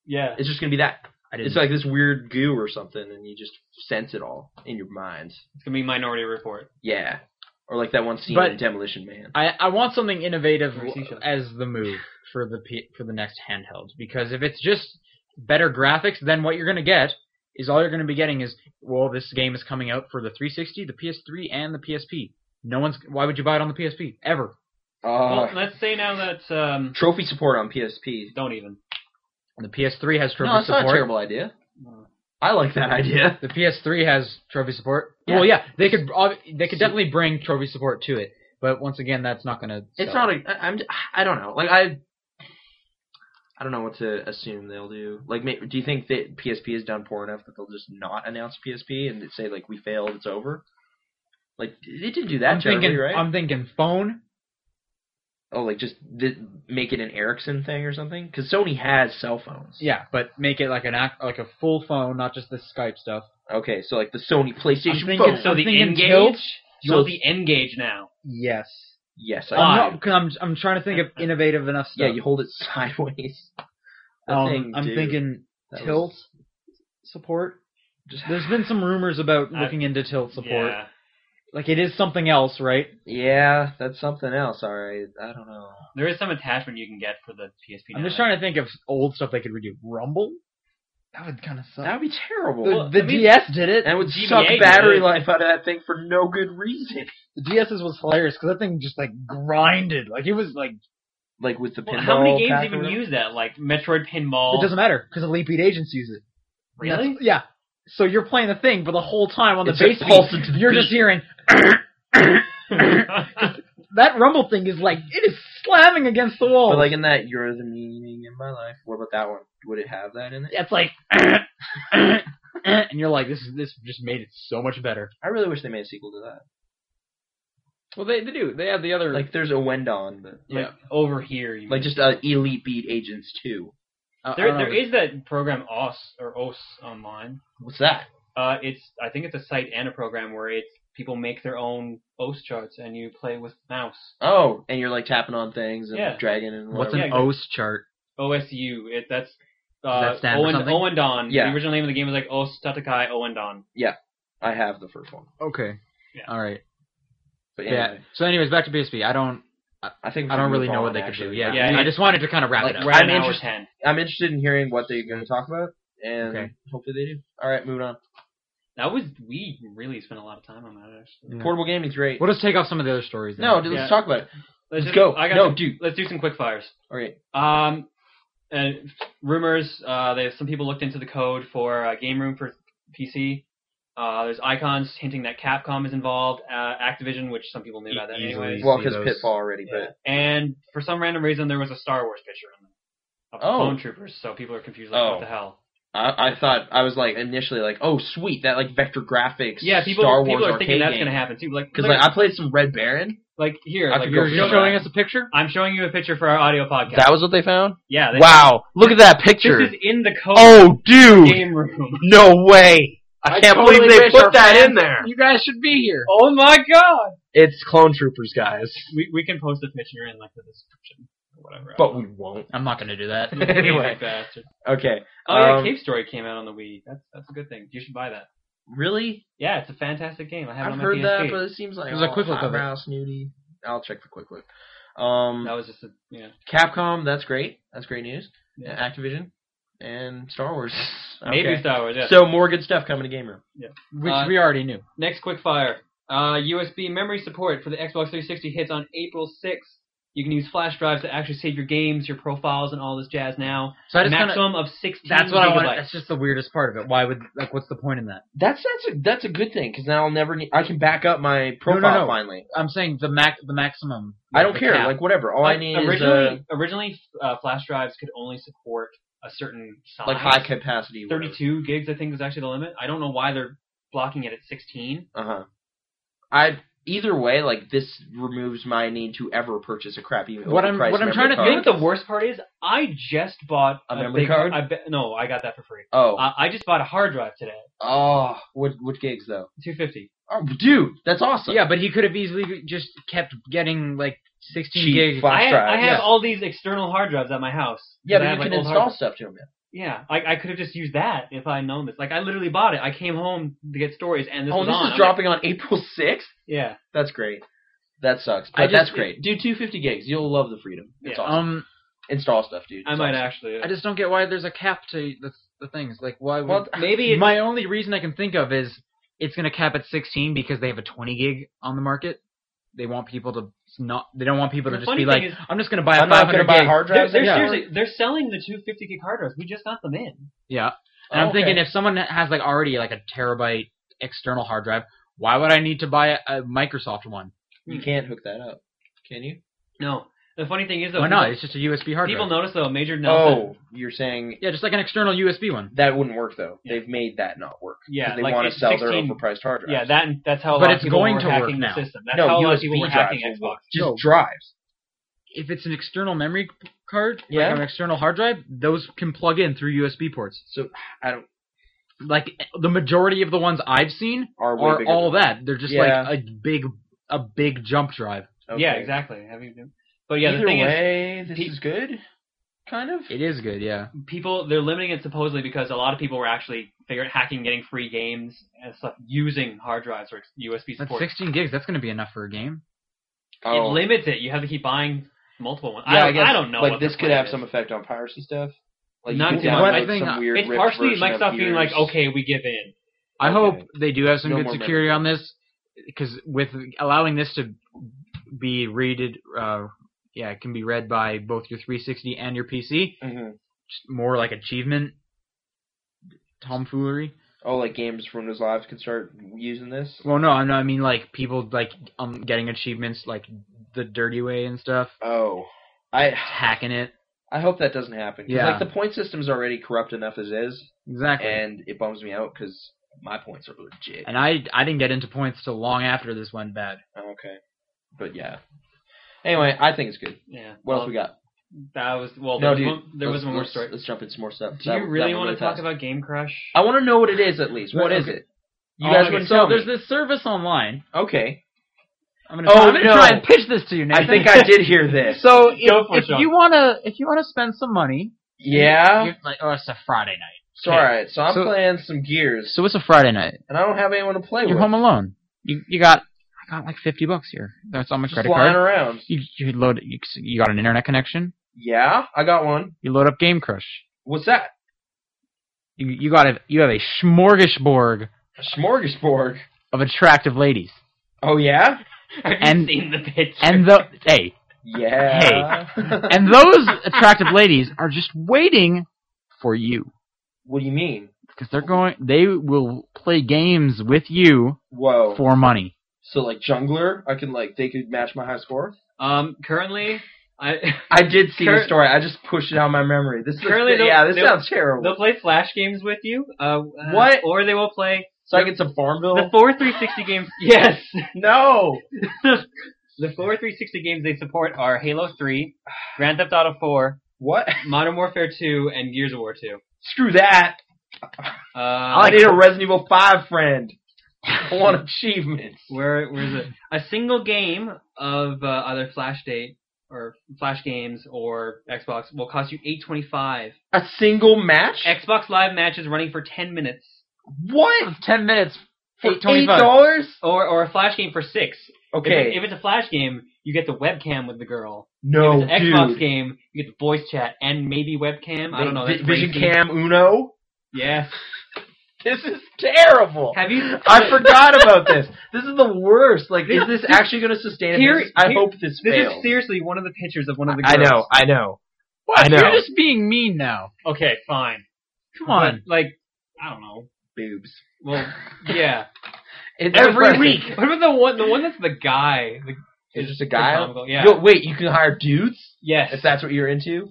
S1: Yeah.
S4: It's just gonna be that.
S3: I didn't.
S4: It's like this weird goo or something, and you just sense it all in your mind.
S1: It's going to be Minority Report.
S4: Yeah, or like that one scene
S3: But-
S4: in Demolition Man.
S3: I, I want something innovative
S1: Or seashells.
S3: as the move for the P- for the next handheld because if it's just better graphics, then what you're gonna get is all you're gonna be getting is well, this game is coming out for the 360, the PS3, and the PSP. No one's why would you buy it on the PSP ever?
S4: Uh,
S1: well, let's say now that, um,
S4: trophy support on PSP.
S1: don't even.
S3: The PS3 has trophy
S4: no, that's
S3: support.
S4: not a terrible idea. I like that idea.
S3: The PS3 has trophy support.
S4: Yeah.
S3: Well, yeah, they could ob- they could definitely bring trophy support to it, but once again, that's not gonna.
S4: It's
S3: sell.
S4: not a. I, I'm. j- I don't know. Like I. I don't know what to assume they'll do. Like, ma- do you think that PSP has done poor enough that they'll just not announce PSP and say like we failed, it's over? Like they didn't do that
S3: I'm
S4: terribly,
S3: thinking.
S4: right?
S3: I'm thinking phone.
S4: oh, like just th- make it an Ericsson thing or something? Because Sony has cell phones.
S3: Yeah, but make it like an act, like a full phone, not just the Skype stuff.
S4: Okay, so like the Sony PlayStation
S3: I'm thinking
S4: phone.
S1: So
S3: I'm
S1: the
S3: thinking
S1: N-Gage?
S3: tilt.
S1: So
S3: You'll-
S1: the N-Gage now.
S3: Yes.
S4: yes, I.
S1: Why?
S3: I'm,
S4: know.
S3: not, 'cause I'm I'm trying to think of innovative enough stuff.
S4: yeah, you hold it sideways. That
S3: um,
S4: thing,
S3: I'm
S4: dude,
S3: thinking
S4: that was
S3: tilt support.
S4: Just,
S3: There's been some rumors about
S1: I-
S3: looking into tilt support.
S1: Yeah.
S3: Like it is something else, right?
S4: yeah, that's something else. All right, I don't know.
S1: There is some attachment you can get for the PSP
S3: I'm
S1: now.
S3: just trying to think of old stuff they could redo. Rumble. That would kind of suck.
S4: That would be terrible.
S3: the
S1: Well,
S3: the
S1: I mean-
S3: DS did it.
S4: And it would
S1: GBA
S4: suck
S1: did
S4: battery
S1: it.
S4: life out of that thing for no good reason.
S3: The DS's was hilarious because that thing just like grinded. Like it was like
S4: Like with the
S1: Well,
S4: pinball.
S1: how many games
S4: pack or
S1: even
S4: whatever.
S1: use that? Like Metroid Pinball.
S3: it doesn't matter because Elite Beat Agents use it.
S1: really?
S3: That's- yeah. So you're playing the thing, but the whole time on the
S4: It's a
S3: bass
S4: pulse
S3: beat,
S4: into the
S3: you're
S4: beat.
S3: just hearing that rumble thing is like it is slamming against the wall.
S4: But like in that, you're the meaning in my life. What about that one? Would it have that in it?
S3: it's like, eh, and you're like, this is this just made it so much better.
S4: I really wish they made a sequel to that.
S3: Well, they they do. They have the other
S4: Like there's a Wendon, but
S1: Like,
S3: Yeah.
S1: over here. You
S4: like just uh, Elite Beat Agents Two.
S3: uh,
S1: There, there is that program OS or OS online.
S4: What's that?
S1: Uh, it's I think it's a site and a program where it's people make their own OS charts and you play with mouse.
S4: Oh, and you're like tapping on things and
S1: Yeah.
S4: dragging and
S3: what's
S4: whatever.
S1: Yeah, exactly.
S3: an OS chart?
S1: OSU. It that's uh,
S3: Does that stand for
S1: Owen
S3: something?
S1: Owen Don.
S4: Yeah.
S1: The original name of the game was like OS Tatakai Owen Don.
S4: I have the first one,
S3: Okay.
S1: Yeah.
S3: All right.
S4: but
S3: Yeah.
S4: anyway,
S3: So, anyways, back to PSP. I don't
S4: I think we
S3: I
S4: should
S3: don't really
S4: move
S3: know
S4: on,
S3: what they could do.
S4: actually.
S3: Yeah.
S1: Yeah,
S3: I
S1: yeah.
S3: just wanted to kind of wrap
S1: Like
S3: it up.
S1: we're at
S4: I'm
S1: an hour
S4: interest-
S1: ten.
S4: I'm interested in hearing what they're going to talk about, and
S3: Okay.
S4: hopefully they do. All right, moving on.
S1: That was we really spent a lot of time on that actually.
S3: Yeah.
S4: Portable gaming's great.
S3: We'll just take off some of the other stories. Then.
S4: No, dude,
S1: Yeah.
S4: let's talk about it.
S1: Let's, just-
S4: go.
S1: I got
S4: No,
S1: some-
S4: dude.
S1: Let's do some quick fires.
S4: All right.
S1: Um, and rumors. Uh, there's some people looked into the code for uh, Game Room for PC. Uh, there's icons hinting that Capcom is involved, uh, Activision, which some people knew
S3: E-
S1: about that
S3: easily.
S1: anyway.
S4: Well,
S3: see
S4: because
S3: those-
S4: Pitfall already, but
S1: And for some random reason, there was a Star Wars picture in them of the
S4: Oh.
S1: clone troopers, so people are confused, like,
S4: Oh.
S1: what the hell?
S4: I, I thought I was like initially like, oh sweet, that like vector graphics.
S1: Yeah, people
S4: Star Wars
S1: people are
S4: arcade
S1: thinking that's
S4: game.
S1: gonna happen too. Like,
S4: Because
S1: look
S4: like
S1: at-
S4: I played some Red Baron.
S1: like here,
S4: I
S1: like
S4: could
S1: you're,
S4: go
S1: you're
S4: for
S1: showing
S4: that.
S1: us.
S3: a picture.
S1: I'm showing you a picture for our audio podcast.
S2: That was what they found.
S1: yeah, they-
S2: Wow! Look at that picture.
S1: This is in the code
S2: Oh, dude!
S1: game room.
S2: No way! I,
S3: I
S2: can't
S3: totally
S2: believe they
S3: wish our
S2: put that
S3: fans-
S2: in there.
S3: You guys should be here.
S1: Oh my god!
S2: It's clone troopers, guys.
S1: We we can post a picture in like the description or whatever.
S4: But we won't.
S3: I'm not gonna do that.
S4: anyway.
S1: Bastard.
S4: Okay.
S1: Oh yeah,
S4: Um,
S1: Cave Story came out on the Wii. That's that's a good thing. You should buy that.
S4: Really?
S1: Yeah, it's a fantastic game. I have it
S4: I've
S1: on my
S4: heard that,
S1: PSP.
S4: but it seems like
S3: There's a
S4: all
S3: quick look
S4: hot
S3: of it.
S4: mouse nudie. I'll check for quick look. Um,
S1: that was just a yeah.
S4: Capcom, that's great. That's great news.
S1: Yeah.
S4: And Activision and Star Wars.
S1: Maybe
S4: Okay.
S1: Star Wars. Yeah.
S4: So more good stuff coming to Game Room.
S3: Which
S1: Uh,
S3: we already knew.
S1: Next quick fire. Uh, USB memory support for the Xbox 360 hits on April 6th. You can use flash drives to actually save your games, your profiles, and all this jazz now.
S3: So I just kind of.
S1: Maximum of 16
S3: That's what I
S1: gigabytes.
S3: want. That's just the weirdest part of it. Why would like? What's the point in that?
S4: That's that's a, that's a good thing because now I'll never need. I can back up my profile
S3: no.
S4: finally.
S3: I'm saying the max, the maximum.
S4: I don't
S3: the
S4: care.
S3: cap.
S4: Like whatever. All I need is uh,
S1: originally, originally uh, flash drives could only support a certain size.
S4: uh, like high capacity.
S1: 32 gigs, I think, was actually the limit. I don't know why they're blocking it at 16.
S4: Uh huh. I either way like this removes my need to ever purchase a crappy.
S3: What I'm-
S4: overpriced
S3: what I'm
S4: memory
S3: trying to
S4: card.
S1: You know what the worst part is? I just bought
S4: A memory
S1: big-
S4: card?
S1: I be- no, I got that for free.
S4: Oh,
S1: I, I just bought a hard drive today,
S4: oh, what what gigs though?
S1: 250.
S4: Oh, dude, that's awesome.
S3: yeah, but he could have easily just kept getting like 16
S4: Cheap
S3: gigs.
S4: flash
S1: I have,
S4: drive.
S1: I have
S4: yeah.
S1: all these external hard drives at my house.
S4: Yeah,
S1: That
S4: but
S1: I
S4: you
S1: have, like,
S4: can
S1: old hard
S4: install
S1: drives.
S4: stuff to them. now.
S1: Yeah, I, I could have just used that if I would known this. Like I literally bought it. I came home to get stories, and this
S4: oh,
S1: was
S4: and this
S1: on.
S4: is
S1: I'm like,
S4: dropping on April sixth.
S1: yeah,
S4: That's great. That sucks,
S3: I
S4: but
S3: just-
S4: that's great. Dude, 250 gigs. You'll love the freedom. It's
S1: Yeah.
S4: awesome.
S3: Um,
S4: Install stuff, dude.
S1: I
S4: It's
S1: might
S4: awesome.
S1: actually. uh,
S3: I just don't get why there's a cap to the the things. Like why would
S4: Well,
S1: maybe it's,
S3: my only reason I can think of is it's going to cap at 16 because they have a 20 gig on the market. They want people to not. They don't want people
S1: The
S3: to just
S1: funny
S3: be like,
S1: thing is-
S3: I'm just going to buy a
S4: I'm not
S3: 500
S4: gonna
S3: gig.
S4: buy hard
S1: they're,
S4: drives.
S1: they're
S4: anymore.
S1: seriously they're selling the 250 gig hard drives. We just got them in.
S3: yeah,
S4: Oh,
S3: and I'm thinking
S4: okay.
S3: if someone has like already like a terabyte external hard drive, why would I need to buy a, a Microsoft one?
S1: Hmm.
S4: you can't hook that up, can you?
S1: No, the funny thing is though,
S3: Why not?
S1: people-
S3: It's just a USB hard
S1: People
S3: drive.
S1: notice though, Major Nelson.
S4: Oh, you're saying
S3: Yeah, just like an external USB one.
S4: that wouldn't work though.
S1: Yeah.
S4: They've made that not work. 'Cause
S1: Yeah,
S4: they
S1: like,
S4: want to
S1: it's
S4: sell their
S1: 16
S4: overpriced hard drives.
S1: Yeah, that that's how. A
S3: But
S1: lot of
S3: it's
S1: people
S3: going
S1: were
S3: to work
S1: hacking
S3: now.
S1: the system. That's
S4: no
S1: how a lot of
S4: USB
S1: people were
S4: drives.
S1: hacking
S4: will
S1: Xbox.
S4: work. Just
S3: No.
S4: drives.
S3: If it's an external memory card,
S4: Yeah.
S3: like an external hard drive, those can plug in through USB ports.
S4: So I don't.
S3: Like the majority of the ones I've seen
S4: Are way
S3: or
S4: bigger
S3: all
S4: than-
S3: that. They're just
S4: Yeah.
S3: like a big a big jump drive.
S4: Okay.
S1: Yeah, exactly. Have you been- But yeah,
S4: Either
S1: the thing is,
S4: way, this
S1: pe-
S4: is good. Kind of.
S3: It is good, yeah.
S1: people they're limiting it supposedly because a lot of people were actually figuring hacking, getting free games and stuff using hard drives or USB
S3: That's
S1: support.
S3: 16 gigs. That's going to be enough for a game.
S1: It
S4: Oh.
S1: limits it. You have to keep buying multiple ones.
S4: Yeah,
S1: I, don't,
S4: guess,
S1: I don't know.
S4: Like
S1: what
S4: this
S1: their
S4: could
S1: plan
S4: have
S1: is.
S4: some effect on piracy stuff. Like
S1: Not
S4: you
S1: too
S4: can
S1: much.
S4: download
S3: I think
S4: some
S3: I-
S4: weird
S1: It's
S4: ripped
S1: partially
S4: version of
S1: Microsoft being like,
S4: yours.
S1: okay, we give in.
S3: I hope
S4: Okay.
S3: they do have some
S4: No
S3: good
S4: more
S3: security on this, because with allowing this to be rated, uh, yeah, it can be read by both your 360 and your PC.
S4: Mhm.
S3: Just more like achievement tomfoolery.
S4: Oh, like games from Windows Live could start using this.
S3: Well, no, I know- I mean like people like um, getting achievements like the dirty way and stuff,
S4: Oh, I
S3: hacking it.
S4: I hope that doesn't happen. 'Cause,
S3: Yeah.
S4: Like the point system's already corrupt enough as is,
S3: Exactly.
S4: and it bums me out because my points are legit.
S3: And I I didn't get into points till long after this went bad.
S4: Oh, okay. But yeah. Anyway, I think it's good.
S1: Yeah.
S4: What
S1: well,
S4: else we got?
S1: That was well.
S4: No,
S1: There,
S4: dude,
S1: was, one, there was
S4: Let's-
S1: one more
S4: let's-
S1: story.
S4: Let's jump into some more stuff.
S1: Do you really want to talk about Game Crush?
S4: I want to know what it is at least. What
S3: Okay.
S4: is it? You
S3: Oh,
S4: guys
S3: okay,
S4: wouldn't
S3: so
S4: tell
S3: there's
S4: me.
S3: this service online.
S4: Okay.
S3: I'm gonna,
S4: Oh,
S3: try, I'm gonna
S4: no.
S3: try and pitch this to you, Nathan.
S4: I think I did hear this.
S3: So
S1: Go
S3: if,
S1: for it,
S3: if
S1: Sean.
S3: you wanna if you wanna spend some money,
S4: Yeah.
S3: you're like oh it's a Friday night.
S4: So, all right. So I'm
S3: So-
S4: playing some gears,
S3: So it's a Friday night.
S4: and I don't have anyone to play
S3: You're
S4: with.
S3: home alone. You you got I got like 50 bucks here. That's on my
S4: Just
S3: credit
S4: flying
S3: card.
S4: around.
S3: You you load you, you got an internet connection.
S4: Yeah, I got one.
S3: You load up Game Crush.
S4: What's that?
S3: You you got a you have a smorgasbord
S4: A smorgasbord.
S3: of attractive ladies.
S4: Oh yeah.
S1: Have you
S3: and-
S1: seen the picture?
S3: And the hey,
S4: Yeah.
S3: and those attractive ladies are just waiting for you.
S4: what do you mean?
S3: because they're going. They will play games with you
S4: Whoa.
S3: for money.
S4: So like jungler, I can like they could match my high score.
S1: Um, currently, I
S4: I did see
S1: Cur-
S4: the story. I just pushed it out of my memory. This is
S1: Currently, they'll-
S4: yeah, this
S1: they'll-
S4: sounds terrible.
S1: they'll play flash games with you. Uh, uh,
S4: What?
S1: Or they will play
S4: so I get some Farmville.
S1: the four 360 games. Yes,
S4: no.
S1: the four 360 games they support are Halo 3, Grand Theft Auto 4,
S4: What?
S1: Modern Warfare 2, and Gears of War 2.
S4: Screw that.
S1: Uh,
S4: I need a Resident Evil Five friend. I want achievements.
S1: Where where's it? A single game of uh, either Flash Date or Flash Games or Xbox will cost you eight twenty five.
S4: A single match?
S1: Xbox Live matches running for ten minutes,
S4: what?
S3: Ten minutes
S4: For
S3: for
S4: eight
S3: twenty five.
S4: dollars?
S1: or or a Flash game for six. If it-
S4: Okay.
S1: If, it's a Flash game, you get the webcam with the girl.
S4: no,
S1: if it's an Xbox
S4: dude.
S1: game, you get the voice chat and maybe webcam. I don't know.
S4: Vi-
S1: That's
S4: Vision
S1: crazy.
S4: Cam Uno.
S1: Yes.
S4: This is terrible.
S1: Have you?
S4: I forgot about this. This is the worst. Like, is this actually going to sustain? a
S1: Here-
S4: business? I
S1: here-
S4: hope
S1: This
S4: this fails.
S1: is seriously one of the pictures of one of the
S2: I
S1: girls.
S2: know, I know. I know.
S3: You're just being mean now.
S1: Okay, fine.
S3: Come on.
S1: But, like, I don't know.
S4: boobs.
S1: Well, yeah.
S4: It's
S2: Every
S4: depressing.
S2: week.
S1: What about the one? The one that's the guy. The,
S4: It's just a guy.
S1: comical, Yeah.
S4: Yo, wait, you can hire dudes
S1: yes.
S4: if that's what you're into.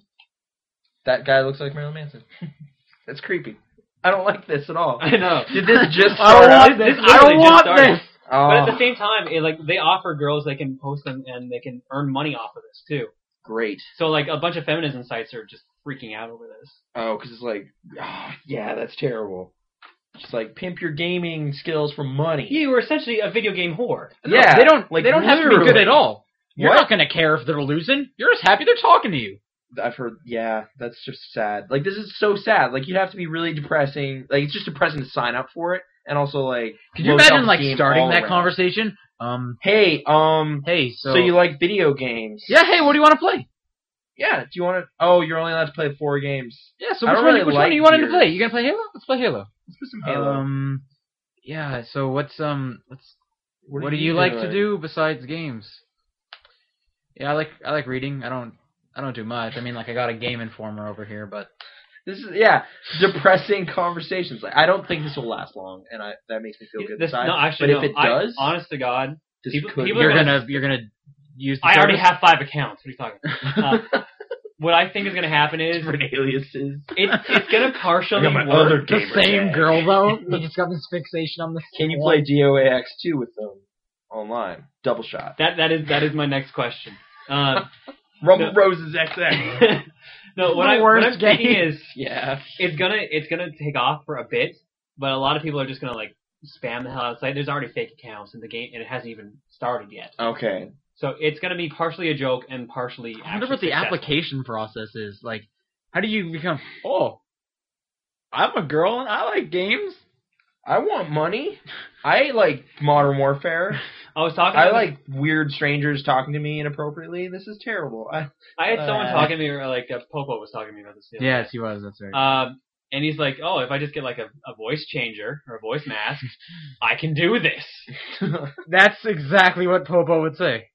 S4: That guy looks like Marilyn Manson. that's creepy. I don't like this at all.
S1: I know.
S4: Did this just
S3: I don't
S4: start out?
S3: want this.
S1: This
S3: I
S1: literally
S3: don't
S1: just
S3: want
S1: started.
S3: this.
S1: But
S4: Oh,
S1: at the same time, it, like they offer girls they can post them and they can earn money off of this too.
S4: great.
S1: So like a bunch of feminism sites are just freaking out over this.
S4: Oh, because it's like, oh, yeah, that's terrible. Just like pimp your gaming skills for money.
S1: You were essentially a video game whore.
S4: Yeah,
S3: they don't.
S4: like,
S3: they don't have to be good
S4: literally.
S3: at all. You're
S4: What?
S3: not gonna care if they're losing. You're just happy they're talking to you.
S4: I've heard. Yeah, that's just sad. Like this is so sad. Like you'd have to be really depressing. Like it's just depressing to sign up for it, and also like.
S3: Could you
S4: low
S3: imagine like
S4: self-esteem
S3: starting
S4: all
S3: that
S4: around.
S3: conversation? Um,
S4: Hey, um,
S3: hey, so,
S4: so, you like video games?
S3: yeah, hey, what do you want to play?
S4: Yeah. Do you want to? Oh, you're only allowed to play four games.
S3: Yeah, so
S4: I
S3: which
S4: don't
S3: one?
S4: really
S3: which
S4: like
S3: one do you wanted to
S4: Gears.
S3: play? You gonna play Halo? Let's play Halo.
S4: Let's put some Halo.
S3: Um, yeah. So what's um, what's what, do you, like to
S4: doing?
S3: do besides games? Yeah, I like I like reading. I don't I don't do much. I mean, like I got a Game Informer over here, but
S4: This is yeah, depressing conversations. Like I don't think this will last long, and I that makes me feel good
S1: This-
S4: inside.
S1: no, actually,
S4: but if
S1: no.
S4: it
S1: I-
S4: does,
S1: honest to God,
S4: this
S1: people- people
S4: could. be-
S3: you're
S1: are gonna-
S3: gonna you're gonna use. The
S1: I already
S3: service?
S1: have five accounts. What are you talking? About? Uh, what I think is going to happen is
S4: different aliases.
S1: it's it's going to partially
S4: I got my
S1: work.
S4: other
S3: the
S4: gamer
S3: same
S4: tag.
S3: girl though. You just got this fixation on this.
S4: Can you play DOAX two with them online? Double shot.
S1: That that is that is my next question. Um,
S4: Rum
S1: No.
S4: Roses XX.
S1: no, what,
S3: The
S1: I, what
S3: worst
S1: I'm thinking
S3: game.
S1: is
S4: yeah.
S1: it's gonna it's gonna take off for a bit, but a lot of people are just gonna like spam the hell out of the site. There's already fake accounts in the game, and it hasn't even started yet.
S4: Okay.
S1: So it's gonna be partially a joke and partially.
S3: I wonder
S1: actually
S3: what the
S1: successful.
S3: application process is. Like, how do you become? Oh, I'm a girl and I like games.
S4: I want money. I like Modern Warfare.
S1: I was talking.
S4: I
S1: to-
S4: like weird strangers talking to me inappropriately. This is terrible. I,
S1: I had someone
S4: uh,
S1: talking to me, or like uh, Popo was talking to me about this. the other
S3: Yes, he was. That's right.
S1: Um, and he's like, "Oh, if I just get like a, a voice changer or a voice mask, I can do this."
S3: That's exactly what Popo would say.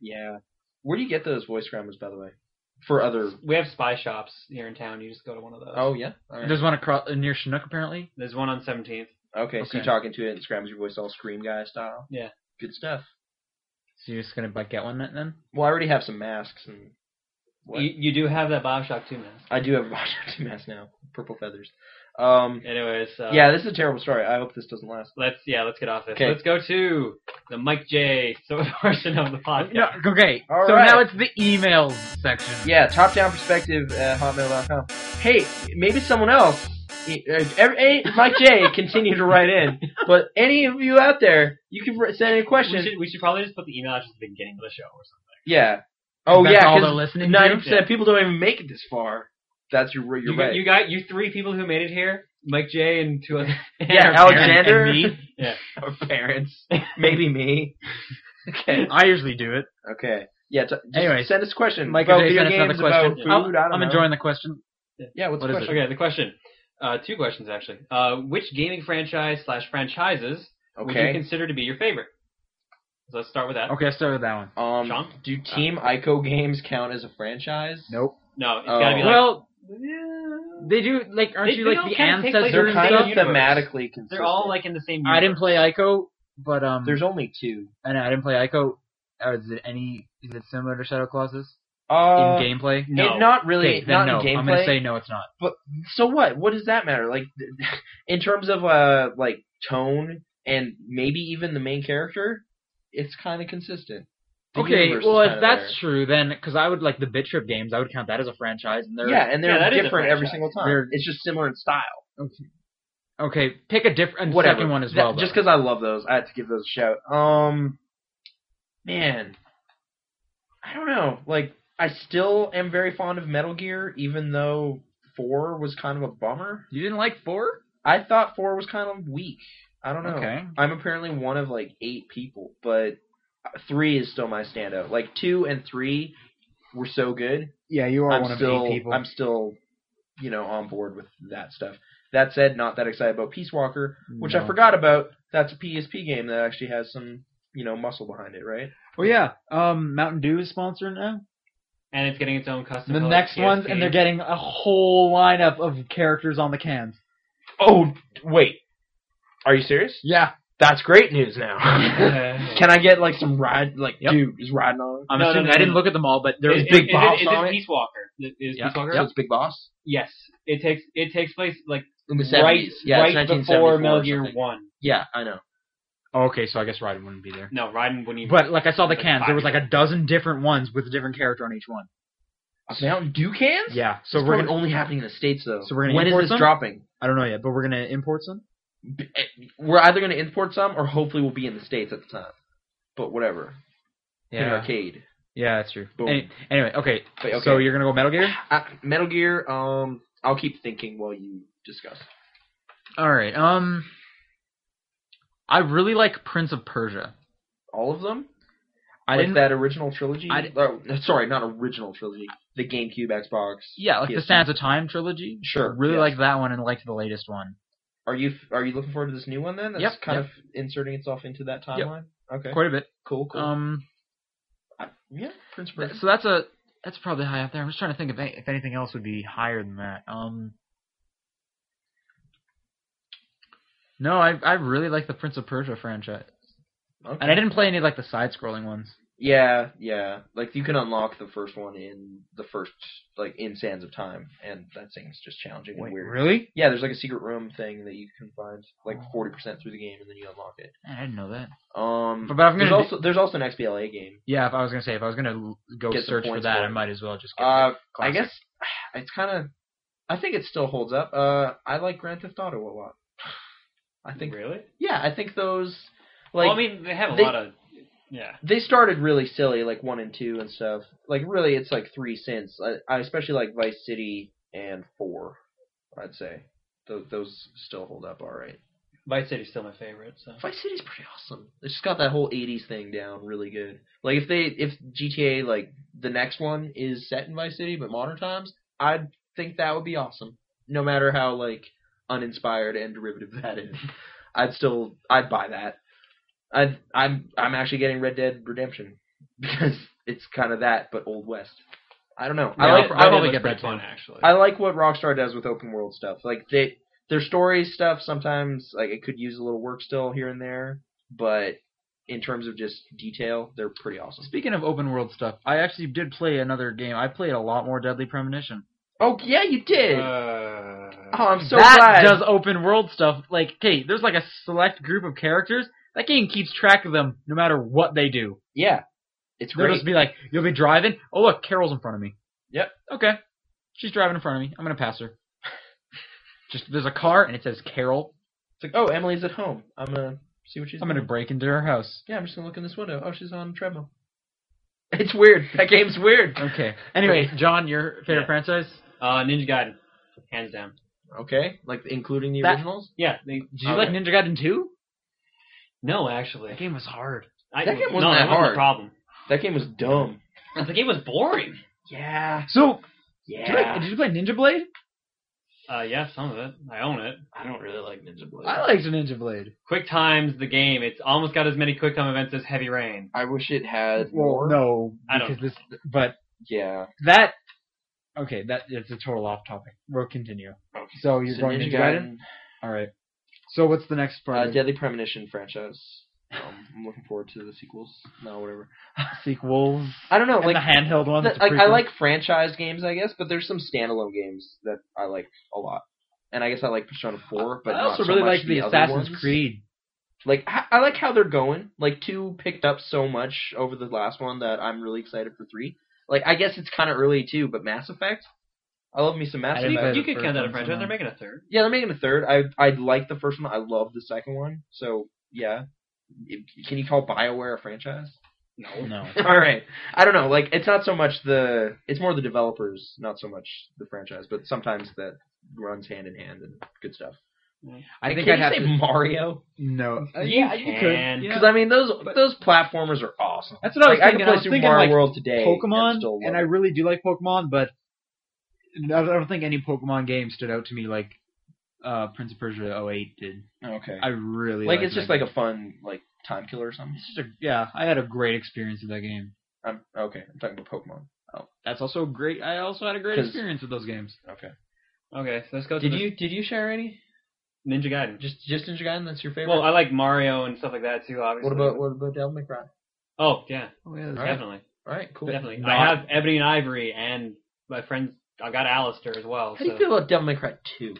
S4: yeah. Where do you get those voice grammars, by the way? For other.
S1: We have spy shops here in town. You just go to one of those.
S4: Oh yeah. All right.
S3: There's one across near Chinook, apparently.
S1: There's one on 17th.
S4: Okay, so
S3: Okay.
S4: you're talking to it and scrams your voice all scream guy style.
S1: Yeah.
S4: Good stuff.
S3: So you're just gonna like, get one then?
S4: Well, I already have some masks and what?
S1: You, you do have that Bioshock 2 mask.
S4: I do have a Vajra 2 mask now. Purple feathers. Um
S1: Anyways, uh,
S4: yeah, this is a terrible story. I hope this doesn't last.
S1: Let's yeah, let's get off this.
S4: Okay.
S1: Let's go to the Mike J so portion of the podcast.
S3: No. Okay.
S4: All
S3: so
S4: right.
S3: now it's the emails section.
S4: Yeah, top down perspective at hotmail.com. Hey, maybe someone else if every, hey, Mike J continue to write in. But any of you out there, you can write- send any
S1: We
S4: questions.
S1: should, we should probably just put the email out at the beginning of the show or something.
S4: Yeah. Oh
S3: That's
S4: yeah,
S3: all they're
S4: 'cause
S3: listening to?
S4: 90% of people don't even make it this far. That's your you're
S1: you,
S4: right.
S1: got- you got you three people who made it here, Mike J and two other.
S4: yeah, Alexander
S3: And me.
S4: our parents, maybe me. Okay.
S3: I usually do it.
S4: Okay. Yeah. T- just
S3: Anyway,
S4: send us a question
S3: Mike
S4: about
S3: J
S4: video
S3: sent us
S4: oh,
S3: another
S4: games, about
S3: question.
S4: food.
S3: I'll-
S4: I don't
S3: I'm
S4: know.
S3: enjoying the question.
S4: Yeah. What's
S3: What
S4: the
S3: is it?
S4: question?
S1: Okay, the question. Uh, two questions actually. Uh, which gaming franchise slash franchises would you
S4: Okay.
S1: consider to be your favorite? So let's start with that.
S3: Okay, I start with that one.
S4: Um,
S1: Sean?
S4: do Team Ico Games count as a franchise?
S3: Nope.
S1: No, it's
S4: Oh.
S1: gotta be like
S3: well,
S4: Yeah.
S3: They do like aren't
S1: They-
S3: you
S1: they
S3: like
S1: all
S3: the
S1: kinda take place
S3: ancestors?
S4: They're
S1: in the
S4: kind of
S1: same universe.
S4: thematically consistent.
S1: They're all like in the same.
S3: I didn't
S1: universe.
S3: play Ico, but um,
S4: There's only two.
S3: and I didn't play Ico. Or is it any? Is it similar to Shadow Colossus
S4: Uh,
S3: in gameplay?
S1: No.
S4: it- not really.
S3: Okay,
S4: not
S3: then no.
S4: in gameplay.
S3: I'm gonna say no. It's not.
S4: But so what? What does that matter? Like, in terms of uh, like tone and maybe even the main character, it's kind of consistent. The
S3: okay,
S4: universe is
S3: well if
S4: kinda
S3: that's true, then because I would like the Bit Trip games, I would count that as a franchise, and
S4: there.
S3: they're
S4: yeah, and
S1: Yeah,
S4: they're
S1: that is a
S4: different every
S1: franchise.
S4: single time.
S3: They're-
S4: it's just similar in style.
S3: okay. Pick a different
S4: Whatever.
S3: second one as
S4: That-
S3: well.
S4: just
S3: though.
S4: because I love those, I have to give those a shout. Um, man, I don't know. Like, I still am very fond of Metal Gear, even though four was kind of a bummer.
S3: you didn't like four.
S4: I thought four was kind of weak. I don't know.
S3: Okay,
S4: I'm apparently one of like eight people, but three is still my standout. Like two and three were so good.
S2: Yeah, you are
S4: I'm
S2: one of
S4: still,
S2: eight people.
S4: I'm still, you know, on board with that stuff. That said, not that excited about Peace Walker, which I
S3: No.
S4: forgot about. That's a PSP game that actually has some, you know, muscle behind it, right?
S2: well, yeah. Um, Mountain Dew is sponsored now.
S1: and it's getting its own custom.
S2: The
S1: colored
S2: next
S1: PSP.
S2: ones, and they're getting a whole lineup of characters on the cans.
S4: Oh wait, are you serious?
S2: Yeah.
S4: That's great news now.
S1: Uh,
S4: Can I get like some ride? Like,
S3: Yep.
S4: dude is riding on.
S3: I'm
S1: No, no,
S3: assuming
S1: no,
S3: I didn't
S1: no.
S3: look at them all, but
S1: is-
S3: there's
S1: is-
S3: big
S1: is it-
S3: boss
S1: Is
S4: on
S1: this
S4: it.
S1: Peace Walker? Is is
S3: Yeah.
S1: Peace Walker?
S4: So it's Big Boss
S1: Yes. It takes it takes place like
S4: in the 70s.
S1: right
S4: yeah,
S1: right
S4: it's 1974
S1: before
S4: or
S1: Metal Gear
S4: something.
S1: One.
S4: Yeah, I know.
S3: Okay, so I guess Raiden wouldn't be there.
S1: No, Raiden wouldn't even.
S3: But like I saw the
S1: Like
S3: cans, there was
S1: five.
S3: like a dozen different ones with a different character on each one.
S4: A Mountain Dew cans?
S3: Yeah,
S4: So
S3: so
S4: it's
S3: we're
S4: probably
S3: gonna,
S4: only happening in the states though.
S3: So we're gonna
S4: when is
S3: import
S4: this
S3: some?
S4: dropping?
S3: I don't know yet, but we're gonna import some.
S4: B- eh, We're either gonna import some or hopefully we'll be in the states at the time. But whatever. In arcade.
S3: yeah, that's true.
S4: Boom.
S3: Any- anyway, okay,
S4: But, okay.
S3: so you're gonna go Metal Gear.
S4: I, Uh, Metal Gear. Um, I'll keep thinking while you discuss.
S3: All right. Um, I really like Prince of Persia.
S4: All of them.
S3: I
S4: like
S3: didn't.
S4: that original trilogy.
S3: I di-
S4: oh, no, sorry, not original trilogy. The GameCube, Xbox.
S3: yeah, like the
S4: PS2.
S3: Sands of Time trilogy.
S4: Sure,
S3: Really
S4: yes.
S3: liked that one and liked the latest one
S4: Are you Are you looking forward to this new one then? That's
S3: Yep,
S4: kind
S3: yep.
S4: of inserting itself into that timeline. Okay.
S3: quite a bit.
S4: Cool. Cool.
S3: Um,
S4: I- yeah. Prince of
S3: th-
S4: Persia.
S3: so that's a that's probably high up there. I'm just trying to think if any, if anything else would be higher than that. Um. No, I I really like the Prince of Persia franchise,
S4: Okay.
S3: and I didn't play any like the side-scrolling ones.
S4: Yeah, yeah. Like you can unlock the first one in the first, like in Sands of Time, and that thing's just challenging and weird.
S3: really?
S4: Yeah, there's like a secret room thing that you can find like 40% through the game, and then you unlock it.
S3: I didn't know that.
S4: Um,
S3: But- but I'm
S4: there's
S3: gonna
S4: also there's also an XBLA game.
S3: Yeah, if I was gonna say if I was gonna l- go
S4: Get some
S3: search for
S4: points
S3: that,
S4: for
S3: I
S4: it.
S3: might as well just. Get
S4: Uh,
S3: the
S4: I
S3: classic.
S4: guess it's kind of. I think it still holds up. Uh, I like Grand Theft Auto a lot. I think.
S1: really.
S4: Yeah, I think those. Like,
S1: Well, I mean, they have a
S4: they-
S1: lot of. Yeah.
S4: they started really silly, like one and two and stuff. Like really, it's like three since. I, I especially like Vice City and four. I'd say those, those still hold up all right.
S1: Vice City's still my favorite. So.
S4: Vice City's pretty awesome. They just got that whole '80s thing down really good. Like if they if GTA like the next one is set in Vice City but modern times, I'd think that would be awesome. No matter how like uninspired and derivative that is, I'd still I'd buy that. I I'm I'm actually getting Red Dead Redemption because it's kind of that but old west. I don't know. I
S3: Yeah,
S4: like
S3: Red
S4: I
S3: Dead
S4: like
S3: looks get
S1: pretty
S3: that
S1: fun
S3: too.
S1: actually.
S4: I like what Rockstar does with open world stuff. Like they their story stuff sometimes like it could use a little work still here and there, but in terms of just detail, they're pretty awesome.
S3: Speaking of open world stuff, I actually did play another game. I played a lot more Deadly Premonition.
S4: Oh yeah, you did. oh,
S1: Uh,
S4: I'm so
S3: that
S4: glad.
S3: does open world stuff. Like, hey, there's like a select group of characters. That game keeps track of them no matter what they do.
S4: yeah, it's
S3: They'll
S4: great.
S3: just be like, you'll be driving. Oh look, Carol's in front of me.
S4: Yep.
S3: Okay. She's driving in front of me. I'm gonna pass her. Just there's a car and it says Carol.
S4: It's like oh, Emily's at home. I'm gonna see what she's.
S3: I'm gonna
S4: doing.
S3: break into her house.
S4: Yeah, I'm just gonna look in this window. Oh, she's on a treadmill. It's weird. That game's weird.
S3: Okay. Anyway, John, your favorite
S1: Yeah.
S3: franchise?
S1: uh, Ninja Gaiden, hands down.
S4: Okay, like including the
S3: That-
S4: originals.
S1: Yeah. They,
S3: Did you like
S4: Okay.
S3: Ninja Gaiden 2?
S1: no,
S3: That
S1: actually.
S3: game was hard.
S1: I,
S4: That game wasn't
S1: no,
S4: that
S1: wasn't
S4: hard.
S1: the problem.
S4: That game was dumb.
S1: The game was boring.
S4: Yeah.
S3: So did you,
S4: Yeah.
S3: like, did you play Ninja Blade?
S1: Uh, yeah, some of it. I own it.
S4: I don't really like Ninja Blade.
S2: I liked Ninja Blade.
S1: Quick Time's the game. It's almost got as many Quick Time events as Heavy Rain.
S4: I wish it had
S2: Well,
S4: more.
S2: no,
S1: I don't-
S2: because this, but
S4: Yeah.
S3: That Okay, that it's a total off topic. We'll continue.
S4: Okay.
S3: So you're
S4: So
S3: going
S4: Ninja
S3: Ninja Gaiden? All right. So what's the next
S4: Uh,
S3: part?
S4: Deadly Premonition franchise. Um, I'm looking forward to the sequels. No, whatever.
S3: Sequels.
S4: I don't know.
S3: and
S4: like
S3: the handheld one.
S4: that-
S3: that's a
S4: like I
S3: prequel.
S4: like franchise games, I guess, but there's some standalone games that I like a lot. And I guess I like Persona 4, but
S3: I
S4: not
S3: also
S4: so
S3: really
S4: much
S3: like the,
S4: other
S3: Assassin's
S4: ones.
S3: Creed.
S4: Like I I like how they're going. Like two picked up so much over the last one that I'm really excited for three. Like I guess it's kind of early too, but Mass Effect. I love me some Mass
S3: I
S1: You,
S3: didn't play
S4: Effect.
S1: you
S3: the
S1: could
S3: first
S1: count that a
S3: one, so
S1: franchise.
S3: no.
S1: They're making a third.
S4: Yeah, they're making a third. I I like the first one. I love the second one. So yeah, It- can you call Bioware a franchise?
S1: No.
S3: No.
S4: All right. I don't know. Like, it's not so much the. It's more the developers, not so much the franchise, but sometimes that runs hand in hand and good stuff.
S3: I think
S4: can you
S3: I'd have
S4: say
S3: to.
S4: Mario?
S3: No. Uh,
S1: You
S3: yeah, you
S1: can.
S3: could.
S4: Because
S3: Yeah.
S4: I mean, those those platformers are awesome.
S3: That's what I was
S4: Like, I
S3: thinking.
S4: could play
S3: was
S4: Super
S3: thinking
S4: Mario
S3: like
S4: World today.
S3: Pokemon,
S4: and, still love
S3: and I
S4: it.
S3: really do like Pokemon, but I don't- I don't think any Pokemon game stood out to me like uh, Prince of Persia 08 did.
S4: okay.
S3: I really
S4: like,
S3: liked
S4: it's just
S3: that
S4: like
S3: game.
S4: a fun like time killer or something.
S3: It's just a- yeah. I had a great experience with that game.
S4: I'm, okay, I'm talking about Pokemon.
S3: That's also great. I also had a great
S4: 'Cause-
S3: experience with those games.
S4: Okay.
S1: Okay, so let's go to
S4: Did
S1: the
S4: you did you share any?
S1: Ninja Gaiden.
S4: Just just Ninja Gaiden. That's your favorite.
S1: Well, I like Mario and stuff like that too. Obviously.
S4: what about what about Devil May Cry?
S1: Oh yeah,
S3: Oh yeah,
S4: Alright.
S1: definitely,
S4: All right, cool.
S1: definitely.
S3: Not-
S1: I have Ebony and Ivory, and my friends. I got Alistair as well.
S4: How do you
S1: so-
S4: feel about Devil May Cry Two?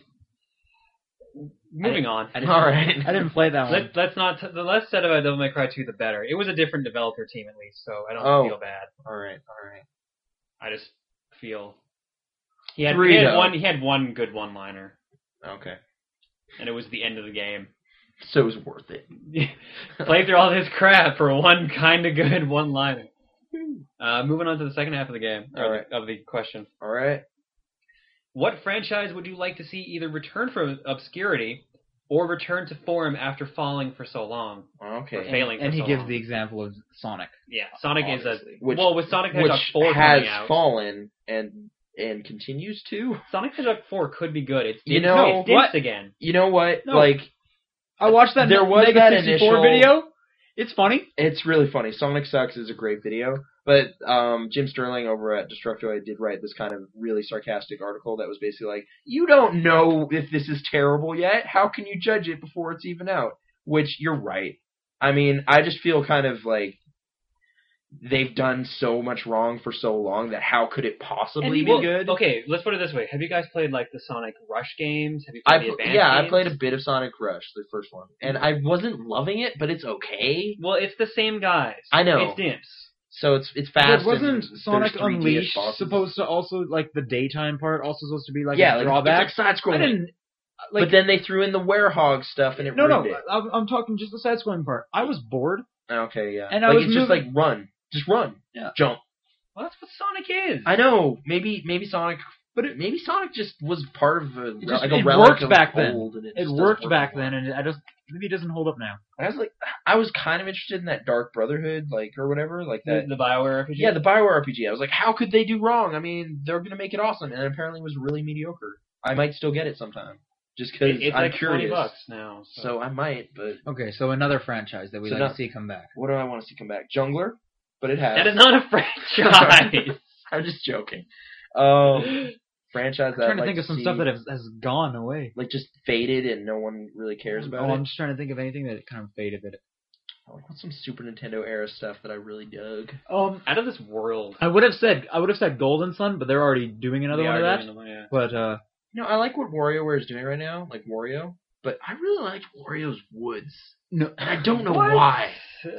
S1: Moving on.
S3: didn't-
S4: All right.
S3: I didn't play that one.
S1: Let, let's not. T- the less said about Devil May Cry 2, the better. It was a different developer team, at least, so I don't
S4: Oh.
S1: feel bad.
S4: All right, all right.
S1: I just feel he had, he
S4: Three,
S1: had
S4: though.
S1: one. He had one good one-liner,
S4: Okay.
S1: and it was the end of the game.
S4: So it was worth it.
S1: Play through all this crap for one kind of good one-liner. Uh, moving on to the second half of the game, or
S4: All right.
S1: of the question.
S4: All right.
S1: What franchise would you like to see either return from obscurity or return to form after falling for so long?
S4: Okay.
S1: failing for
S3: and he
S1: so
S3: gives
S1: long.
S3: the example of Sonic.
S1: Yeah, Sonic is
S4: Obviously.
S1: a
S4: Which-
S1: well with Sonic the
S4: Which
S1: Hedgehog 4
S4: has
S1: coming out.
S4: fallen and and continues to.
S1: Sonic the Hedgehog 4 could be good. It's
S4: You
S1: it's,
S4: know
S1: it's dicks
S4: what?
S1: again.
S4: You know what?
S3: No.
S4: Like
S3: I watched that
S4: There
S3: Ne-
S4: was
S3: Mega
S4: that
S3: 64
S4: initial-
S3: video. It's funny.
S4: it's really funny. Sonic Sucks is a great video, but um, Jim Sterling over at Destructoid did write this kind of really sarcastic article that was basically like, "You don't know if this is terrible yet. How can you judge it before it's even out?" Which you're right. I mean, I just feel kind of like they've done so much wrong for so long that how could it possibly be
S1: Well,
S4: good?
S1: Okay, let's put it this way: Have you guys played like the Sonic Rush games? Have you
S4: I
S1: played the
S4: pl-
S1: Advance
S4: yeah, I
S1: games?
S4: played a bit of Sonic Rush, the first one, and I wasn't loving it, but it's okay.
S1: Well, it's the same guys.
S4: I know.
S1: It's Dimps.
S4: So it's it's fast.
S3: But
S4: and
S3: wasn't Sonic
S4: there's 3D
S3: Unleashed
S4: bosses.
S3: supposed to also like the daytime part also supposed to be like
S4: yeah,
S3: a
S4: like,
S3: drawback?
S4: It's like side
S3: I
S4: scrolling.
S3: didn't. Like,
S4: but then they threw in the werehog stuff, and it
S3: no, no.
S4: ruined it.
S3: I'm, I'm talking just the side scrolling part. I was bored.
S4: Okay, yeah.
S3: And I
S4: like
S3: was
S4: it's just like
S3: moving-
S4: run, just run,
S3: Yeah.
S4: jump.
S1: Well, that's what Sonic is.
S4: I know. Maybe maybe Sonic,
S3: But
S4: but it, maybe Sonic just was part of a,
S3: just-
S4: like a
S3: it
S4: relic
S3: worked
S4: of
S3: back then.
S4: old, and it,
S3: It
S4: just
S3: worked
S4: doesn't work
S3: back
S4: anymore.
S3: then, and I just maybe it doesn't hold up now.
S4: I was like, I was kind of interested in that Dark Brotherhood, like or whatever, like that.
S3: Mm-hmm.
S1: the, the Bioware RPG.
S4: Yeah, the Bioware RPG. I was like, how could they do wrong? I mean, they're gonna make it awesome, and apparently it was really mediocre. I might still get it sometime, just because
S1: It- it's
S4: I'm
S1: like
S4: curious.
S1: twenty bucks now. So,
S4: So I might, but
S3: Okay, so another franchise that we
S4: So
S3: like
S4: not-
S3: to see come back.
S4: what do I want to see come back? Jungler, but it has.
S1: that is not a franchise.
S4: I'm just joking. Um, franchise
S3: I'm
S4: that
S3: trying
S4: I'd
S3: to
S4: like
S3: think of some
S4: see,
S3: stuff that has, has gone away.
S4: like just faded and no one really cares about
S3: oh,
S4: it.
S3: I'm just trying to think of anything that kind of faded. That
S4: Like, what's some Super Nintendo era stuff that I really dug?
S3: um,
S1: Out of this world.
S3: I would have said I would have said Golden Sun, but they're already doing another
S1: They
S3: one of
S1: are
S3: that.
S1: doing them, yeah.
S3: But uh,
S4: You know, I like what WarioWare is doing right now, like Wario, but I really liked Wario's Woods,
S3: no,
S4: and I don't know
S1: What?
S4: why.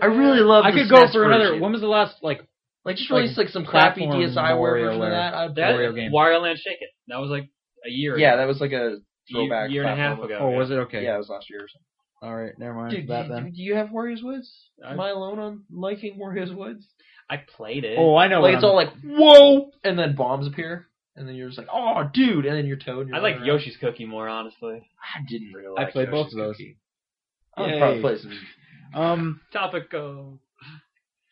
S4: I really
S1: Uh,
S4: love.
S3: I
S4: the
S3: could go
S4: SNES
S3: for another.
S4: version.
S3: When was the last like
S4: Like just
S3: like,
S4: release like, some crappy
S3: platform
S4: DSiWare version
S3: WarioWare.
S4: of that. I'd
S1: That,
S4: play
S3: Wario
S4: it.
S3: game.
S1: Wario Land Shake It. That was like a year.
S4: Yeah,
S1: ago.
S4: that was like a throwback.
S1: year and a half
S4: platformer.
S1: ago.
S3: Oh, was it okay?
S4: Yeah, it was last year or something.
S3: All right, never mind
S4: Dude,
S3: that
S4: do,
S3: then.
S4: do you have Wario's Woods?
S1: I-
S4: Am I alone on liking Wario's Woods?
S1: I played it.
S3: Oh, I know.
S4: like
S3: what
S4: it's
S3: I'm-
S4: all like whoa, and then bombs appear, and then you're just like oh dude, and then you're Toad. And
S1: I
S4: you're
S1: like
S4: running around.
S1: Yoshi's Cookie more, honestly.
S4: I didn't really.
S3: I
S4: Like
S3: played both
S4: Yoshi's
S3: of those.
S4: Cookie. I would
S3: Yay.
S4: probably play some.
S3: um,
S1: Topico.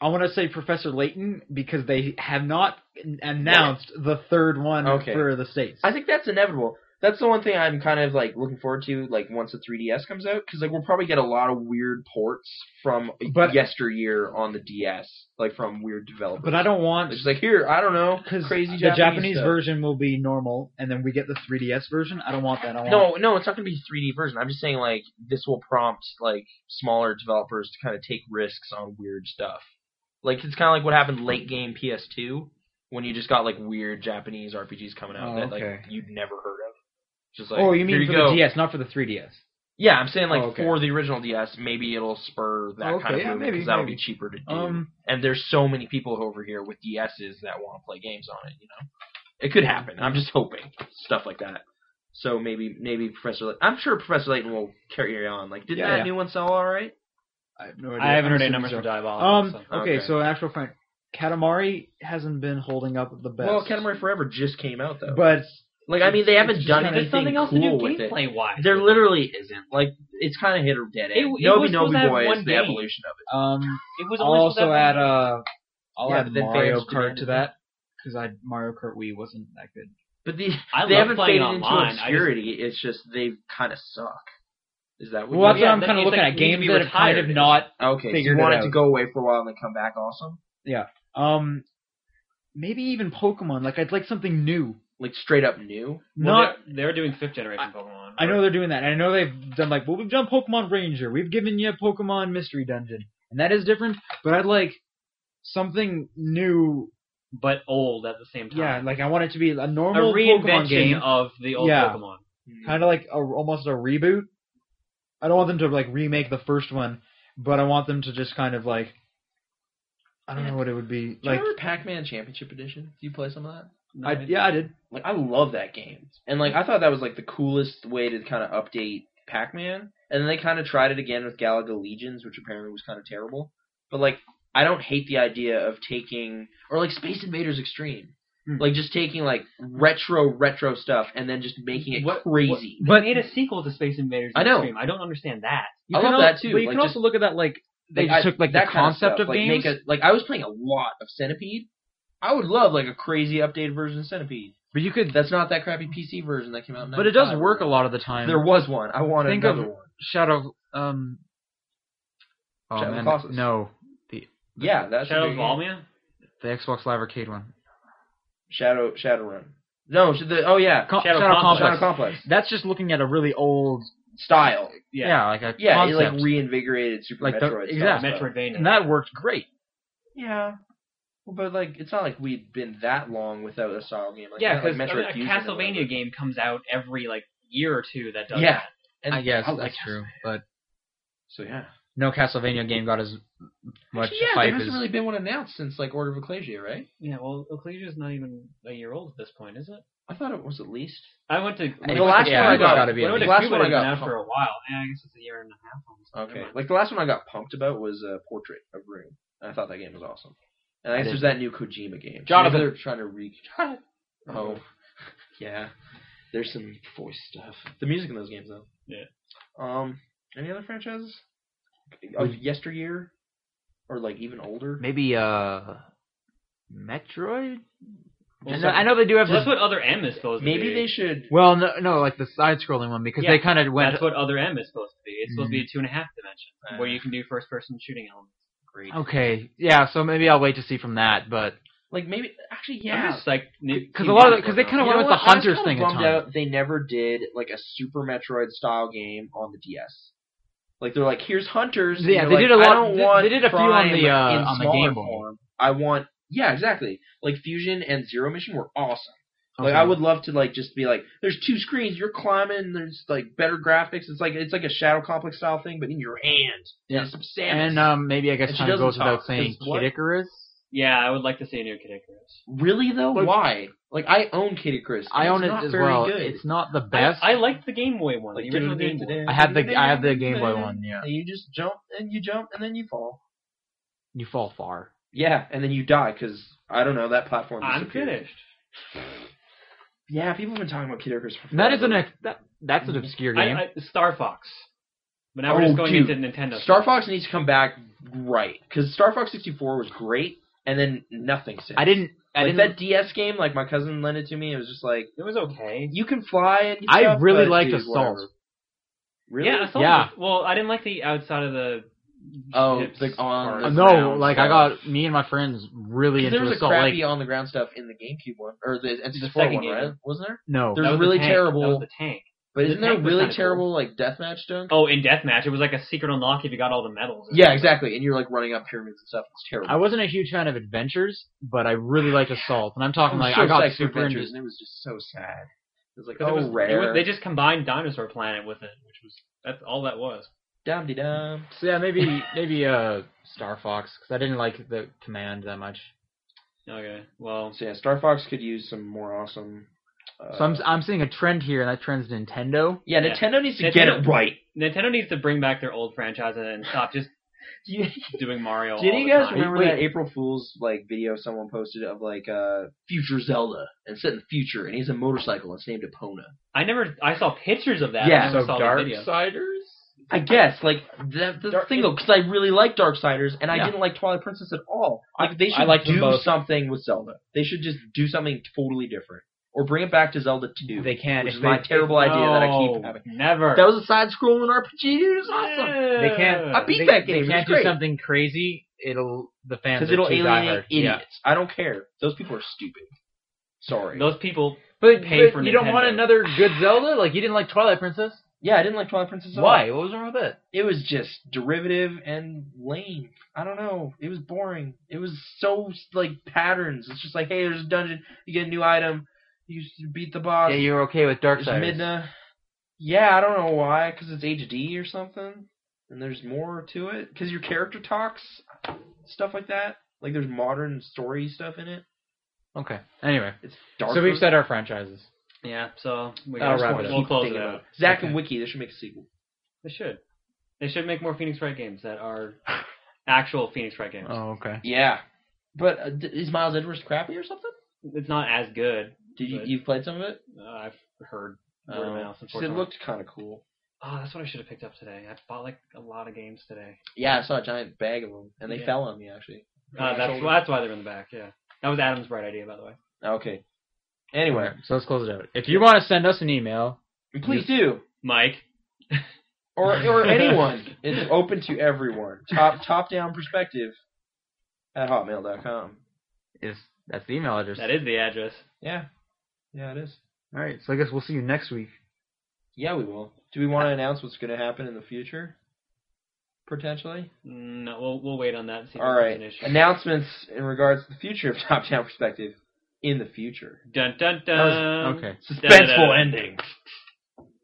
S3: I want to say Professor Layton because they have not announced the third one
S4: Okay.
S3: for the states.
S4: I think that's inevitable. that's the one thing I'm kind of like looking forward to, like once the 3DS comes out, because like we'll probably get a lot of weird ports from
S2: But-
S4: yesteryear on the DS, like from weird developers.
S2: But I don't want
S4: It's just like here, I don't know,
S2: because
S4: crazy
S2: the
S4: Japanese,
S2: Japanese
S4: stuff.
S2: version will be normal, and then we get the 3DS version. I don't want that. I want
S4: No, no, it's not going to be 3D version. I'm just saying like this will prompt like smaller developers to kind of take risks on weird stuff. Like it's kind of like what happened late game PS2 when you just got like weird Japanese RPGs coming out
S2: Oh,
S4: that like
S2: okay.
S4: you'd never heard of. Just like
S2: oh, you
S4: here
S2: mean
S4: you
S2: for
S4: go.
S2: the DS, not for the 3DS?
S4: Yeah, I'm saying like
S2: Oh, okay.
S4: for the original DS, maybe it'll spur that
S2: Oh, okay,
S4: kind of
S2: yeah,
S4: movement
S2: maybe,
S4: because that'll
S2: maybe.
S4: be cheaper to do.
S2: Um,
S4: and there's so many people over here with DSs that want to play games on it. You know, it could happen. I'm just hoping stuff like that. So maybe maybe Professor, Layton, I'm sure Professor Layton will carry on. Like, did
S2: Yeah,
S4: that
S2: yeah.
S4: new one sell all right?
S2: I have no idea.
S1: I
S2: I'm
S1: haven't heard any
S2: assuming
S1: numbers
S2: so.
S1: from Diabolical.
S2: Um,
S1: Oh, so.
S2: okay,
S4: Okay.
S2: so in actual fact, Katamari hasn't been holding up the best.
S4: Well, Katamari Forever just came out though.
S2: but
S4: like, I mean, they
S2: it's
S4: haven't
S2: just
S4: done
S2: kinda-
S1: There's
S4: anything
S1: something else
S4: cool
S1: to
S4: with
S1: do
S4: it.
S1: gameplay wise.
S4: There literally isn't. Like, it's kind of hit a dead
S1: It-
S4: end.
S1: it
S4: Nobi
S1: was supposed to
S4: Nobi
S1: have
S4: Boy is
S1: one
S4: the
S1: game.
S4: evolution of it.
S2: um,
S1: it was
S2: I'll
S1: only supposed to
S2: also add
S1: have one-
S2: uh, I'll
S4: Yeah,
S2: add
S4: but then
S2: Mario
S4: fans
S2: Kart
S4: demanded
S2: to
S4: it.
S2: that because I Mario Kart Wii wasn't that good.
S4: But the,
S1: I
S4: they
S1: love
S4: haven't
S1: playing
S4: faded
S1: online. I
S4: into
S1: just-
S4: obscurity. It's just they kind of suck. Is that what?
S2: Well, that's
S4: you
S1: yeah,
S2: what I'm
S1: that
S2: kind of
S1: means,
S2: looking
S1: like,
S2: at
S1: you need to
S2: games
S1: be
S2: that have kind of
S1: retired.
S2: not.
S4: Okay, so you
S2: figured it
S4: want it to
S2: out.
S4: go away for a while and then come back awesome,
S2: Um, maybe even Pokemon. Like I'd like something new.
S4: like straight up new.
S1: Well,
S2: not
S1: they're, they're doing fifth generation Pokemon.
S2: I know they're doing that. And I know they've done like, well, we've done Pokemon Ranger, we've given you Pokemon Mystery Dungeon, and that is different. But I'd like something new.
S1: but old at the same time.
S2: Yeah, like I want it to be a
S1: a
S2: normal Pokemon
S1: reinvention
S2: game,
S1: of the old
S2: Yeah.
S1: Pokemon.
S4: Hmm.
S2: kind of like a, almost a reboot. I don't want them to like remake the first one, but I want them to just kind of like, I don't know what it would be
S4: Do you
S2: like.
S4: remember Pac-Man Championship Edition? Do you play some of that?
S2: I, yeah, I did.
S4: Like I love that game, and like I thought that was like the coolest way to kind of update Pac-Man. And then they kind of tried it again with Galaga Legions, which apparently was kind of terrible. But like I don't hate the idea of taking or like Space Invaders Extreme,
S2: Hmm.
S4: like just taking like retro retro stuff and then just making it
S1: What-
S4: crazy.
S1: But made a sequel to Space Invaders.
S4: I know.
S1: Extreme. I don't understand that.
S2: You
S4: I
S2: can
S4: love
S2: al-
S4: that, too,
S2: But you
S4: like,
S2: can
S4: just-
S2: also look at that like
S3: They just took, like, the
S4: that kinda
S3: concept
S4: stuff,
S3: of
S4: like,
S3: games?
S4: Make a, like I was playing a lot of Centipede. I would love like a crazy updated version of Centipede.
S3: But you could.
S4: That's not that crappy PC version that came out. In
S3: But it does
S4: 95.
S3: work a lot of the time.
S4: There was one. I wanted
S3: Think of-
S4: another one.
S3: Shadow. Um. Oh
S4: Shadow of
S3: man,
S4: Colossus.
S3: no,
S4: Yeah, that's a
S1: Shadow of
S4: big-
S1: Volmia.
S3: the Xbox Live Arcade one.
S4: Shadow Shadowrun. No, sh- the oh yeah,
S3: Co-
S1: Shadow Complex.
S4: Shadow Complex
S3: That's just looking at a really old.
S4: style.
S1: Yeah.
S3: Yeah, like a
S4: Yeah, it,
S3: concept.
S4: like reinvigorated Super
S3: Like the-
S4: Metroid. style
S3: exactly.
S4: stuff.
S1: Metroidvania.
S3: and that worked great.
S4: Yeah. Well, But like, it's not like we'd been that long without a style game. Like,
S1: yeah,
S4: not like
S1: because
S4: Metroid
S1: a
S4: Fusion or
S1: Castlevania
S4: whatever.
S1: game comes out every like year or two that does.
S4: Yeah,
S1: that.
S4: and
S3: I guess
S4: like
S3: that's
S4: Castlevania.
S3: true, but
S4: So yeah.
S3: no Castlevania game got as much
S4: Actually, yeah,
S3: hype
S4: there hasn't
S3: as
S4: really been one announced since like Order of Ecclesia, right?
S1: Yeah. Well, Ecclesia's not even a year old at this point, is it?
S4: I thought it was at least.
S1: I went to
S4: The last
S3: yeah,
S4: one I
S3: it's
S4: got,
S3: gotta be
S1: When I
S3: at
S1: went to
S4: the last
S1: Cuba,
S4: one I
S1: it had
S4: got
S1: been out
S4: pumped.
S1: for a while. Yeah, I guess it's a year and a half. Almost. Never
S4: Okay,
S1: mind.
S4: like the last one I got pumped about was uh, Portrait of Room, and I thought that game was awesome. And I guess there's that new Kojima game.
S1: Jonathan.
S4: they're trying to re. Oh, yeah. There's some voice stuff. The music in those games, though.
S1: Yeah.
S4: Um, any other franchises of yesteryear, or like even older?
S3: maybe uh, Metroid.
S1: Well,
S3: I, know,
S1: so-
S3: I know they do have
S1: Well, that's
S3: this.
S1: what other M is supposed to be.
S4: Maybe they should.
S3: Well, no, no, like the side-scrolling one because
S1: Yeah,
S3: they kind of went.
S1: That's what other M is supposed to be. It's supposed to be
S4: Mm-hmm.
S1: a two and a half dimension where you can do first person shooting elements. Great.
S4: Oh,
S3: Okay, yeah, so maybe I'll wait to see from that, but
S4: Like maybe actually,
S1: I'm
S4: yeah.
S1: just like
S3: because a lot of because they kind
S4: You
S3: of
S4: know
S3: went with the
S4: what? I was
S3: hunters
S4: kinda
S3: thing. at
S4: bummed
S3: times.
S4: out they never did like a Super Metroid style game on the DS. Like they're like, here's hunters. and
S3: Yeah,
S4: you're
S3: they
S4: like,
S3: did a lot-
S4: I don't
S3: they- they
S4: want
S3: did a few on
S4: Prime
S3: the, uh,
S4: in
S3: on the
S4: smaller
S3: Game Boy.
S4: form. I want yeah, exactly. Like Fusion and Zero Mission were awesome. Like
S3: Okay.
S4: I would love to like just be like, there's two screens, you're climbing, there's like better graphics. It's like it's like a Shadow Complex style thing, but in your hand.
S3: Yeah.
S4: And it's some Samus.
S3: and um, maybe I guess
S4: And she
S3: kind of
S4: doesn't
S3: goes without
S4: talk,
S3: saying
S4: 'cause what-
S3: Kid Icarus.
S1: Yeah, I would like to see a new Kid Icarus.
S4: really though,
S3: What-
S4: why? Like I own Kitty Chris.
S3: I own it
S4: not
S3: as
S4: very
S3: well.
S4: Good.
S3: It's not the
S1: I-
S3: best.
S1: I, liked the Game Boy one.
S4: like
S1: the original Game Boy.
S3: I had the I had the Game Boy one. Yeah,
S4: And you just jump and you jump and then you fall.
S3: you fall far.
S4: Yeah, and then you die because I don't know that platform.
S1: I'm
S4: disappeared.
S1: finished.
S4: Yeah, people have been talking about Kid Icarus. for
S3: And that is
S4: forever.
S3: an ex- that, that's
S4: Mm-hmm.
S3: an obscure
S1: I,
S3: game.
S1: I, Star Fox. But now
S4: Oh,
S1: we're just going
S4: dude.
S1: into Nintendo.
S4: Star
S1: stuff.
S4: Fox needs to come back right because Star Fox 64 was great and then nothing since.
S3: I didn't
S1: I
S4: like
S1: didn't.
S4: that DS game, like my cousin lent it to me. It was just like
S1: it was okay.
S4: you can fly. And
S3: I
S4: stuff,
S3: really
S4: but,
S3: liked
S4: dude,
S3: Assault.
S4: whatever. Really?
S1: Yeah, Assault
S3: Yeah.
S1: was- well, I didn't like the outside of the.
S4: Oh,
S1: ships
S4: the- on
S1: part.
S4: the-
S3: no,
S4: ground
S3: like I
S4: stuff.
S3: got me and my friends really
S4: 'Cause
S3: into
S4: there was a
S3: Assault.
S4: crappy
S3: like
S4: on the ground stuff in the GameCube one or the N64
S1: second
S4: one,
S1: game.
S4: right? Wasn't there?
S3: no,
S1: That
S4: There's
S1: was
S4: really
S1: the tank. That
S4: terrible.
S1: was the tank.
S4: But
S1: The
S4: isn't there
S1: tank was
S4: really
S1: kinda cool.
S4: terrible like deathmatch stuff?
S1: Oh, in deathmatch, it was like a secret unlock if you got all the medals.
S4: Yeah, exactly. And you're like running up pyramids and stuff. It's terrible.
S3: I wasn't a huge fan of Adventures, but I really liked Assault, and I'm talking like
S4: so
S3: I got
S4: psyched for
S3: super into.
S4: Adventures, and it was just so sad. It was like
S1: 'Cause
S4: oh
S1: it was, it
S4: rare.
S1: was- they just combined Dinosaur Planet with it, which was that's all that was.
S4: dum de dum.
S3: So yeah, maybe maybe uh Star Fox because I didn't like the Command that much.
S1: Okay, well,
S4: So yeah, Star Fox could use some more awesome. Uh,
S3: So I'm I'm seeing a trend here, and that trend's Nintendo.
S4: yeah,
S1: Yeah.
S4: Nintendo needs to
S1: Nintendo-
S4: get it right.
S1: Nintendo needs to bring back their old franchises and stop just
S4: You-
S1: doing Mario.
S4: Did
S1: all
S4: you
S1: the
S4: guys
S1: time.
S4: remember
S3: Wait.
S4: that April Fool's like video someone posted of like uh future Zelda and set in the future and he's a motorcycle and it's named Epona.
S1: I never. I saw pictures of that.
S4: Yeah,
S1: I never
S4: so
S1: saw the video.
S2: Siders.
S4: I guess like that the
S2: Dark-
S4: thing though because I really like Darksiders and I
S3: Yeah.
S4: didn't like Twilight Princess at all. Like they
S2: I
S4: should
S2: liked them
S4: do
S2: both.
S4: something with Zelda. They should just do something totally different or bring it back to Zelda Two,
S2: They can't.
S4: which
S2: If
S4: is
S2: they,
S4: my terrible idea that I
S1: No,
S4: keep having.
S1: Never.
S4: That was a side-scrolling RPG. It was awesome.
S2: They can't-
S4: I beat
S3: they,
S4: that game.
S3: They
S4: It was
S3: can't do
S4: great.
S3: something crazy. It'll the fans
S4: Because
S3: are
S4: it'll
S3: too
S4: alienate
S3: diehard. Yeah.
S4: idiots. I don't care. Those people are stupid. Sorry.
S1: Those people.
S3: But,
S1: Pay
S3: but
S1: for
S3: you don't want
S1: Nintendo.
S3: another good Zelda? Like you didn't like Twilight Princess?
S4: Yeah, I didn't like Twilight Princess. at all.
S3: Why? What was wrong with that?
S4: It was just derivative and lame. I don't know. It was boring. It was so like patterns. It's just like, hey, there's a dungeon. You get a new item. You s- beat the boss.
S3: Yeah, you were okay with
S4: there's
S3: Darksiders.
S4: midna. Yeah, I don't know why. Because it's HD or something. And there's more to it. Because your character talks, stuff like that. Like there's modern story stuff in it.
S3: Okay. Anyway,
S4: It's dark.
S3: so we've said our franchises.
S1: Yeah. So we
S4: uh,
S3: I'll wrap it up.
S1: we'll close it out.
S4: Zach
S3: Okay.
S4: and Wiki. They should make a sequel.
S1: They should. They should make more Phoenix Wright games that are actual Phoenix Wright games.
S3: Oh, okay.
S4: Yeah. But uh, d- is Miles Edwards crappy or something?
S1: It's not as good.
S4: Did you
S1: Good.
S4: you've played some of it?
S1: Uh, I've heard.
S4: Oh.
S1: word of mouth,
S4: She said it
S1: unfortunately.
S4: looked kind of cool.
S1: Oh, that's what I should have picked up today. I bought like a lot of games today.
S4: Yeah, I saw a giant bag of them, and they
S1: Yeah.
S4: fell on me actually.
S1: Uh, that's that's why they're in the back. Yeah, that was Adam's bright idea, by the way.
S4: Okay.
S3: Anyway,
S4: Anyway,
S3: so let's close it out. If you want to send us an email,
S4: please do,
S1: Mike.
S4: or or anyone. It's open to everyone. Top top down perspective at hotmail.com.
S3: is that's the email address.
S1: That is the address.
S4: Yeah, yeah, it is.
S3: All right. So I guess we'll see you next week.
S4: Yeah, we will. Do we want to announce what's going to happen in the future? Potentially.
S1: No, we'll we'll wait on that. And see if
S4: All
S1: that's
S4: right.
S1: an issue.
S4: Announcements in regards to the future of Top Down Perspective in the future.
S1: Dun dun
S3: Uh,
S1: dun.
S3: okay.
S1: Da-da-da.
S4: ending.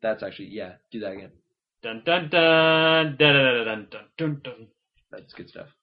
S4: That's actually yeah. Do that again.
S1: Dun dun dun. Da da da da dun dun dun.
S4: That's good stuff.